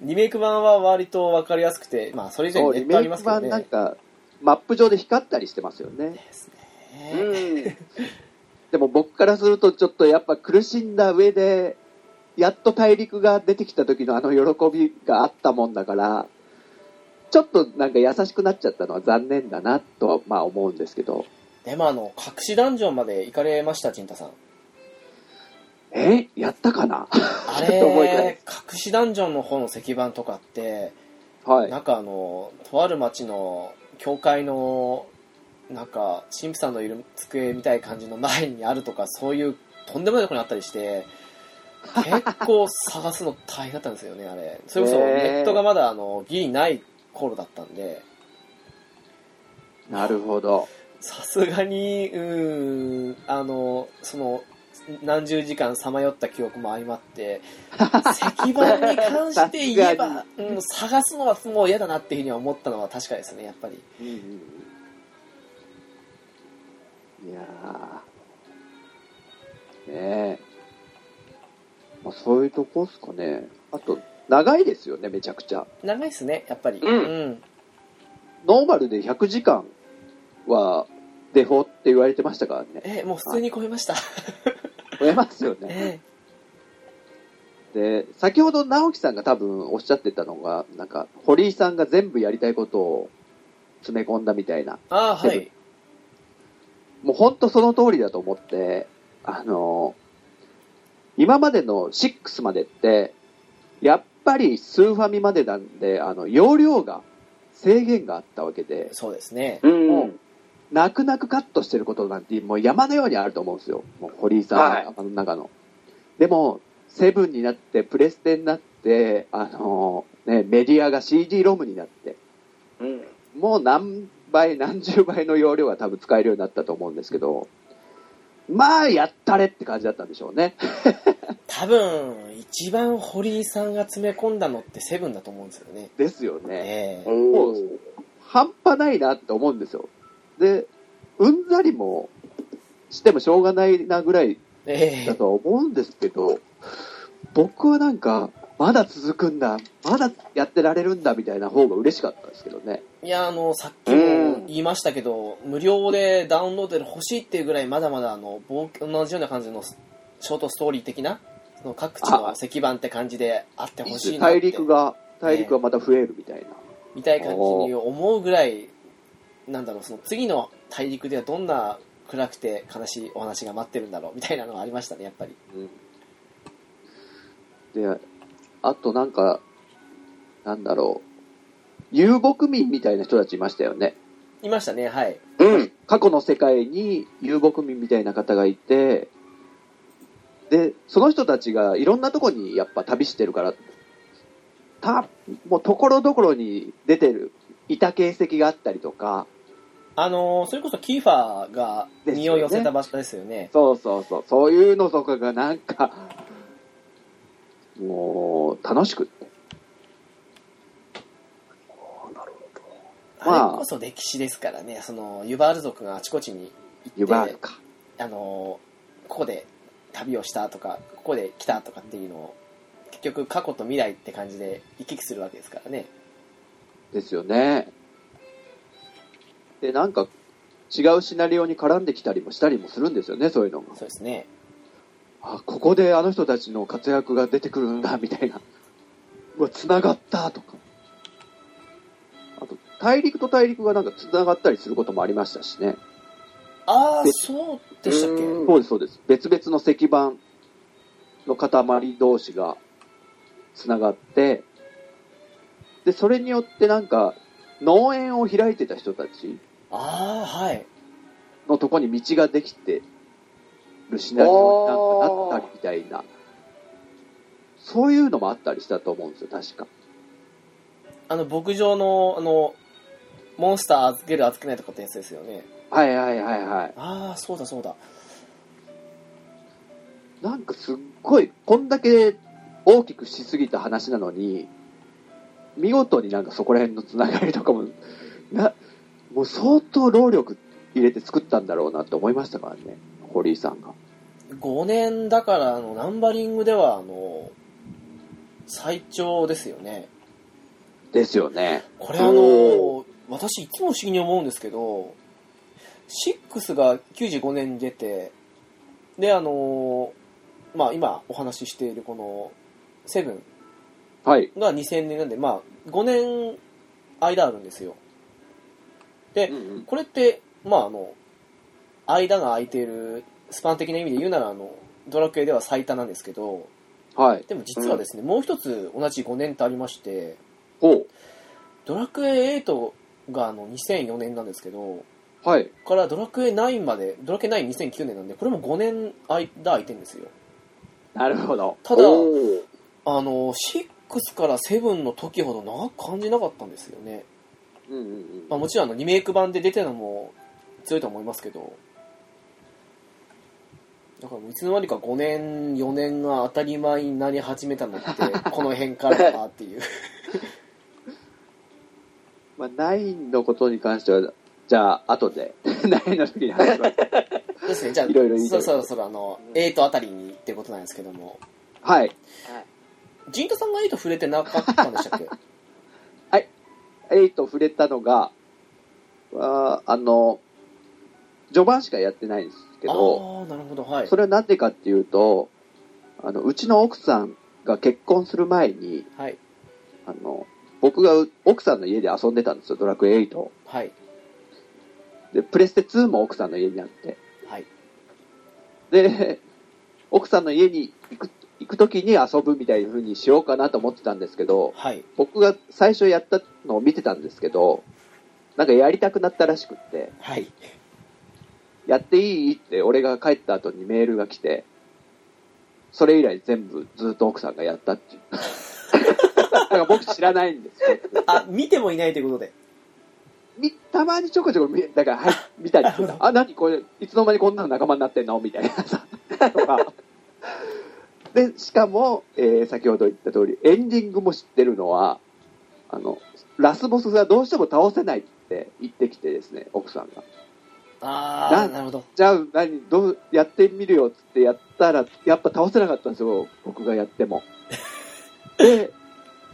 リメイク版は割と分かりやすくてまあそれ以上
そう
にネッ
リ
トあ
メイ
りま
ク
すけど
版
ね
なんか、マップ上で光ったりしてますよね。
です
う
ね
ん。
でも僕からするとちょっとやっぱ苦しんだ上で、やっと大陸が出てきた時のあの喜びがあったもんだから、ちょっとなんか優しくなっちゃったのは残念だなとはまあ思うんですけど。
でもあの隠しダンジョンまで行かれました陣太さん
えやったかな
あ
ちょっと覚えてない
れ隠しダンジョンの方の石板とかって
はい。
なんかあのとある町の教会のなんか神父さんのいる机みたいな感じの前にあるとかそういうとんでもないところにあったりして結構探すの大変だったんですよねあれそれこそ
へ
ネ
ー
ットがまだあのギリない頃だったんで
なるほど。
さすがにうーんあのその何十時間さまよった記憶も相まって石板に関して言えば
さ、
うん、探すのはもう嫌だなっていうふうには思ったのは確かですねやっぱり
うんうんうんいやーねえ。まあ、そういうとこっすかね。あと、長いですよね、めちゃくちゃ。
長いですねやっぱり
うん
うん、
ノーマルで100時間はデフォって言われてましたからね。
えもう普通に超えました
増えますよね。
え
で、先ほど直樹さんが多分おっしゃってたのが、なんか、堀井さんが全部やりたいことを詰め込んだみたいな。
ああは
で
い
もうほんとその通りだと思って、あの、今までの6までって、やっぱりスーファミまでなんで、あの、容量が、制限があったわけで、
そうですね。
うん。
泣く泣くカットしてることなんて、もう山のようにあると思うんですよ。もう堀井さん、
はい
頭の中の。でも、セブンになって、プレステになって、あのね、メディアが CD ロムになって、
うん。
もう何倍、何十倍の容量が多分使えるようになったと思うんですけど、まあ、やったれって感じだったんでしょ うね。
多分、一番堀井さんが詰め込んだのってセブンだと思うんですよね。
ですよね。
ええ
お
う半端ないなって思うんですよ。で、うんざりもしてもしょうがないなぐらい
え
だ
え
とは思うんですけど、僕はなんか、まだ続くんだ、まだやってられるんだみたいな方が嬉しかったですけどね。
いや、あの、さっきも言いましたけど、無料でダウンロードで欲しいっていうぐらい、まだまだ、あの、冒険同じような感じのショートストーリー的な、その各地の
あ
石板って感じであってほしいなって。
大陸が、大陸がまた増えるみたいな。
みたいな感じに思うぐらい、なんだろう、その次の大陸ではどんな暗くて悲しいお話が待ってるんだろうみたいなのがありましたね、やっぱり。
で、あとなんか、なんだろう、遊牧民みたいな人たちいましたよね。
いましたね、はい。
うん。
過去の世界に遊牧民みたいな方がいて、で、その人たちがいろんなとこにやっぱ旅してるから、た、もうところどころに出てる、いた形跡があったりとか、
あのーそれこそキーファーが身を寄せた場所ですよね。
そうそうそう、そういうのとかがなんか、もう、楽しくって。
なるほど。
まあ
あれこそ歴史ですからね、その、ユバール族があちこちに
湯
行っ
葉
て、
か。
あのーここで旅をしたとか、ここで来たとかっていうのを、結局過去と未来って感じで行き来するわけですからね。
ですよね。で、なんか、違うシナリオに絡んできたりもしたりもするんですよね、そういうのが。
そうですね。
あ、ここであの人たちの活躍が出てくるんだ、みたいな。 うわ、繋がった、とか。あと、大陸と大陸がなんか繋がったりすることもありましたしね。
ああ、そうでしたっけ
うん
そうです、そうです。別々の石板の塊同士が繋がって、で、それによってなんか、農園を開いてた人たち
ああ、はい。
のとこに道ができてるシナリオになんかなったりみたいな、そういうのもあったりしたと思うんですよ、確か。
あの、牧場の、あの、モンスター預ける預けないとかってやつですよね。
はいはいはいはい。
ああ、そうだそうだ。
なんかすっごい、こんだけ大きくしすぎた話なのに、見事になんかそこら辺のつながりとかも、な、もう相当労力入れて作ったんだろうなって思いましたからね、堀井さんが。
5年だから、あの、ナンバリングでは、あの、最長ですよね。
ですよね。
これあの
お、
私いつも不思議に思うんですけど、6が95年に出て、で、あの、まあ今お話ししているこの、7
はい。
が2000年なんで、まあ5年間あるんですよ。
うんうん
これって、まああの、間が空いているスパン的な意味で言うなら、あの、ドラクエでは最多なんですけど、
はい。
でも実はですね、もう一つ同じ5年とありまして、
ほ
ドラクエ8があの2004年なんですけど、
う。はい。
からドラクエ9まで、ドラクエ92009年なんで、これも5年間空いてるんですよ。
なるほど。
ただ、
おー
あの、6から7の時ほど長く感じなかったんですよね。
うんうんうん
まあ、もちろんあのリメイク版で出てるのも強いと思いますけど、だからもういつの間にか5年、4年が当たり前になり始めたのって、 この辺からだなっていう。
まあ、9のことに関しては、じゃあ、後で、9の 時に話 します。
ですね、じゃあ、
いろいろいい
そそろそろあの、8あたりにってことなんですけども、
はい。
ジンタさんが8触れてなかったんでしたっけ
8触れたのが、あーあの、序盤しかやってないんですけ
ああ
ど、
ー、なるほど、はい。
それはなぜかっていうと、あの、うちの奥さんが結婚する前に、
はい。
あの、僕がう奥さんの家で遊んでたんですよ、ドラクエ8を。
はい。
で、プレステ2も奥さんの家にあって。
はい。
で、奥さんの家に行く、行く時に遊ぶみたいな風にしようかなと思ってたんですけど、
はい。
僕が最初やったのを見てたんですけど、なんかやりたくなったらしくって、
はい。
やっていいって俺が帰った後にメールが来て、それ以来全部ずっと奥さんがやったっていう。 なんか僕知らないんですよ。
あ、見てもいないということで。
みたまにちょこちょこ見、だから、 はい、見たりする
なるほ
あ、何これ、いつの間にこんなの仲間になってんのみ たいなさ、とか。で、しかも、えー先ほど言った通り、エンディングも知ってるのは、あの、ラスボスがどうしても倒せないって言ってきてですね、奥さんが。
あ
な
あ、なるほど。
じゃあ、何、どう、やってみるよっつってやったら、やっぱ倒せなかったんですよ、僕がやっ ても。で、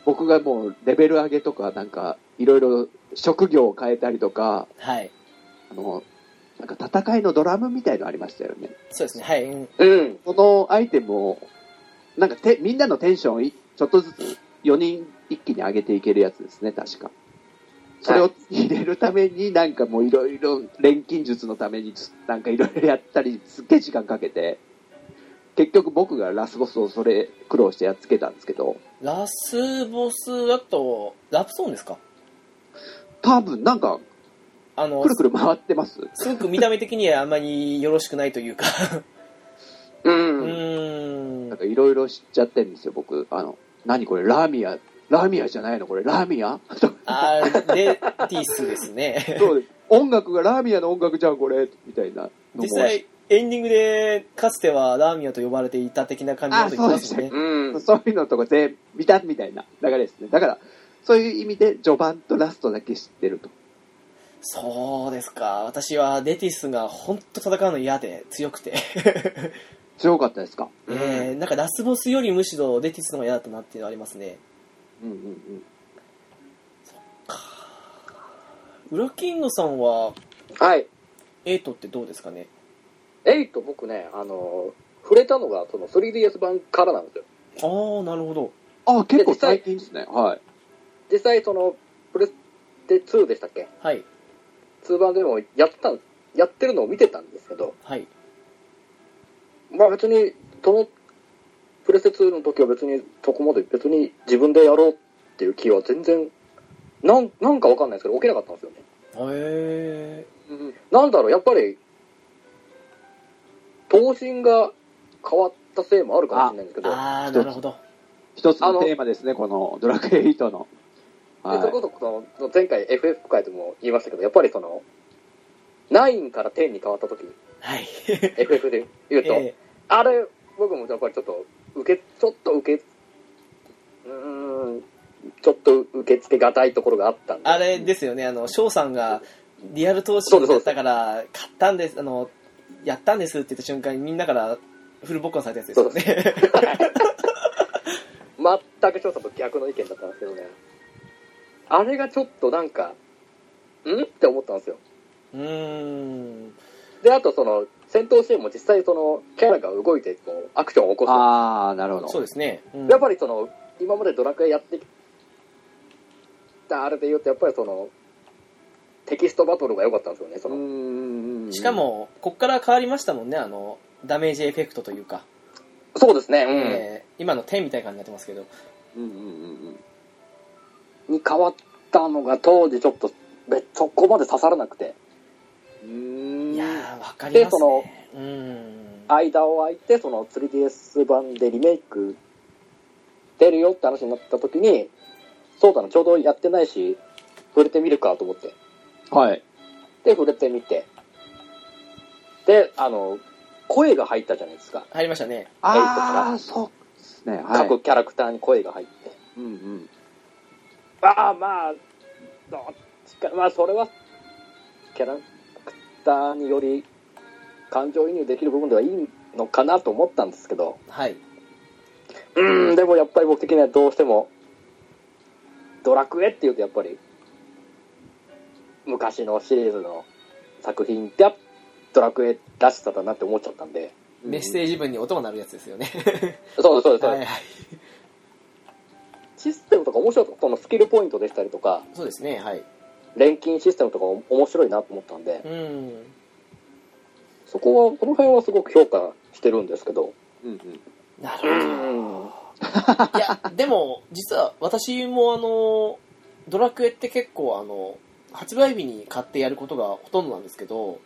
僕がもうレベル上げとか、なんか、いろいろ職業を変えたりとか、
はい。
あの、なんか戦いのドラムみたいのありましたよね。
そうですね。はい。うん
うん。
そのアイテムを、なんかてみんなのテンションをいちょっとずつ4人一気に上げていけるやつですね、確か。それを入れるために、なんかもういろいろ錬金術のためにつ、なんかいろいろやったり、すっげえ時間かけて、結局僕がラスボスをそれ苦労してやっつけたんですけど、
ラスボスだと、ラプソーンですか
多分なんか
あの
く、るくる回ってます。
すごく見た目的にはあんまりよろしくないというか。
う。
うんー
なん
ん。
かいろいろ知っちゃってるんですよ、僕。あの、何これ、ラーミア、ラーミアじゃないのこれ、ラーミア
あーレティスです ね。
そうです。音楽がラーミアの音楽じゃん、これ、みたいなの
実
も。
際、エンディングで、かつてはラーミアと呼ばれていた的な感じのこと言ってますよね。
うん。
そういうのとか全部見たみたいな流れですね。だから、そういう意味で序盤とラストだけ知ってると。
そうですか。私はレティスが本当戦うの嫌で強くて、
強かったですか
え
うん
ーなんかラスボスよりむしろレティスの方が嫌だったなっていうのはありますね。
うんうんうん。
ウラキングさんは
はい。
エイトってどうですかね
エイト、僕ね、あの、触れたのが、その 3DS 版からなんですよ。
ああ、なるほど。
あ、結構最近ですね。はい。
実際、その、プレステ2でしたっけ
はい、
?2 版でもやってたん、やってるのを見てたんですけど、
はい。
まあ別に、その、プレステ2の時は別に、そこまで別に自分でやろうっていう気は全然、なん、なんかわかんないですけど、起きなかったんですよね。
へえ。
なんだろう、やっぱり、方針が変わったせいもあるかもしれないんですけど、で
ああ、なるほど。
一つのテーマですね、このドラクエ8の。はい
それこそその、その前回 FF 会でも言いましたけど、やっぱりその、9から10に変わった時、
はい。
FF で言うと、
え
あれ、僕もやっぱりちょっと、受け、ちょっと受け、うーん、ちょっと受け付けがたいところがあったんで。
ーあれですよね、あの、翔さんがリアル投資をやったから、買ったんです、あの、やったんですって言った瞬間にみんなからフルボッコンされたやつですよね。
全く翔さんと逆の意見だったんですけどね。あれがちょっとなんか、んって思ったんですよ。
うーん。
で、あとその、戦闘シーンも実際その、キャラが動いて、こう、アクションを起こす。
あー、なるほど。
そうですね。うん
やっぱりその、今までドラクエやってきたあれで言うと、やっぱりその、テキストバトルが良かったんですよね、そうの。
ん。
しか、も、こっから変わりましたもんね、あの、ダメージエフェクトというか、
そうですね、うん。
えー今の10みたいな感じになってますけど、
うんうんうんうん。
に変わったのが当時ちょっとべそこまで刺さらなくて
うーん
いやー、わかりますね。うーん。
間を空いてその 3DS 版でリメイク出るよって話になった時にそうだなちょうどやってないし触れてみるかと思って
はい。
で触れてみてであの声が入ったじゃないですか、
入りましたね。
あー、そうですね。はい。
各キャラクターに声が入って
うんうん。
ああまあどっちかまあそれはキャラクターにより感情移入できる部分ではいいのかなと思ったんですけど
はい。
うんでもやっぱり僕的にはどうしてもドラクエっていうとやっぱり昔のシリーズの作品ってドラクエらしさだなって思っちゃったんで
メッセージ文に音が鳴るやつですよね。
そうですそうです、そう
は
で
い
す
はい。
システムとか面白いそのスキルポイントでしたりとか
そうですね、はい。
錬金システムとかお面白いなと思ったんで、
うーん。
そこは、この辺はすごく評価してるんですけど、
うんうん。
な
う
るほど
ん。
いや、でも、実は私もあの、ドラクエって結構あの、発売日に買ってやることがほとんどなんですけど、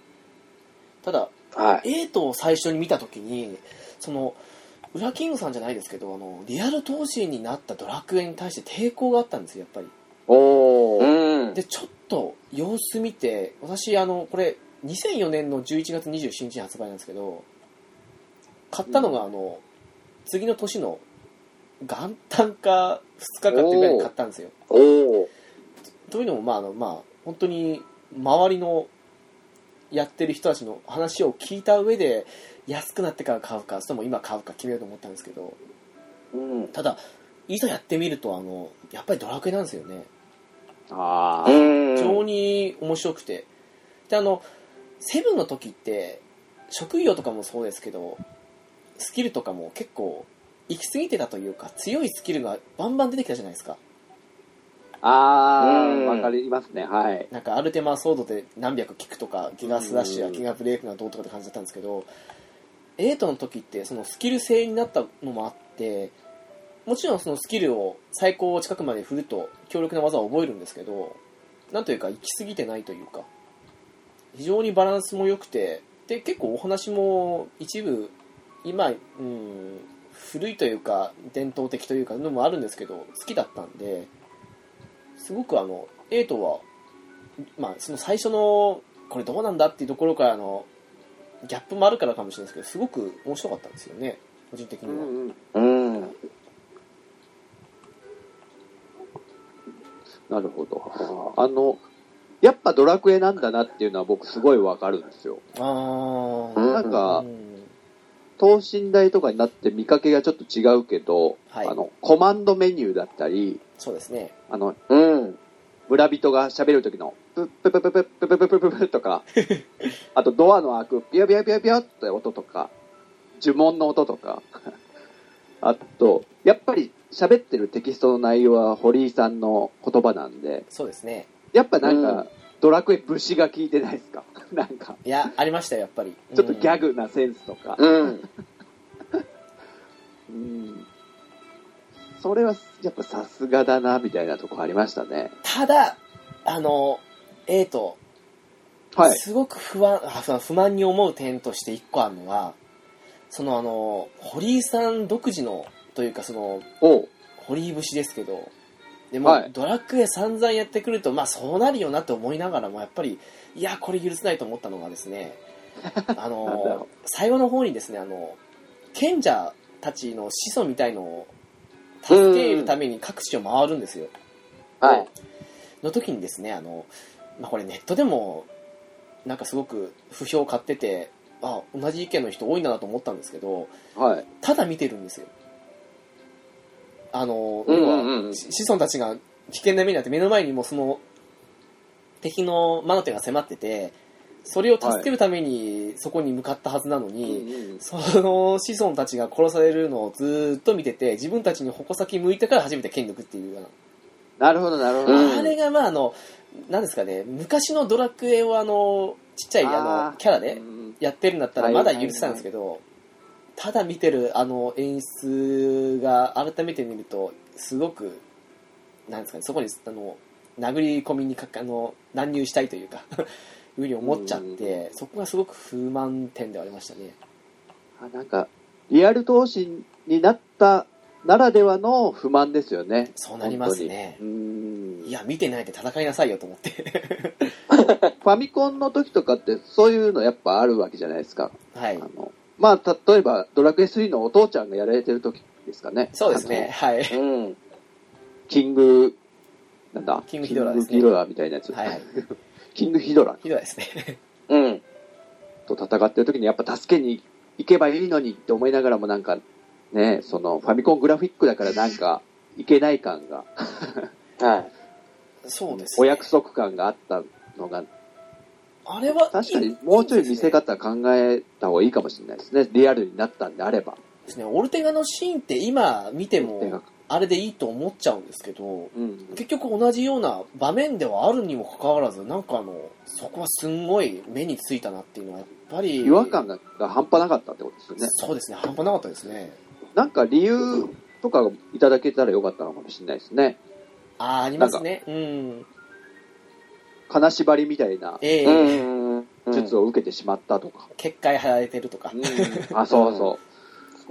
ただ、
はい。
エイトを最初に見たときに、その、ウラキングさんじゃないですけど、あの、リアル闘神になったドラクエに対して抵抗があったんですよ、やっぱり。
おお。
うん。
で、ちょっと様子見て、私、あの、これ、2004年の11月27日に発売なんですけど、買ったのが、あの、次の年の元旦か2日かっていうぐらいに買ったんですよ。
おお。
というのも、まあ、あの、まあ、本当に、周りのやってる人たちの話を聞いた上で、安くなってから買うか、それとも今買うか決めようと思ったんですけど、
うん。
ただ、いざやってみると、あの、やっぱりドラクエなんですよね。
あ
う
あ。
ん。
非常に面白くてであのセブンの時って職業とかもそうですけどスキルとかも結構行き過ぎてたというか強いスキルがバンバン出てきたじゃないですか
あ
うん
あ。わかりますね。はい。
なんかアルテマソードで何百効くとかギガスラッシュやギガブレイクがどうとかって感じだったんですけどエイトの時ってそのスキル制になったのもあってもちろんそのスキルを最高近くまで振ると強力な技を覚えるんですけどなんというか行き過ぎてないというか非常にバランスも良くてで結構お話も一部今、うん、古いというか伝統的というかのもあるんですけど好きだったんですごくあのエイトはまあ、その最初のこれどうなんだっていうところからのギャップもあるからかもしれないですけどすごく面白かったんですよね個人的に
う
は、
んうん。
うん。
なるほど。あの、やっぱドラクエなんだなっていうのは僕すごいわかるんですよ。
ああ、
うん
なんか
う、ん
等身大とかになって見かけがちょっと違うけど、
はい
あの、コマンドメニューだったり、
そうですね
あの、
うん。
村人が喋る時の、プップップップップップップップップッとか、あとドアの開く、ピヨピヨピヨピヨって音とか、呪文の音とか、あと、やっぱり喋ってるテキストの内容は堀井さんの言葉なんで、
そうですね
やっぱなんか、
うん
ドラクエ武士が効いてないですかなんか、
いやありましたよやっぱり
ちょっとギャ
うん
グなセンスとか。
うん。
うん。それは、やっぱさすがだな、みたいなとこありましたね。
ただあのえーと、
はい。
すごく不安あ不安不満に思う点として一個あるのはそのあの堀井さん独自のというかその
おう
堀井節ですけどでも、
はい
ドラクエ散々やってくると、まあ、そうなるよなって思いながらもやっぱりいやこれ許せないと思ったのがです ねあ
なんだ
の
ろ
最後の方にですねあの賢者たちの子孫みたいのを助けるために各地を回るんですよ
はい。
の時にですねあの、まあ、これネットでもなんかすごく不評を買っててあ同じ意見の人多いなと思ったんですけど
はい。
ただ見てるんですよあの
うん
要は、
うんうん。
子孫たちが危険な目になって目の前にもうその敵の魔の手が迫っててそれを助けるためにそこに向かったはずなのに、その子孫たちが殺されるのをずーっと見てて自分たちに矛先向いてから初めて剣抜くっていうような
なるほど、な
う
るほ
ん
ど。
あれがまああのなんですかね昔のドラクエをあのちっちゃいあ
あー
のキャラで
うん
やってるんだったら
はい
まだ許せたんですけど、ただ見てるあの演出が改めて見るとすごくなんですかねそこにあの殴り込みにかあの乱入したいというか いうふうに思っちゃってそこがすごく不満点ではありましたね
あなんか、リアル投資になったならではの不満ですよね。
そうなりますね
本当に。うん
いや見てないで戦いなさいよと思って
ファミコンの時とかってそういうのやっぱあるわけじゃないですか。
は
あ
い
のまあ、例えば、ドラクエ3のお父ちゃんがやられてる時ですかね。
そうですねはい
うん。
あの。キング、なんだ
キングヒドラですね
キングヒドラみたいなやつ。
はいはい
キングヒドラ
ひどいですね
うん。
と戦ってる時にやっぱ助けに行けばいいのにって思いながらもなんか、ね、そのファミコングラフィックだからなんか、いけない感が、
はい。
そうです
お
ね
約束感があったのが
あれは
確かにもうちょい見せ
が
方考えた方がいいかもしれないですね。リアルになったんであれば。
ですねオルテガのシーンって今見て
手
も
が
あれでいいと思っちゃうんですけど
うん。
結局同じような場面ではあるにもかかわらずなんかあのそこはすんごい目についたなっていうのはやっぱり
違和感が半端なかったってことですよね。
そうですね半端なかったですね
なんか理由とかいただけたらよかったのかもしれないですね。
あーありますねうん
金縛りみたいな
ええ
うん。うん。
術を受けてしまったとか。
結界貼られてるとか
うん
あ、そうそ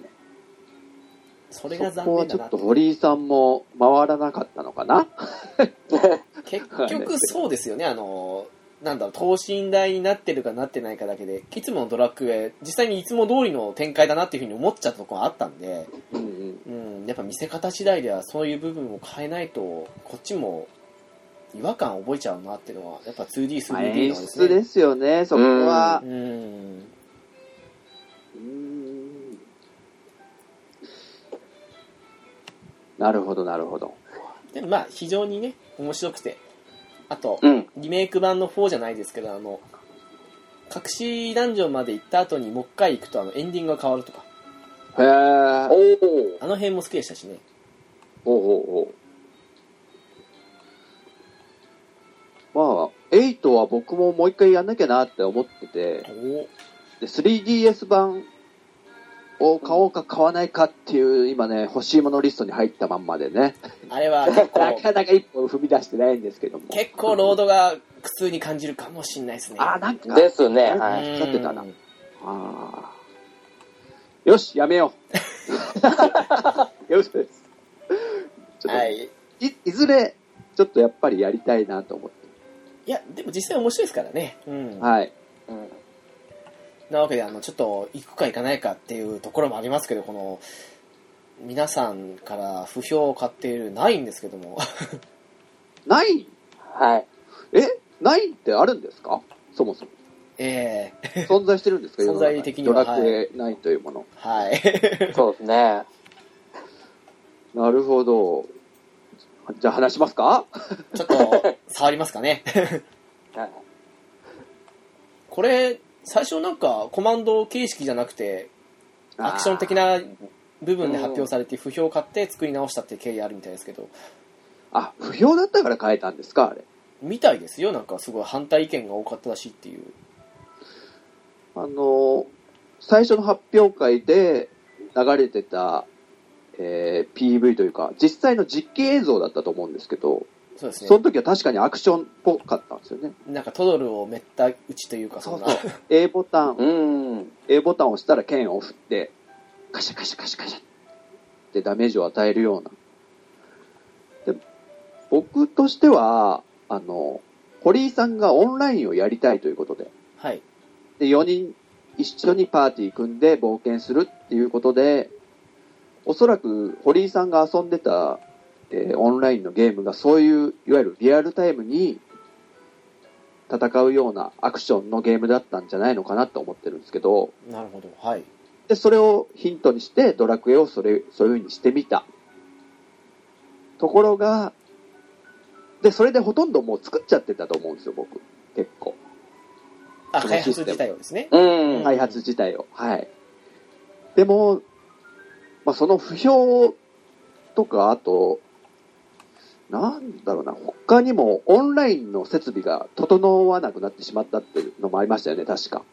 う。
それが
そ
残
こは
念
ち
だ
ょ
な
っと堀井さんも回らなかったのかな
結局そうですよねあのなんだろう等身大になってるかなってないかだけでいつものドラクエ実際にいつも通りの展開だなっていうふうに思っちゃったところがあったんで、
うんうん。
うん、やっぱ見せ方次第ではそういう部分を変えないとこっちも違和感を覚えちゃうなっていうのはやっぱ 2D3D
まあ
の
演
ですね
出ですよね、そこは
う。ん
うんなるほど、なるほど。
でもまあ非常にね面白くてあと
うん。
リメイク版の4じゃないですけどあの隠しダンジョンまで行った後にもう一回行くとあのエンディングが変わるとか
へ
お
ー。
お。
あの辺も好きでしたしね
おうおうおうまあ、8は僕ももう一回やんなきゃなって思ってて、
お
で 3DS 版を買おうか買わないかっていう、今ね、欲しいものリストに入ったまんまでね、
あれは結
な
構
かなか一歩踏み出してないんですけども。
結構ロードが苦痛に感じるかもしれないですね
あー、なんか、
ですね。
あ
はい。
ー
うん
光ってたなあーよし、やめよ う。よしです。ちょっと
はいい
いいずれ、ちょっとやっぱりやりたいなと思って。
やでも実際面白いですからねうん
はい。
うん
なわけであのちょっと行くか行かないかっていうところもありますけどこの皆さんから不評を買っているないんですけども
ない
はい。
えないってあるんですかそもそも。
ええ
存在してるんです か
存在的に
世の
は
中にドラクエないというもの。
はい
そうですね。
なるほど。じゃあ話しますか
ちょっと触りますかね
はい
これ最初なんかコマンド形式じゃなくて アクション的。
あ
な
ー
部分で発表されて不評を買って作り直したっていう経緯あるみたいですけど
あ、不評だったから変えたんですかあれ。
みたいですよなんかすごい反対意見が多かったらしいっていう
あのー、最初の発表会で流れてた、えー PV というか、実際の実機映像だったと思うんですけど、
そうです
その
ね
時は確かにアクションっぽかったんですよね。
なんかトドルをめった打ちというかそんな
A ボタン、
うん。
A ボタンを押したら剣を振って、カシャカシャカシャカシャってダメージを与えるような。で僕としては、あの、堀井さんがオンラインをやりたいということで、
はい
で、4人一緒にパーティー組んで冒険するっていうことで、おそらく堀井さんが遊んでた、えーオンラインのゲームがそういう、いわゆるリアルタイムに戦うようなアクションのゲームだったんじゃないのかなと思ってるんですけど、
なるほどはい
で、それをヒントにして、ドラクエをそれ、そういう風にしてみた。ところが、で、それでほとんどもう作っちゃってたと思うんですよ、僕。結構。
あ
その
開
シ
発
ステム
自体をですね
うん。
開発自体を。はい。でも、まあ、その不評とか、あと、なんだろうな、他にもオンラインの設備が整わなくなってしまったっていうのもありましたよね、確か。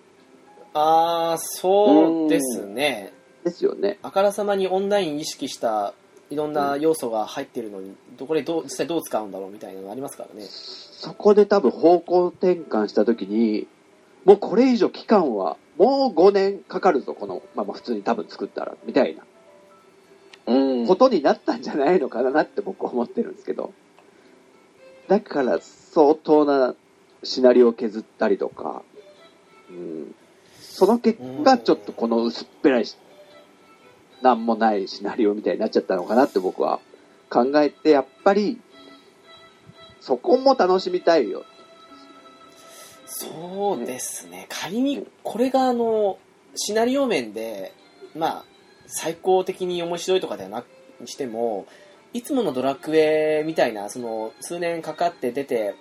ああそうですね
ですよね。
あからさまにオンライン意識したいろんな要素が入ってるのにどこでどう実際どう使うんだろうみたいなのがありますからね
そこで多分方向転換した時に、もうこれ以上期間は、もう5年かかるぞ、この、まあまあ普通に多分作ったら、みたいな
うん。
ことになったんじゃないのかなって僕は思ってるんですけど。だから相当なシナリオを削ったりとか、うん。その結果、ちょっとこの薄っぺらいし、なんもないシナリオみたいになっちゃったのかなって僕は考えて、やっぱり、そこも楽しみたいよ
そうですね仮にこれがあのシナリオ面でまあ最高的に面白いとかではなくにしてもいつものドラクエみたいなその数年かかって出て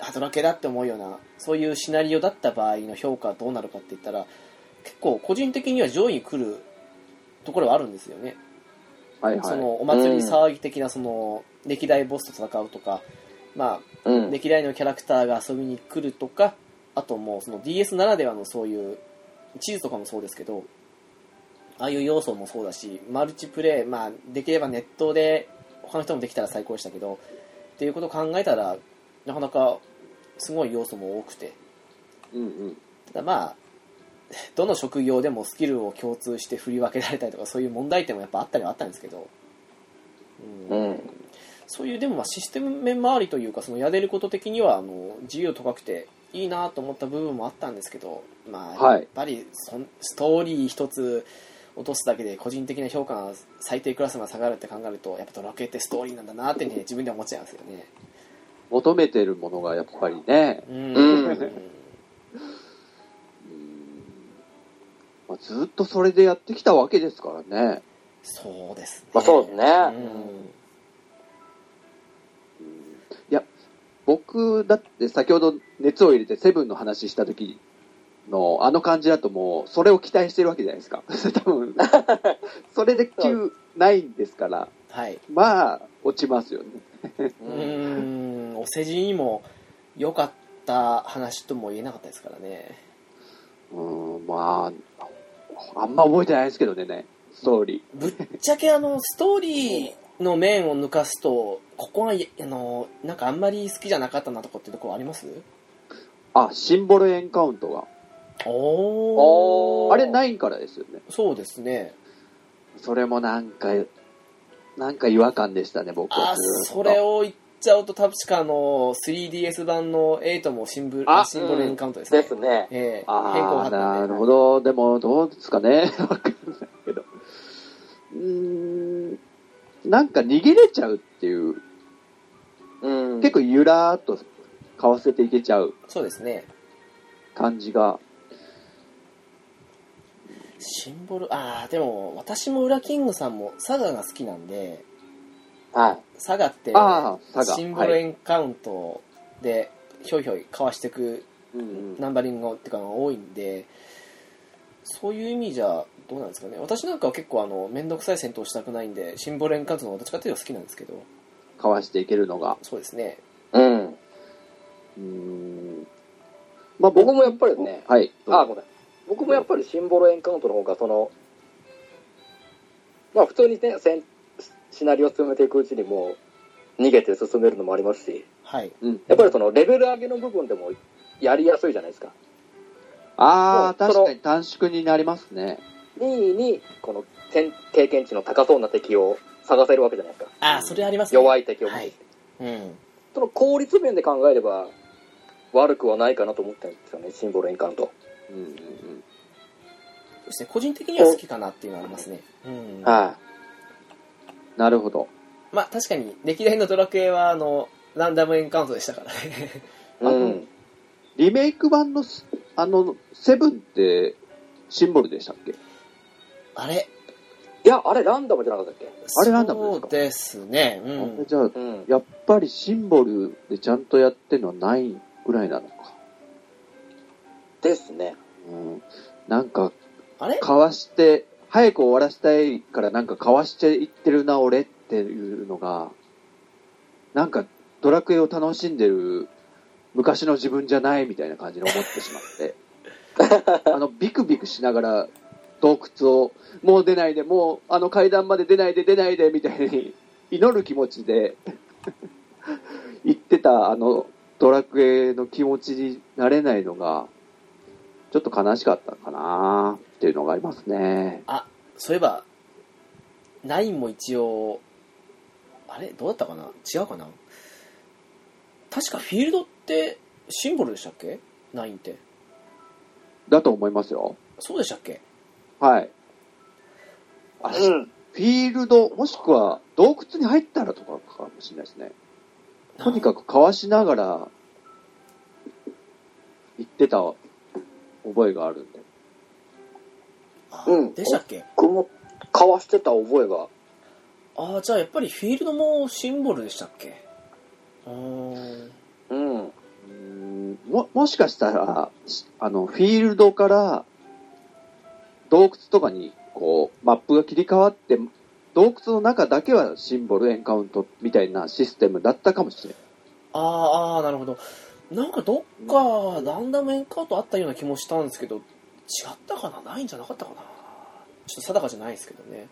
あドラクエだって思うようなそういうシナリオだった場合の評価はどうなるかって言ったら結構個人的には上位に来るところはあるんですよね
はいはい。
そのお祭り騒ぎ的なその歴代ボスと戦うとか、ま
う
あ、
ん。
歴代のキャラクターが遊びに来るとかあともうその DS ならではのそういう地図とかもそうですけどああいう要素もそうだしマルチプレイ、まあ、できればネットで他の人もできたら最高でしたけどっていうことを考えたらなかなかすごい要素も多くて
うんうん。
ただまあどの職業でもスキルを共通して振り分けられたりとかそういう問題点もやっぱあったりはあったんですけど、うん
うん。
そういうでもまあシステム面周りというかそのやれること的にはあの自由高くていいなと思った部分もあったんですけど、まあ、
はい
やっぱりそんストーリー一つ落とすだけで個人的な評価が最低クラスまで下がるって考えるとやっぱドラクエってストーリーなんだなってね自分では思っちゃいますよね。
求めてるものがやっぱりね、
うん
うん
うんまあ、ずっとそれでやってきたわけですからね。
そうですね。
まあそうですね
うん
いや、僕だって先ほど熱を入れてセブンの話した時のあの感じだともうそれを期待してるわけじゃないですか。 多 分。それで9ないんですから、
はい。
まあ落ちますよね。
うーん、お世辞にも良かった話とも言えなかったですからね。
うん、まあ、あんま覚えてないですけどねね、ストーリ
ぶっちゃけあの、ストーリーの面を抜かすと、ここがい、あの、なんかあんまり好きじゃなかったなとかってとこあります
ー。あ、シンボルエンカウントが。
おー
あれ9からですよね。
そうですね。
それもなんか、なんか違和感でしたね、僕
あ
は
ー、
ずーっ
そ
と。
れを言っちゃうと、確かあの、3DS 版の8もシンブ
あ
シンボルエンカウントですね。
ですね。
ええ変更
ああ、
った
なん
で
るほど。でも、どうですかね。 わかんないけど。うーん、なんか逃げれちゃうっていう、
うん。
結構ゆらーっと買わせていけちゃう
そうですね。
感じが。
シンボル、ああ、でも、私も裏キングさんも、サガが好きなんで、
はい。
サガって、
ああ、佐賀。
シンボルエンカウントで、ひょいひょいかわしていく
はいうんうん
ナンバリングっていうかが多いんで、そういう意味じゃ、どうなんですかね。私なんかは結構、あの、めんどくさい戦闘したくないんで、シンボルエンカウントの方がどっちかというと好きなんですけど、
かわしていけるのが。
そうですね。
うん。
うーん。まあ、
僕
僕も、
もやっぱりね、
はい。
あ、ごめん。僕もやっぱりシンボルエンカウントの方が、その、まあ普通にね、せんシナリオ進めていくうちにもう、逃げて進めるのもありますし、
はい。
うん、
やっぱりそのレベル上げの部分でもやりやすいじゃないですか。
ああ、
もう
確
その
かに短縮になりますね。
2位に、この点経験値の高そうな敵を探せるわけじゃないですか。
ああ、それありますね。
弱い敵を見て、
はいうん。
その効率面で考えれば、悪くはないかなと思ったんですよね、シンボルエンカウント。
うんうんうん
そして、個人的には好きかなっていうのはありますね。うん。
はい。
なるほど。
まあ、確かに、歴代のドラクエは、あの、ランダムエンカウントでしたからね。
うん。
リメイク版のス、あの、セブンって、シンボルでしたっけ
あれ
いや、あれランダムじゃなかったっけ
あれランダムです
そ
か
うですね。う
あ
ん。
じゃあ、
うん。
やっぱりシンボルでちゃんとやってるのはないぐらいなのか。
ですね。
うん、なんか、
あれ
かわして、早く終わらせたいからなんかかわしていってるな、俺っていうのが、なんか、ドラクエを楽しんでる昔の自分じゃないみたいな感じに思ってし まって、あの、ビクビクしながら洞窟を、もう出ないで、もうあの階段まで出ないで、出ないで、みたいに祈る気持ち で、言ってたあの、ドラクエの気持ちになれないのが、ちょっと悲しかったかなっていうのがありますね。
そういえば、ナインも一応、あれどうだったかな違うかな確かフィールドってシンボルでしたっけナインって。
だと思いますよ。
そうでしたっけ
はい。あれ、
うん。
フィールド、もしくは洞窟に入ったらとかかもしれないですね。とにかくかわしながら、行ってた覚えがあるんで。
あ
うん
でしたっけ
僕もかわしてた覚えが。
ああ、じゃあやっぱりフィールドもシンボルでしたっけうーん。
うん。
うーんも、もしかしたら、しあの、フィールドから洞窟とかに、こう、マップが切り替わって、洞窟の中だけはシンボルエンカウントみたいなシステムだったかもしれない。
ああ、ああ、なるほど。なんかどっかランダムエンカウントあったような気もしたんですけど、違ったかなないんじゃなかったかなちょっと定かじゃないですけどね。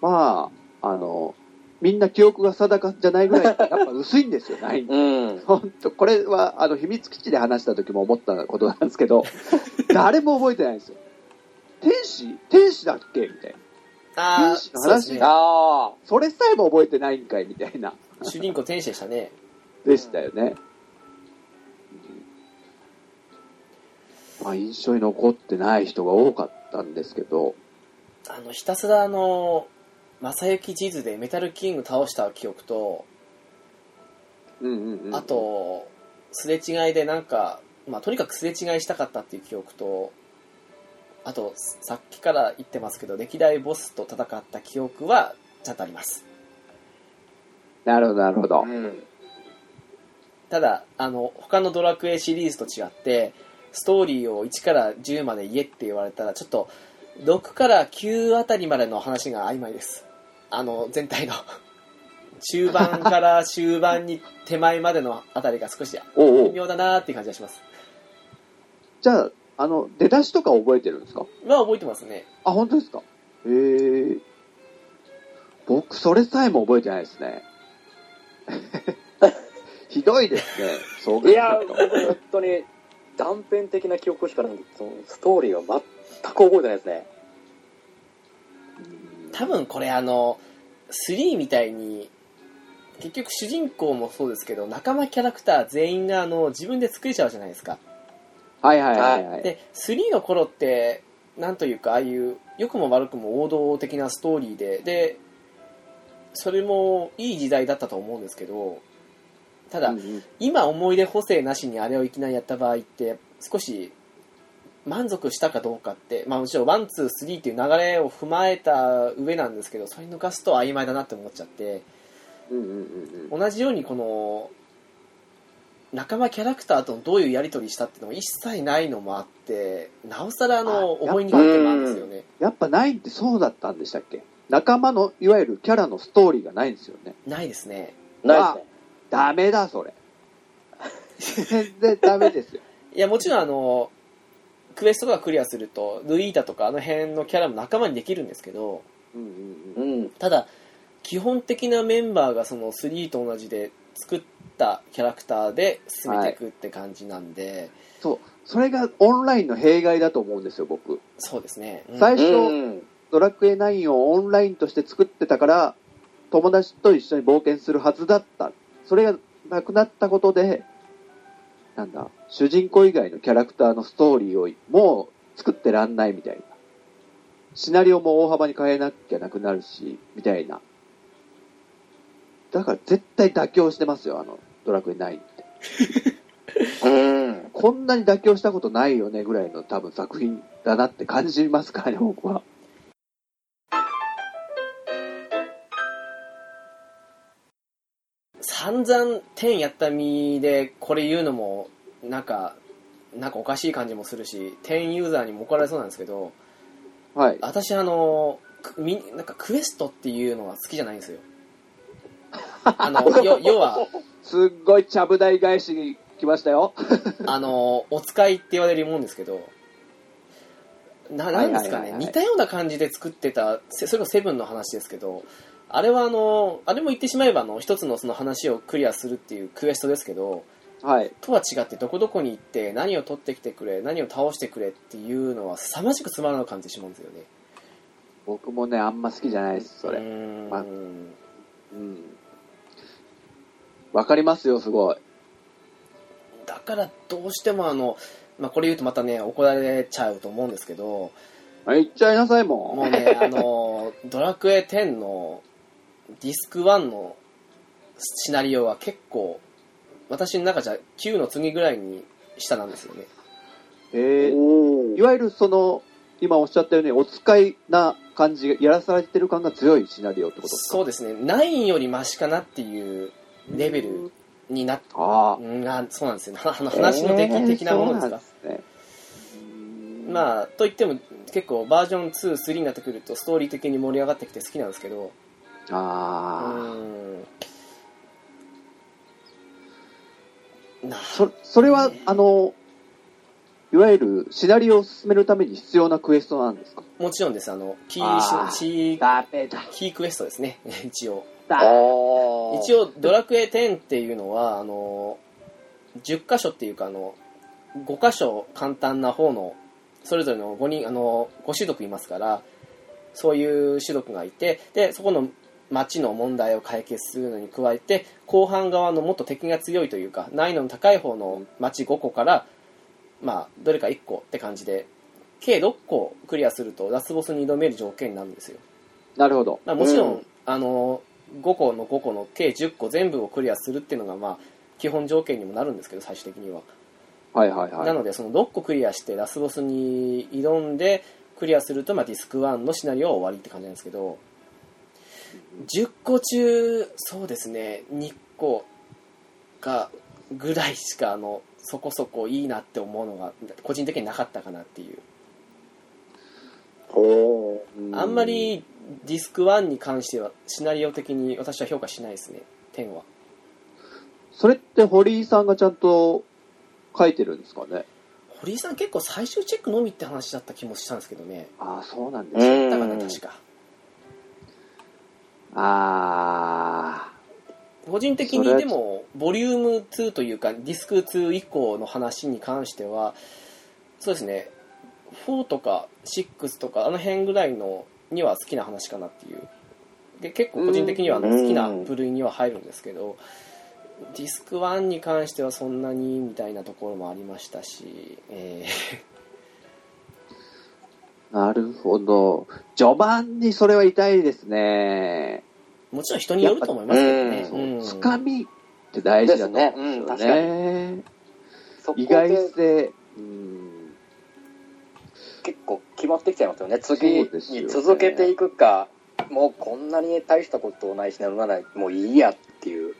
まあ、あの、みんな記憶が定かじゃないぐらい、やっぱ薄いんですよ、ナイン。
うん。
本当これは、あの、秘密基地で話した時も思ったことなんですけど、誰も覚えてないんですよ。天使天使だっけみたいな。
あ
天使の話
ね。
ああ。
それさえも覚えてないんかいみたいな。
主人公天使でしたね。
でしたよね。まあ、印象に残ってない人が多かったんですけど、
あの、ひたすらあの、正幸地図でメタルキング倒した記憶と、
うんうんうん
あ、と、すれ違いでなんか、まあ、とにかくすれ違いしたかったっていう記憶と、あと、さっきから言ってますけど、歴代ボスと戦った記憶は、ちゃんとあります。
なるほど、なるほど
う。ん。
ただ、あの、他のドラクエシリーズと違って、ストーリーを1から10まで言えって言われたら、ちょっと、6から9あたりまでの話が曖昧です。あの、全体の。中盤から終盤に手前までのあたりが少し
おうお
微
う
妙だなーっていう感じがします。
じゃあ、あの、出だしとか覚えてるんですか
は覚えてますね。
あ、本当ですかへえ。僕、それさえも覚えてないです ね。ひどいですね。そう考
い
える
や、
と
僕、本当に、断片的な記憶しかないんで、そのストーリーは全く覚えてないですね。
多分これあの3みたいに結局主人公もそうですけど仲間キャラクター全員があの自分で作れちゃうじゃないですか
はいはいはいはい。
で3の頃ってなんというかああいう良くも悪くも王道的なストーリーででそれもいい時代だったと思うんですけどただ
うんうん
今思い出補正なしにあれをいきなりやった場合って少し満足したかどうかってまあもちろんワンツースリーっていう流れを踏まえた上なんですけどそれ抜かすと曖昧だなって思っちゃって
うんうんうんうん
同じようにこの仲間キャラクターとどういうやり取りしたっていうのも一切ないのもあってなおさらあの
あ
思いにくいってもあるんですよね
やっぱないってそうだったんでしたっけ仲間の、いわゆるキャラのストーリーがないんですよね。
ないですね
ないで
ダメだ、それ。全然ダメですよ。
いやもちろんあのクエストとかクリアするとルイータとかあの辺のキャラも仲間にできるんですけど
うんうん
す
う
ね。
ん。
うん。
ただ基本的なメンバーがその3と同じで作ったキャラクターで進めていくって感じなんで、
そう。それがオンラインの弊害だと思うんですよ、僕。
そうですね、うん
最初、
うん。
ドラクエ9をオンラインとして作ってたから、友達と一緒に冒険するはずだった。それがなくなったことで、なんだ、主人公以外のキャラクターのストーリーをもう作ってらんないみたいな。シナリオも大幅に変えなきゃなくなるし、みたいな。だから絶対妥協してますよ、あの、ドラクエ9って。
うん。
こんなに妥協したことないよねぐらいの多分作品だなって感じますからね、僕は。
散々10やった身でこれ言うのもなんかなんかおかしい感じもするし10ユーザーにも怒られそうなんですけど
はい。
私あのくみなんかクエストっていうのが好きじゃないんですよあ のよ要は
すっごいちゃぶ台返し来ましたよ。
あのお使いって言われるもんですけどななんですか
はいはいはい
ね
はい
似たような感じで作ってたせそれこそセブンの話ですけどあれはあのあれも言ってしまえばあの一つのその話をクリアするっていうクエストですけど
はい。
とは違ってどこどこに行って何を取ってきてくれ何を倒してくれっていうのは凄まじくつまらなく感じてしまうんですよね
僕もね、あんま好きじゃないです、そうれ。
ーん
まあうん。わかりますよ、すごい。
だからどうしてもあの、まあ、これ言うとまたね怒られちゃうと思うんですけど
あ行っちゃいなさいもん。
もう ね、あの、ドラクエ10のディスク1のシナリオは結構、私の中じゃ9の次ぐらいに下なんですよね。
えー
お
いわゆるその、今おっしゃったように、お使いな感じが、やらされてる感が強いシナリオってことですか
そうですね、9よりマシかなっていうレベルになっ
あ
うんあそうなんですよ。 あの
あ。
話の出来的なものです
えー
か。
そうなんですね。あ。
まあ、といっても結構バージョン2、3になってくるとストーリー的に盛り上がってきて好きなんですけど、う
ああ。
ーん。な
そ、それは、あの、いわゆるシナリオを進めるために必要なクエストなんですか
もちろんです、あの、キ
あ
ー
ー
し、キー、
ダメだ。
キークエストですね、 一応。
あー
一応、ドラクエ10っていうのは、あの、10箇所っていうか、あの、5箇所簡単な方の、それぞれの5人、あの、5種族いますから、そういう種族がいて、で、そこの町の問題を解決するのに加えて、後半側のもっと敵が強いというか、難易度の高い方の町5個から、まあ、どれか1個って感じで、計6個クリアすると、ラスボスに挑める条件になるんですよ。
なるほど。
まあ、もちろん、
うん
あの5個の5個の計10個全部をクリアするっていうのが、まあ、基本条件にもなるんですけど最終的には、
はいはいはい。
なのでその6個クリアしてラスボスに挑んでクリアすると、まあ、ディスク1のシナリオは終わりって感じなんですけど10個中そうですね2個がぐらいしかあのそこそこいいなって思うのが個人的になかったかなっていう
おー
う
あんま、りディスク1に関してはシナリオ的に私は評価しないですね10は
それって堀井さんがちゃんと書いてるんですかね。
堀井さん結構最終チェックのみって話だった気もしたんですけどね
ああ、そうなんですね。
だから
う
ね
ん。
確か
あ
個人的にでもボリューム2というかディスク2以降の話に関してはそうですね4とか6とかあの辺ぐらいのには好きな話かなっていうで結構個人的にはあの
うん
好きな部類には入るんですけどディスク1に関してはそんなにみたいなところもありましたし、え
あ、なるほど。序盤にそれは痛いですね。
ーもちろん人によると思いますけどね
やっ
そう
うん
つかみって大事だと思うんですよ
です
ね。
そこ
意外
で
性。うん
結構決まってきちゃいますよね。
そ
次
うですよね
に続けていくか、もうこんなに大したことないしなのなら、もういいやっていう。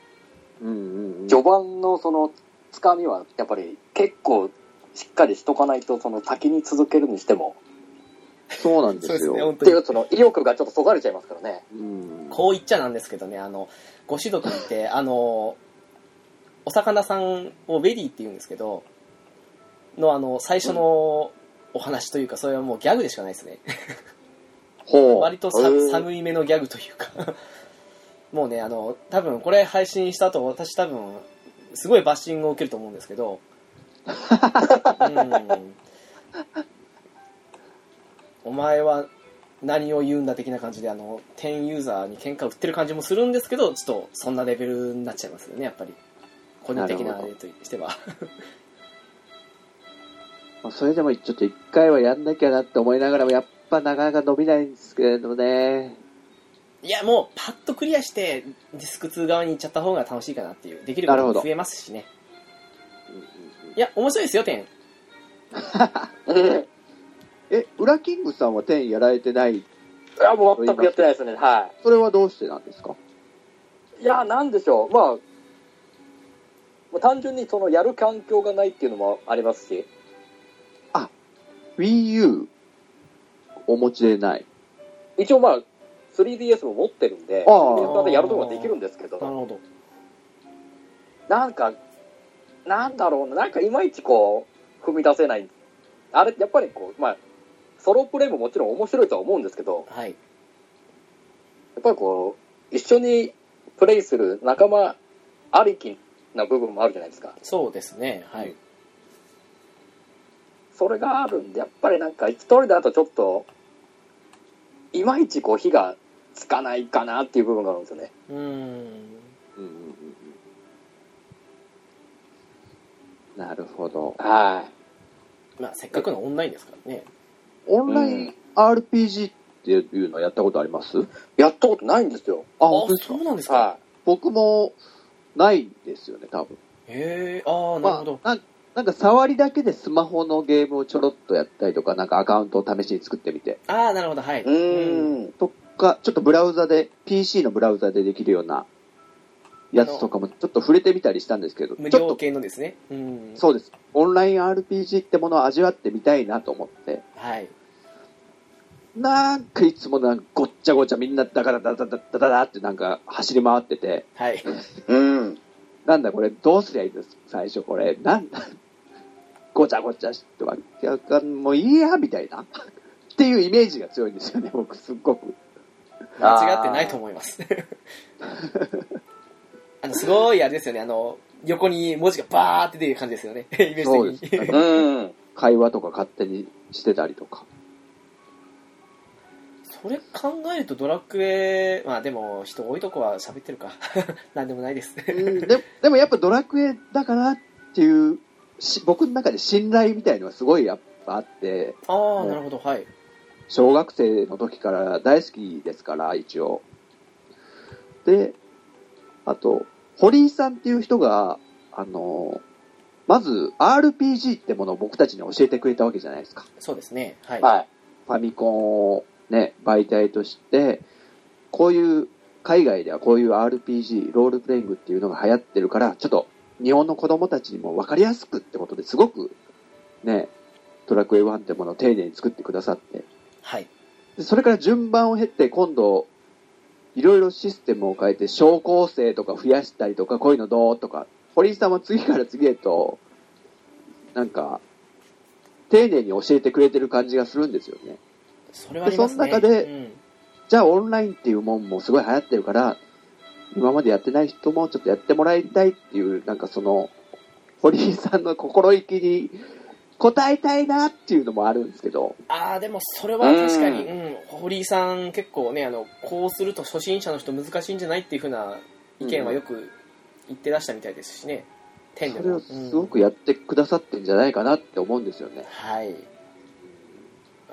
うんうんうん
序盤のその、つかみは、やっぱり結構しっかりしとかないと、その先に続けるにしても。
そうなんです
そうですね
よ
本。
っていう、その意欲がちょっとそがれちゃいますからね。
うん
こう言っちゃなんですけどね、あの、ご種族にいて、あの、お魚さんをベリーって言うんですけど、のあの、最初のお話というか、それはもうギャグでしかないですね。
ほ
割とさ寒い目のギャグというか、 もうね、あの、多分これ配信した後、私多分、すごいバッシングを受けると思うんですけ ど、うんお前は何を言うんだ的な感じで、あの、10ユーザーに喧嘩売ってる感じもするんですけど、ちょっとそんなレベルになっちゃいますよね、やっぱり。個人的な
なるほど
例としては。
まあそれでもちょっと一回はやんなきゃなって思いながらも、やっぱなかなか伸びないんですけれどね。
いや、もうパッとクリアして、ディスク2側に行っちゃった方が楽しいかなっていう。できるこ
なる
と
ほ
も
ど
増えますしね。
うんうんうん
いや、面白いですよ、10。
うん
え、ウラキングさんは10やられてない。
いや、もう全くやってないですね。は
それはどうしてなんですか
い。いや、なんでしょう。まあ、もう単純にそのやる環境がないっていうのもありますし、
?Wii U お持ちでない。
一応まあ、3DS も持ってるんで、
ああ
3DS でやることができるんですけ
なる
ど、
ほど。
なんか、なんだろうな、なんかいまいちこう、踏み出せない。あれ、やっぱりこう、まあ、ソロプレイももちろん面白いとは思うんですけど、
はい。
やっぱりこう、一緒にプレイする仲間ありきな部分もあるじゃないですか。
そうですね。はい。
それがあるんで、やっぱりなんか一人だとちょっと、いまいちこう火がつかないかなっていう部分があるんですよね。
うーん。
うんうんうんうんなるほど。
は
まあ、せっかくのオンラインですからね。
オンライン RPG っていうのはやったことありますあ、
い。やったことないんですよ。
本当です
そ
か
うなんですか。
は
僕もないんですよね、多分。
へえ、ああ、なるほど。
まあ、ななんか触りだけでスマホのゲームをちょろっとやったりとか、なんかアカウントを試しに作ってみて、
ああ、なるほど、はい。
い。うーん。
とか、ちょっとブラウザで、PC のブラウザでできるようなやつとかもちょっと触れてみたりしたんですけど、
無
ちょっ
料
と、
系のですね。うん。
そうです。オンライン RPG ってものを味わってみたいなと思って、
はい。
なんかいつもなんかごっちゃごちゃみんなだからだだだだだだってなんか走り回ってて、
はい。
うん。
なんだこれどうすりゃいいんです最初これ、なんだごちゃごちゃしとか、あもういいや、みたいな。っていうイメージが強いんですよね、僕、すっごく。
間違ってないと思います あのすごいあれですよねあの横に文字がバーって出る感じですよね イメ
そう
ー
で
ジ
す
的
ね
に。
うん。
会話とか勝手にしてたりとか。
それ考えるとドラクエまあでも人多いとこは喋ってるか なんでもないです
うんででもやっぱドラクエだからっていうし僕の中で信頼みたいのはすごいやっぱあって
ああなるほどはい
小学生の時から大好きですから一応であと堀井さんっていう人があのまず RPG ってものを僕たちに教えてくれたわけじゃないですか
そうですねはい、
はい。
ファミコンをね媒体としてこういう海外ではこういう RPG ロールプレイングっていうのが流行ってるからちょっと日本の子供たちにも分かりやすくってことですごくねドラクエ1ってものを丁寧に作ってくださって
はい、
でそれから順番を経って今度いろいろシステムを変えて小構成とか増やしたりとかこういうのどうとか堀井さんは次から次へとなんか丁寧に教えてくれてる感じがするんですよね
それはありますね
でその中で
うん、
じゃあオンラインっていうもんもすごい流行ってるから、今までやってない人もちょっとやってもらいたいっていう、なんかその、堀井さんの心意気に応えたいなっていうのもあるんですけど、
ああでもそれは確かに、
う
うん、堀井さん結構ねあのこうすると初心者の人難しいんじゃないっていうふうな意見はよく言ってらしたみたいですしね天
そ
で
れ
も
をすご
うん
くやってくださってんじゃないかなって思うんですよね。
はい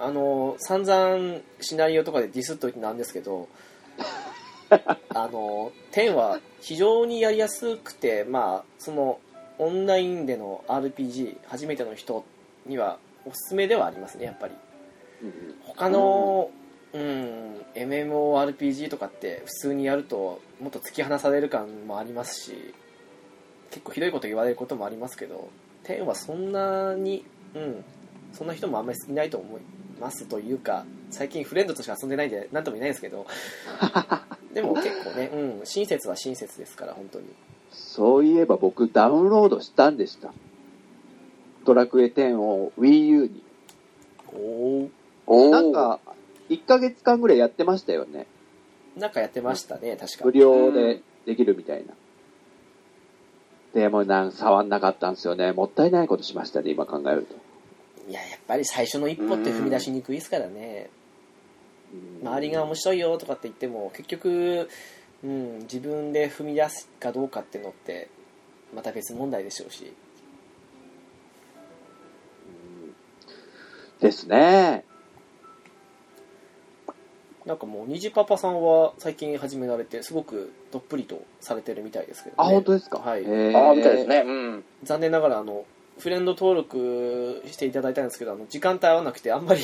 あの散々シナリオとかでディスっといてなんですけどあの10は非常にやりやすくてまあそのオンラインでの RPG 初めての人にはおすすめではありますねやっぱり他の、うん、MMORPG とかって普通にやるともっと突き放される感もありますし結構ひどいこと言われることもありますけど10はそんなに、うん、そんな人もあんまりいないと思いますというか最近フレンドとしか遊んでないんで何とも言えないですけどでも結構ね、うん、親切は親切ですから本当に
そういえば僕ダウンロードしたんでした。ドラクエ10を Wii U に。
おお
おー
なん、か、1ヶ月間ぐらいやってましたよね。
なんかやってましたね確か
無料でできるみたいな。でもなん、触んなかったんですよね。もったいないことしましたね、今考えると。
いややっぱり最初の一歩って踏み出しにくいですからね
うん
周りが面白いよとかって言っても結局、うん、自分で踏み出すかどうかってのってまた別問題でしょうし
ですね。
なんかもう虹パパさんは最近始められてすごくどっぷりとされてるみたいですけど、ね、
あ、本当ですか。
はい
へー
ああ、みたいです。ね。うん。
残念ながらあのフレンド登録していただいたんですけどあの時間帯合わなくてあんまり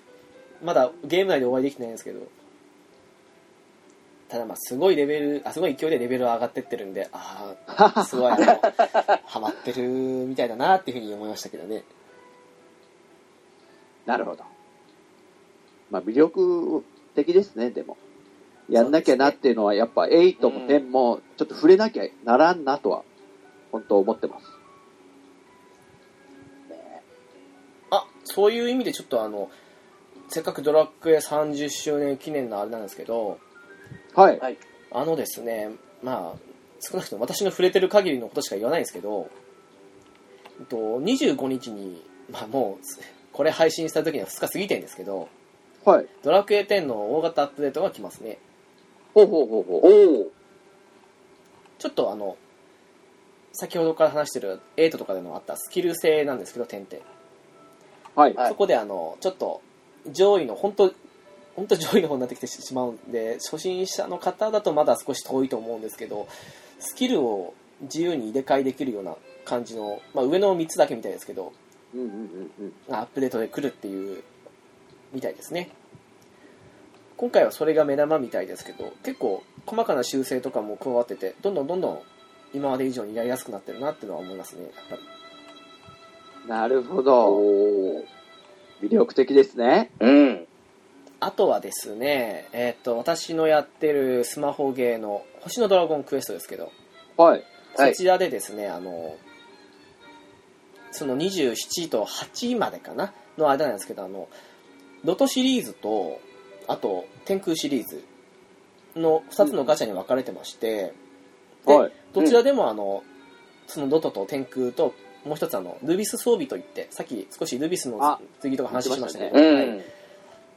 まだゲーム内でお会いできてないんですけどただまあすごいレベルあすごい勢いでレベルが上がってってるんでああすごいあのハマってるみたいだなっていうふうに思いましたけどね
なるほど。まあ、魅力的ですね、でも。やんなきゃなっていうのは、やっぱ8も10も、ちょっと触れなきゃならんなとは、本当思ってます。
あそういう意味でちょっとあのせっかくドラクエ30周年記念のあれなんですけど
はい。
はい。
あのですね、まあ、少なくとも私の触れてる限りのことしか言わないんですけど、えっと、25日に、まあもう、これ配信した時には2日過ぎてんですけど、
はい。
ドラクエ10の大型アップデートが来ますね。
ほうほうほうほう。
おお。
ちょっとあの、先ほどから話してる8とかでもあったスキル性なんですけど、10って。
はい。
はい
そこであの、ちょっと上位の、本当本当上位の方になってきてしまうんで、初心者の方だとまだ少し遠いと思うんですけど、スキルを自由に入れ替えできるような感じの、まあ、上の3つだけみたいですけど、
うんうんうんうん。
アップデートで来るっていう、みたいですね。今回はそれが目玉みたいですけど、結構細かな修正とかも加わってて、どんどんどんどん今まで以上にやりやすくなってるなっていうのは思いますね、やっぱり。
なるほど。
おー
魅力的ですね。
うん。
あとはですね、えっと私のやってるスマホゲーの「星のドラゴンクエスト」ですけど、
はい。
はい
そちらでですねあのその27と8までかなの間なんですけどあのロトシリーズとあと天空シリーズの2つのガチャに分かれてまして、で
はい。
どちらでもあの、そのロトと天空ともう一つあのルビス装備といってさっき少しルビスの
あ
次とか話しましたね
言っ
う
はい
ん。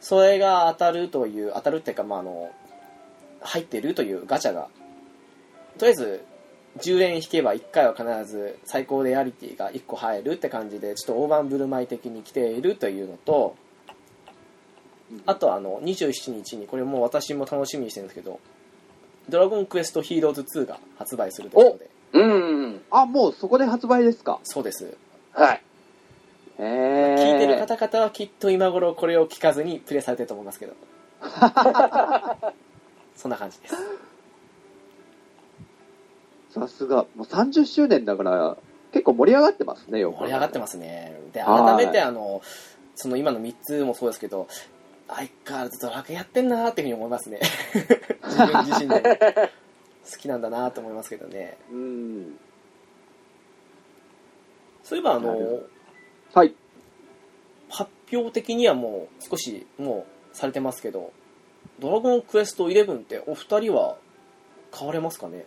それが当たるという当たるっていうか、まあ、あの入っているというガチャがとりあえず10連引けば1回は必ず最高レアリティが1個入るって感じでちょっと大盤振る舞い的に来ているというのとあとあの27日にこれもう私も楽しみにしてるんですけど「ドラゴンクエストヒーローズ2」が発売するということで
うん。
あ、もうそこで発売ですか。
そうです
はい。
へ
聞いてる
え。
方々はきっと今頃これを聞かずにプレイされてると思いますけどそんな感じです
さすが。もう30周年だから、結構盛り上がってますね、よく。
盛り上がってますねで
は
改
い
めてあのその今の3つもそうですけど相変わらずドラクエやってんなーっていうふうに思いますね 自分自身で好きなんだなーと思いますけどね
す。うん。
そういえばあの
なるほはい。
発表的にはもう少しもうされてますけど「ドラゴンクエスト11」ってお二人は買われますかね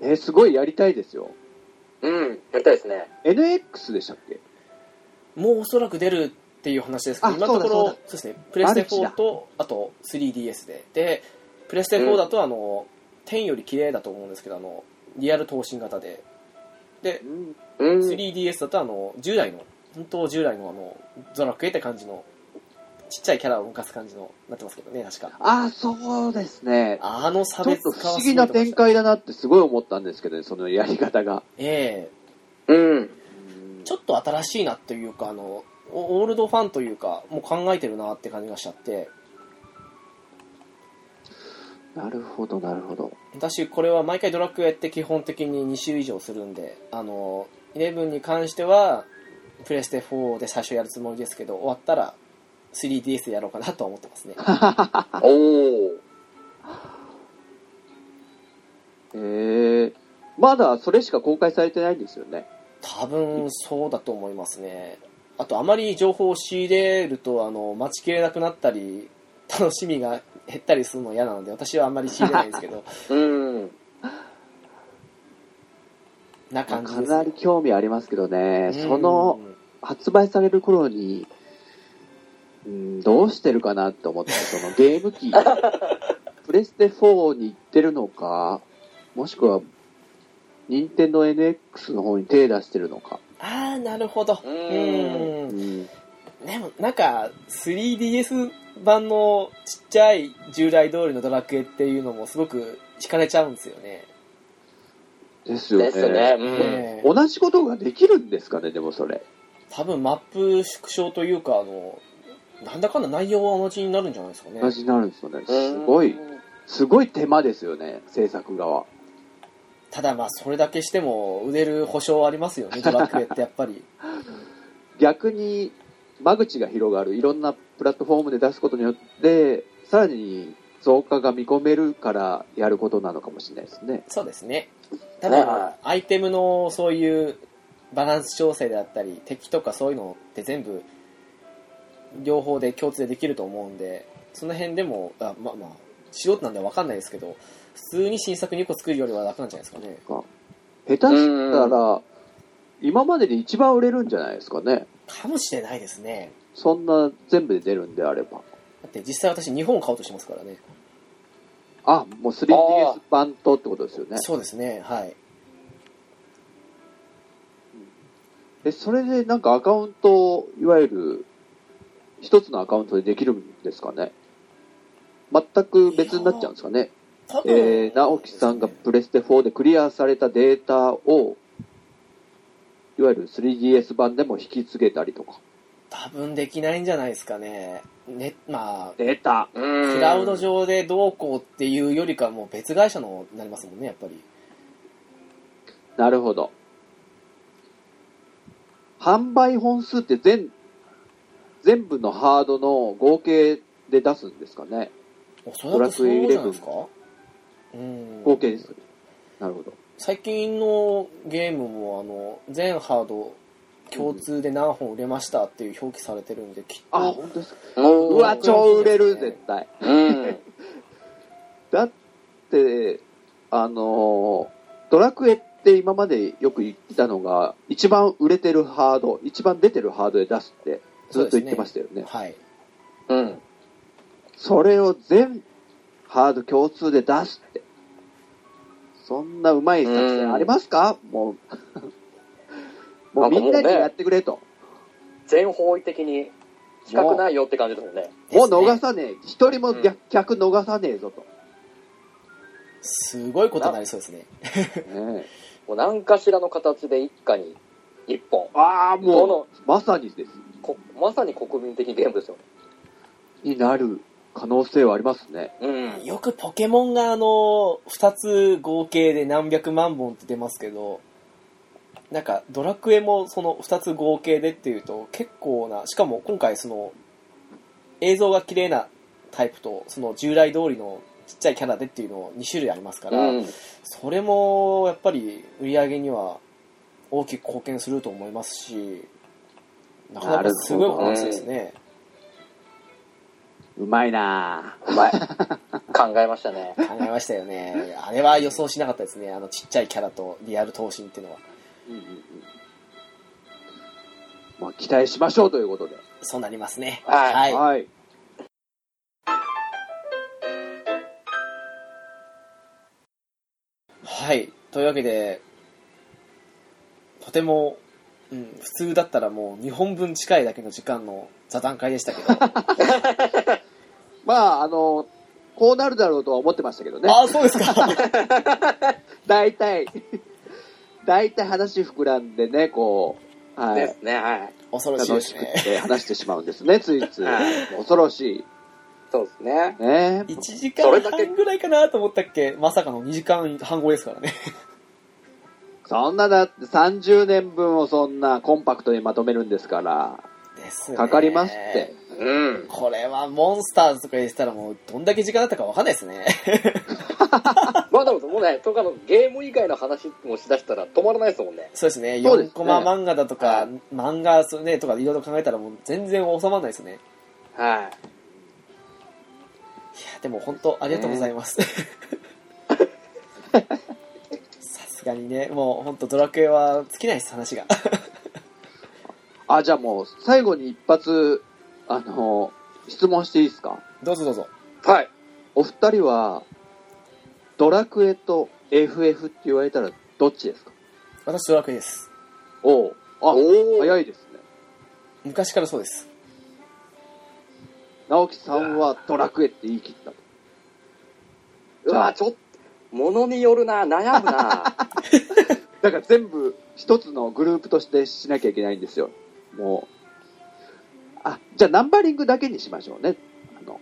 えーすごいやりたいですよ。
うん。やりたいですね。
NX でしたっけ
もうおそらく出るっていう話ですけど、
あ
今のところ
そうだそう、
そうですね、プレステ
マルチだ
4と、あと 3DS で、で、プレステ4だと、あの、10より綺麗だと思うんですけど、あの、リアル等身型で、で、
うん。
うん。
3DS だと、あの、従来の、本当従来の、あの、ドラクエって感じの、ちっちゃいキャラを動かす感じの、なってますけどね、確か。
あ、そうですね。
あの差
ちょっ
別
と
化
不
は
思
すご
議
いと思
ない
ました
展。開だなってすごい思ったんですけどね、そのやり方が。
ええ
うん。
ちょっと新しいなというか、あの、オオールドファンというか、もう考えてるなって感じがしちゃって、
なるほど、なるほど。
私これは毎回ドラクエって基本的に2周以上するんであの11に関してはプレステ4で最初やるつもりですけど終わったら 3DS でやろうかなとは思って ますね
おー。
えー、まだそれしか公開されてないんですよね。
多分そうだと思いますねあとあまり情報を仕入れるとあの待ちきれなくなったり楽しみが減ったりするの嫌なので私はあんまり仕入れないんです けど
うん。
な
か
感じです
なり興味ありますけどね、
うん
その発売される頃に、うん、どうしてるかなって思って、そのゲーム機、プレステ4に行ってるのか、もしくは、任天堂 NX の方に手出してるのか。
ああなるほど
う
うん
ん
うん、
でもなんか 3DS 版のちっちゃい従来通りのドラクエっていうのもすごく惹かれちゃうんですよね、
ですよね
ですね。うん。
ええ
同じことができるんですかね、でもそれ。
多分マップ縮小というかあのなんだかんだ内容は同じになるんじゃないですかね
同じになるんですよね。すごい、すごい手間ですよね、制作側。
ただまあそれだけしても売れる保証はありますよねドラクエってやっぱり
逆に間口が広がるいろんなプラットフォームで出すことによってさらに増加が見込めるからやることなのかもしれないですね
そうですね多
はい
分
は
アイテムのそういうバランス調整であったり敵とかそういうのって全部両方で共通でできると思うんでその辺でもあまあまあ素人なんで分かんないですけど普通に新作2個作るよりは楽なんじゃないですかね
下手したら今までで一番売れるんじゃないですかね
かもしれないですね
そんな全部で出るんであれば
だって実際私日本買おうとしてますからね
あもう 3DS 版とってことですよね
そうですねはい
えそれでなんかアカウントをいわゆる一つのアカウントでできるんですかね全く別になっちゃうんですかね
多分
えー、直樹さんがプレステ4でクリアされたデータを、いわゆる 3DS 版でも引き継げたりとか。
多分できないんじゃないですかねねまあ
データ
うん。
クラウド上でどうこうっていうよりかはもう別会社のになりますもんねやっぱり
なるほど。販売本数って全、全部のハードの合計で出すんですかね
おそらくそうじゃないですかうん
合計です。なるほど。
最近のゲームもあの全ハード共通で何本売れましたっていう表記されてるんで、きっと
あ、本当ですか。
うん
うわ、超売れる、絶対。
うん。
だって、あのー、ドラクエって今までよく言ってたのが、一番売れてるハード、一番出てるハードで出すって、ずっと言ってましたよね。
はい
うん。
それを全ハード共通で出すって。そんなうまい作戦ありますかも う。もうみんなでやってくれと。
全方位的に、比較ないよって感じですもんね。
もう
ですね
逃さねえ。一人も逆客逃さねえ ぞと。
すごいことになりそうですね
ねえ
もう何かしらの形で一家に一本。
ああ、
ど
も
の
う、まさにです。
こまさに国民的ゲームですよね。
になる可能性はありますね。
うん。
よくポケモンがあの2つ合計で何百万本って出ますけどなんかドラクエもその2つ合計でっていうと結構なしかも今回その映像が綺麗なタイプとその従来通りのちっちゃいキャラでっていうのを2種類ありますから、
うん。
それもやっぱり売り上げには大きく貢献すると思いますしなかなかすごい話ですね、
うまいなぁ
うまい。 考えましたね。
考えましたよねあれは予想しなかったですねあのちっちゃいキャラとリアル闘神っていうのは
まあ、期待しましょうということで。
そうなりますね
はい
はい、
はい。
はいというわけでとても、うん、普通だったらもう2本分近いだけの時間の座談会でしたけ ど
まあ、あの、こうなるだろうとは思ってましたけどね。
ああそうですか
大体、 大体話膨らんでね、こう、は
で
い。
すね、はい。
恐ろしいで
楽
す
しく
ね
て話してしまうんです ね、ついつい。恐ろし
そうですね
い。。ね
1時間半ぐらいかなと思ったっけまさかの2時間半超えですからね
そんなだって30年分をそんなコンパクトにまとめるんですから、
ですね
かかりますって。
うん。
これはモンスターズとか言ってたらもうどんだけ時間だったかわかんないですね
まあでも、もうね、とかのゲーム以外の話もしだしたら止まらないですもんね。
そうですね
そうです
4
ね
コマ漫画だとか、漫画そうねとかいろいろ考えたらもう全然収まらないですねい
は
やでも本当ありがとうございます さすがにねもう本当ドラクエは尽きないです話が
あ、じゃあもう、最後に一発、あの、質問していいですか
どうぞどうぞ
い。はい。
お二人は、ドラクエと FF って言われたらどっちですか
私ドラクエです
おうあ、
おー
早いですね。
昔からそうです
直樹さんはドラクエって言い切ったと。
うわ、ちょっと、ものによるな、悩む な。
だから全部一つのグループとしてしなきゃいけないんですよ。もう。あ、じゃあナンバリングだけにしましょうね。あの、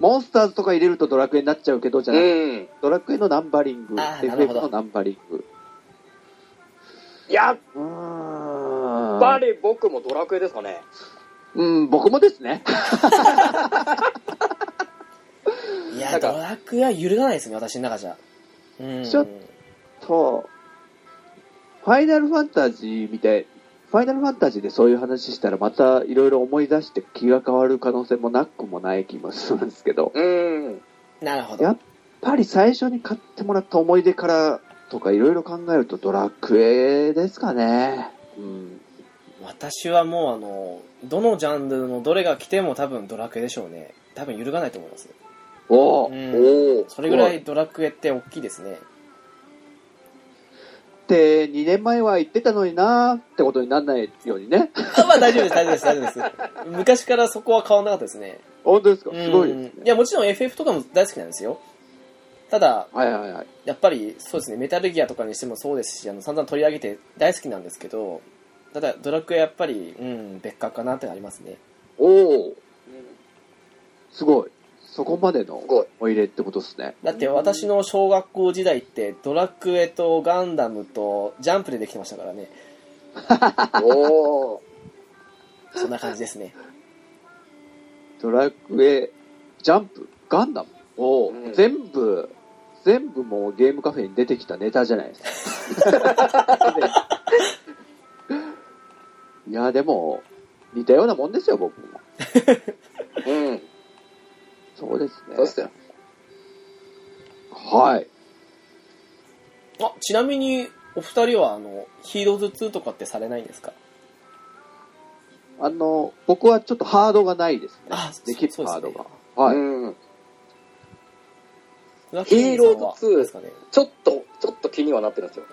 モンスターズとか入れるとドラクエになっちゃうけど、じゃなくて
うん。
ドラクエのナンバリング、
あーなる
FF
ほど
のナンバリング。
やっ
うーん
ぱり僕もドラクエですかね。
うん、僕もですね。
い
な
や
んか
ドラクエは揺るがないですね私の中じゃうん
ちょっと、ファイナルファンタジーみたい、ファイナルファンタジーでそういう話したらまたいろいろ思い出して気が変わる可能性もなくもない気もするんですけど、
うん。
なるほど
やっぱり最初に買ってもらった思い出からとかいろいろ考えるとドラクエですかね。うん。
私はもうあのどのジャンルのどれが来ても多分ドラクエでしょうね多分揺るがないと思います、
お
う
ー
ん、
おお。
それぐらいドラクエって大きいですね
って2年前は言ってたのになーってことにならないようにね。
あまあ大丈夫です大丈夫です大丈夫です昔からそこは変わんなかったですね
本当ですか
うん
すごいですね。
いやもちろん FF とかも大好きなんですよただ
はいはいはい。
やっぱりそうですねメタルギアとかにしてもそうですしあの散々取り上げて大好きなんですけどただドラクエやっぱりうん別格かなってのありますね
おお
うん
すごい。そこまでの
すごい。
お入れってことですね。
だって私の小学校時代ってドラクエとガンダムとジャンプでできてましたからね
おお。
そんな感じです ね
ドラクエ、ジャンプ、ガンダム。おー
うん
全部、全部もうゲームカフェに出てきたネタじゃないですか。 いや、でも、似たようなもんですよ、僕も。
うん。
そうです ね。
そうっすよ。
はい。
あちなみにお二人はあのヒーローズ2とかってされないんですか
あの、僕はちょっとハードがないですね。
あ
できる
そう
ハ
そう
ー
で
ド
すね
が。はい。
うん。
ラッキーさんは
ヒーローズ2
ですかね
ちょっと、ちょっと気にはなってるんですよ。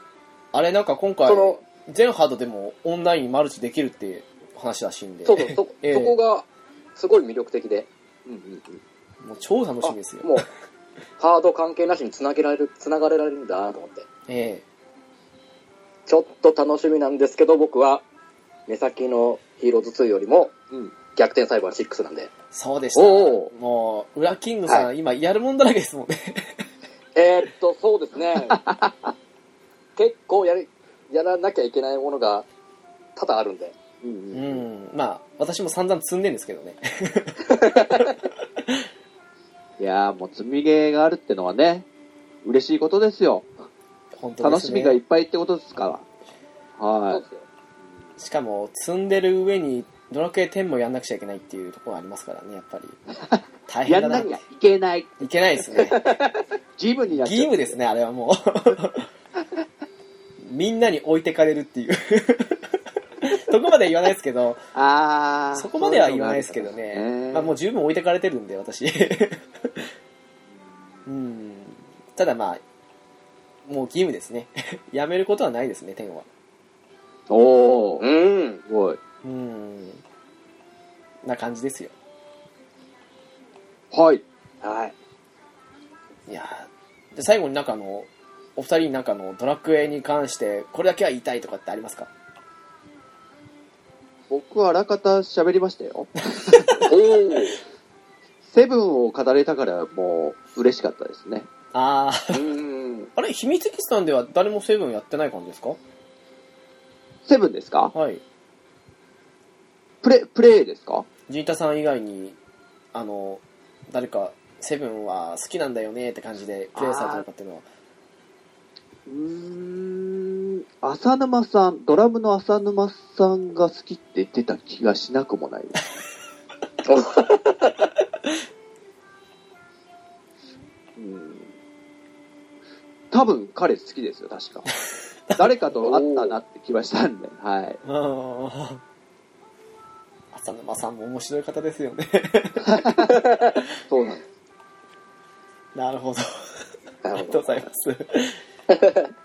あれなんか今回
その、
全ハードでもオンラインマルチできるって話らしいんで
そうそう、そ、
ええ
そこが、すごい魅力的で。
うんうんうん
もう超楽しみです
あ
よ
もう、 ハード関係なしにつなげられる、つながれられるんだなと思って。
え
ちょっと楽しみなんですけど、僕は、目先のヒーローズ2よりも、
うん
逆転裁判6なんで
え。そうでした
おお
もう裏キングさん、今やるもんだらけですもんね
えー、っと、そうですね。 結構やり、やらなきゃいけないものが、多々あるんで。
うん
う
うん
んまあ私も散々積んでんですけどね
いやーもう積みゲーがあるってのはね、嬉しいことですよ。
本当で
楽
す
し
ね
みがいっぱいってことですから。
そう
は
ですよ。
しかも積んでる上にドラクエ10もやんなくちゃいけないっていうところありますからねやっぱ り大
い。や
変だな
んなきゃいけない。
いけないです ね
義務になっちゃ
義
う
務ですねあれは もうみんなに置いてかれるっていう そこまでは言わないですけど
あー
そこまでは言わないですけどね
そういうのがあるんですね
まあ、もう十分置いてかれてるんで私うんただまあもう義務ですね やめることはないですね天は
おお、す
うん。
ごい。
うんな感じですよ
はい。
はい。
いやーで最後になんかあのお二人になんかあのドラクエに関してこれだけは言いたいとかってありますか
僕はあらかた喋りましたよ。
おー。
セブンを語れたからもう嬉しかったですね。
ああ
うん。
あれ秘密基地さんでは誰もセブンやってない感じですか
セブンですか
はい
プレ、プレイですか
ジータさん以外にあの誰かセブンは好きなんだよねって感じでプレイされたとかっていうのは
うーん、浅沼さん、ドラムの浅沼さんが好きって言ってた気がしなくもないです。うん多分彼好きですよ、確か。誰かと会ったなって気はしたんで、はい。
うん浅沼さんも面白い方ですよね
そうなんです。
なるほど
な
ありが
るほ
とう
ど
ございます。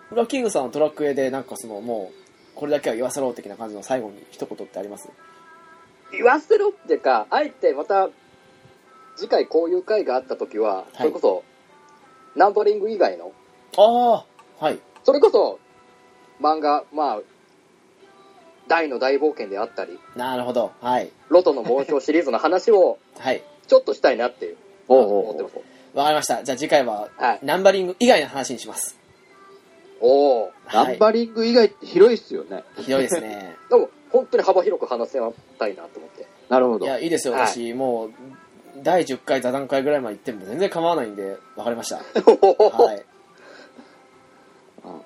フラキングさんはドラクエで、なんかそのもう、これだけは言わせろ的な感じの最後に一言ってあります
言わせろっていうか、あえてまた、次回こういう回があった時は、それこそ、ナンバリング以外の、
ああ、はい。
それこそ、漫画、まあ、大の大冒険であったり、
なるほど。はい。
ロトの紋章シリーズの話を、
はい。
ちょっとしたいなっていう、
お
思って
う
ま
おう
す。
わかりました。じゃあ次回は、
はい。
ナンバリング以外の話にします。
おお。
は
ナ
い
ン。バリング以外って広いっすよね。
ひどいですね。
でも、本当に幅広く話せたいなと思って。
なるほ
い
ど。
や、いいですよ。
はい
私、もう、第10回、座談会ぐらいまで行っても全然構わないんで、わかりま した。はい。
あ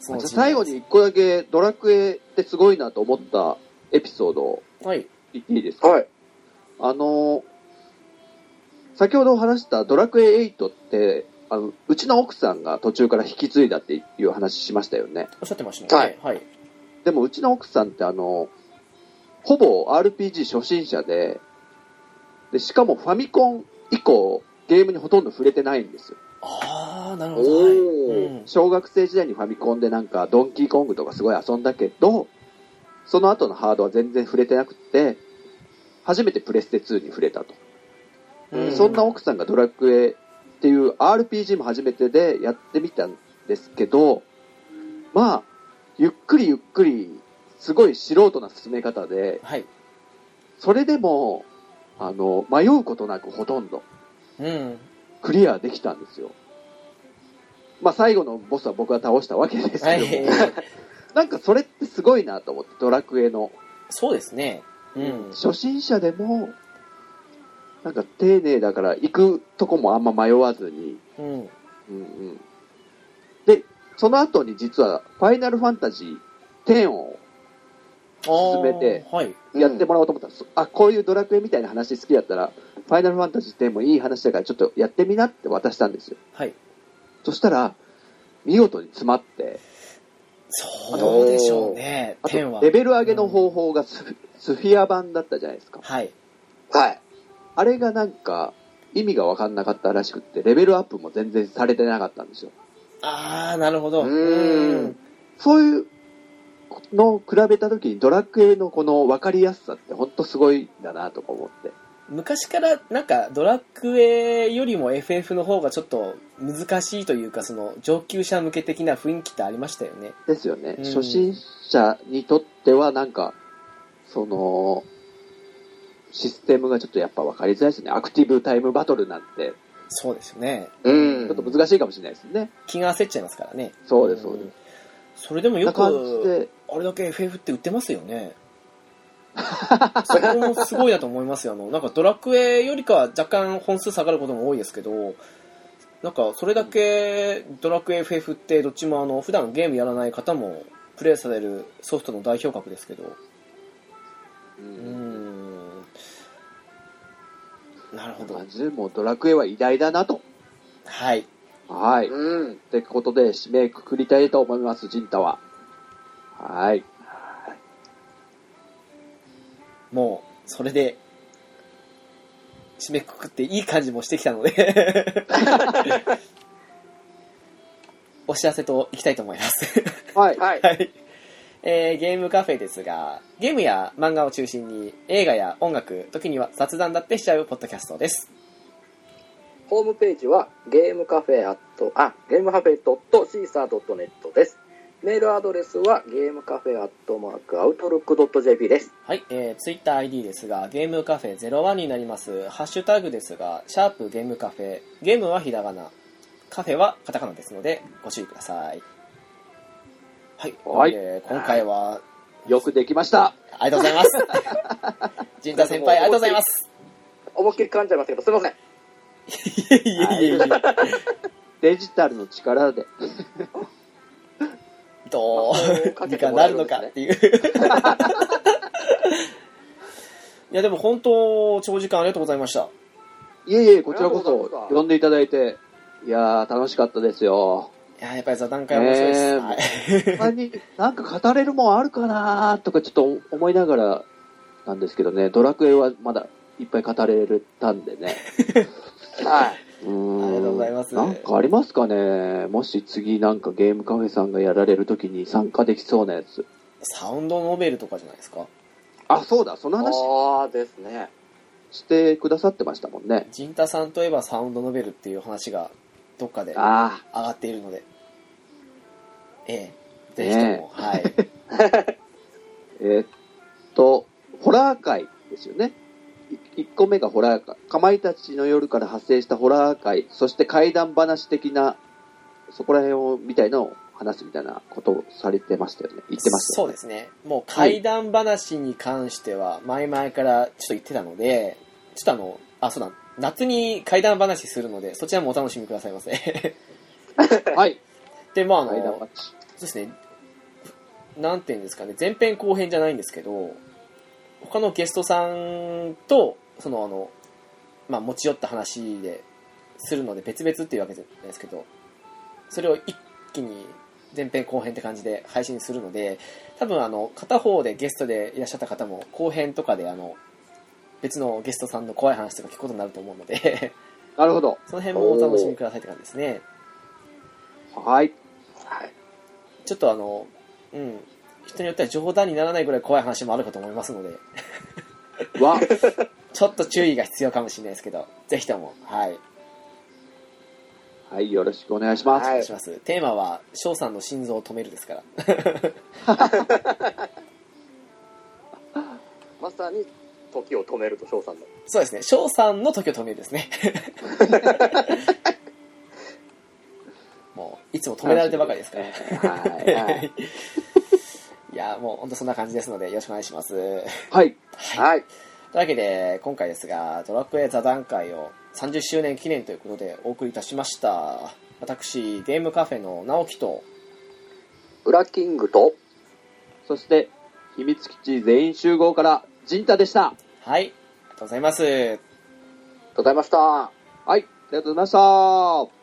そのう
じゃあ
ち
最後に。一個だけドラクエってすごいなと思ったエピソードを
はい。
言っていいですか
はい。
あのー先ほど話したドラクエ8って、あのうちの奥さんが途中から引き継いだっていう話しましたよね。
おっしゃってましたね。はい。はい。
でもうちの奥さんってあの、ほぼ RPG 初心者で、で、しかもファミコン以降、ゲームにほとんど触れてないんですよ。
ああ、なる
お
ほど。はい
お。
うん
小学生時代にファミコンでなんかドンキーコングとかすごい遊んだけど、その後のハードは全然触れてなくて、初めてプレステ2に触れたと。
う
そんな奥さんがドラクエっていう RPG も初めてでやってみたんですけど、まあ、ゆっくりゆっくり、すごい素人な進め方で、
はい。
それでも、あの、迷うことなくほとんど
うん。
クリアできたんですよ。まあ最後のボスは僕が倒したわけです
は
けども、
い。
なんかそれってすごいなと思って、ドラクエの。
そうですね。うん。
初心者でも、なんか丁寧だから行くとこもあんま迷わずに、
うん。
うんうん。で、その後に実は、ファイナルファンタジー10を進めて
あーはい。
やってもらおうと思ったんです、あ、こういうドラクエみたいな話好きだったら、ファイナルファンタジー10もいい話だからちょっとやってみなって渡したんですよ。
はい。
そしたら、見事に詰まって、
そうでしょうね。
あ
天は
と、。レベル上げの方法がス,、スフィア版だったじゃないですか。
はい。
はい。
あれがなんか、意味が分かんなかったらしくって、レベルアップも全然されてなかったんですよ。
ああ、なるほど。
うーん
う
そういうのを比べた時にドラクエのこの分かりやすさって本当すごいんだなとか思って。
昔からなんかドラクエよりも FF の方がちょっと難しいというかその上級者向け的な雰囲気ってありましたよね
ですよね。
うん
初心者にとってはなんか、その、システムがちょっとやっぱ分かりづらいですね。アクティブタイムバトルなんて、
そうですよね
うん
ちょっと難しいかもしれないですね。
気が焦っちゃいますからね
そうです、そうです。
んそれでも
そん
よ
な感じ
く
で、
あれだけ FF って売ってますよ ねそこもすごいなと思いますよあのなんかドラクエよりかは若干本数下がることも多いですけどなんかそれだけドラクエ FF ってどっちもあの普段ゲームやらない方もプレイされるソフトの代表格ですけど
う
うんんなるほ
こんな
ど
感。じでもうドラクエは偉大だなと。
はい。
はい。
うん。
ってことで、締めくくりたいと思います、ジンタは。はい。
もう、それで、締めくくっていい感じもしてきたので、お知らせといきたいと思います。
はい。
はい。
はい。えーゲームカフェですが、ゲームや漫画を中心に映画や音楽、時には雑談だってしちゃうポッドキャストです。
ホームページはゲームカフェアット、あ、ゲームカフェドットシーサードットネットです。メールアドレスはゲームカフェアットマークアウトロックドット JP です。
はい、えー、ツイッター ID ですが、ゲームカフェ01になります。ハッシュタグですが、シャープゲームカフェ、ゲームはひらがな、カフェはカタカナですので、ご注意ください。はい、
はい
えー今回は、
よくできました。
ありがとうござ います。陣田先輩、ありがとうございます。
思いっきり噛んじゃいましたけど、すいません。
いえいえいえい
デジタルの力で。
え、どうにかなるのかっていう。 いや、でも本当、長時間ありがとうございました。
いえいえ、こちらこ
ありがとうございま
そ
す
呼んでいただいて、いやー、楽しかったですよ。
いや、やっぱり座談会は面白いです。
ねえ
はい
他になんか語れるもんあるかなーとかちょっと思いながらなんですけどね、ドラクエはまだいっぱい語れたん でね。
はい。
うーん
ありがとうございます
なんかありますかねもし次なんかゲームカフェさんがやられるときに参加できそうなやつ。
サウンドノベルとかじゃないですか。
あ、そうだ、その話
ああですね。
してくださってましたもんね。
陣太さんといえばサウンドノベルっていう話がどっかで上
ああ、
がっているので、ええ、ぜひとも、
ね
はい。
えーっと、ホラー界ですよね。1個目がホラー界。かまいたちの夜から発生したホラー界、そして怪談話的な、そこら辺を、みたいのを話すみたいなことをされてましたよね。言ってました
そ
よ
う
ね。
ですね。もう怪談話に関しては、前々からちょっと言ってたので、ちょっとあの、あ、そうだ、夏に怪談話するので、そちらもお楽しみくださいませ。
はい。
で、まああ
怪談
の、
話。
そうですね、なんていうんですかね、前編後編じゃないんですけど、他のゲストさんと、そのあの、まあ、持ち寄った話でするので、別々っていうわけじゃないですけど、それを一気に前編後編って感じで配信するので、多分あの、片方でゲストでいらっしゃった方も、後編とかであの、別のゲストさんの怖い話とか聞くことになると思うので、
なるほど。
その辺もお楽しみくださいって感じですね。
はい。
はい。
ちょっとあの、うん、人によっては冗談にならないぐらい怖い話もあるかと思いますので、
わ、
ちょっと注意が必要かもしれないですけど、ぜひとも、はい、
はい、よろしくお願いしま
お
す。
は
願
い
いします。テーマは、翔さんの心臓を止めるですから。
まさに時を止めると翔さんの。
そうですね、翔さんの時を止めるですね。もう、いつも止められてばかりですから。
はい。
はい。
いや、もう本当そんな感じですので、よろしくお願いします。
はい。
はい。
というわけで、今回ですが、ドラクエ座談会を30周年記念ということでお送りいたしました。私、ゲームカフェの直樹と、
ウラキングと、
そして、秘密基地全員集合から、ジンタでした。
はい、ありがとうございます。
ございました。
はい、ありがとうございました。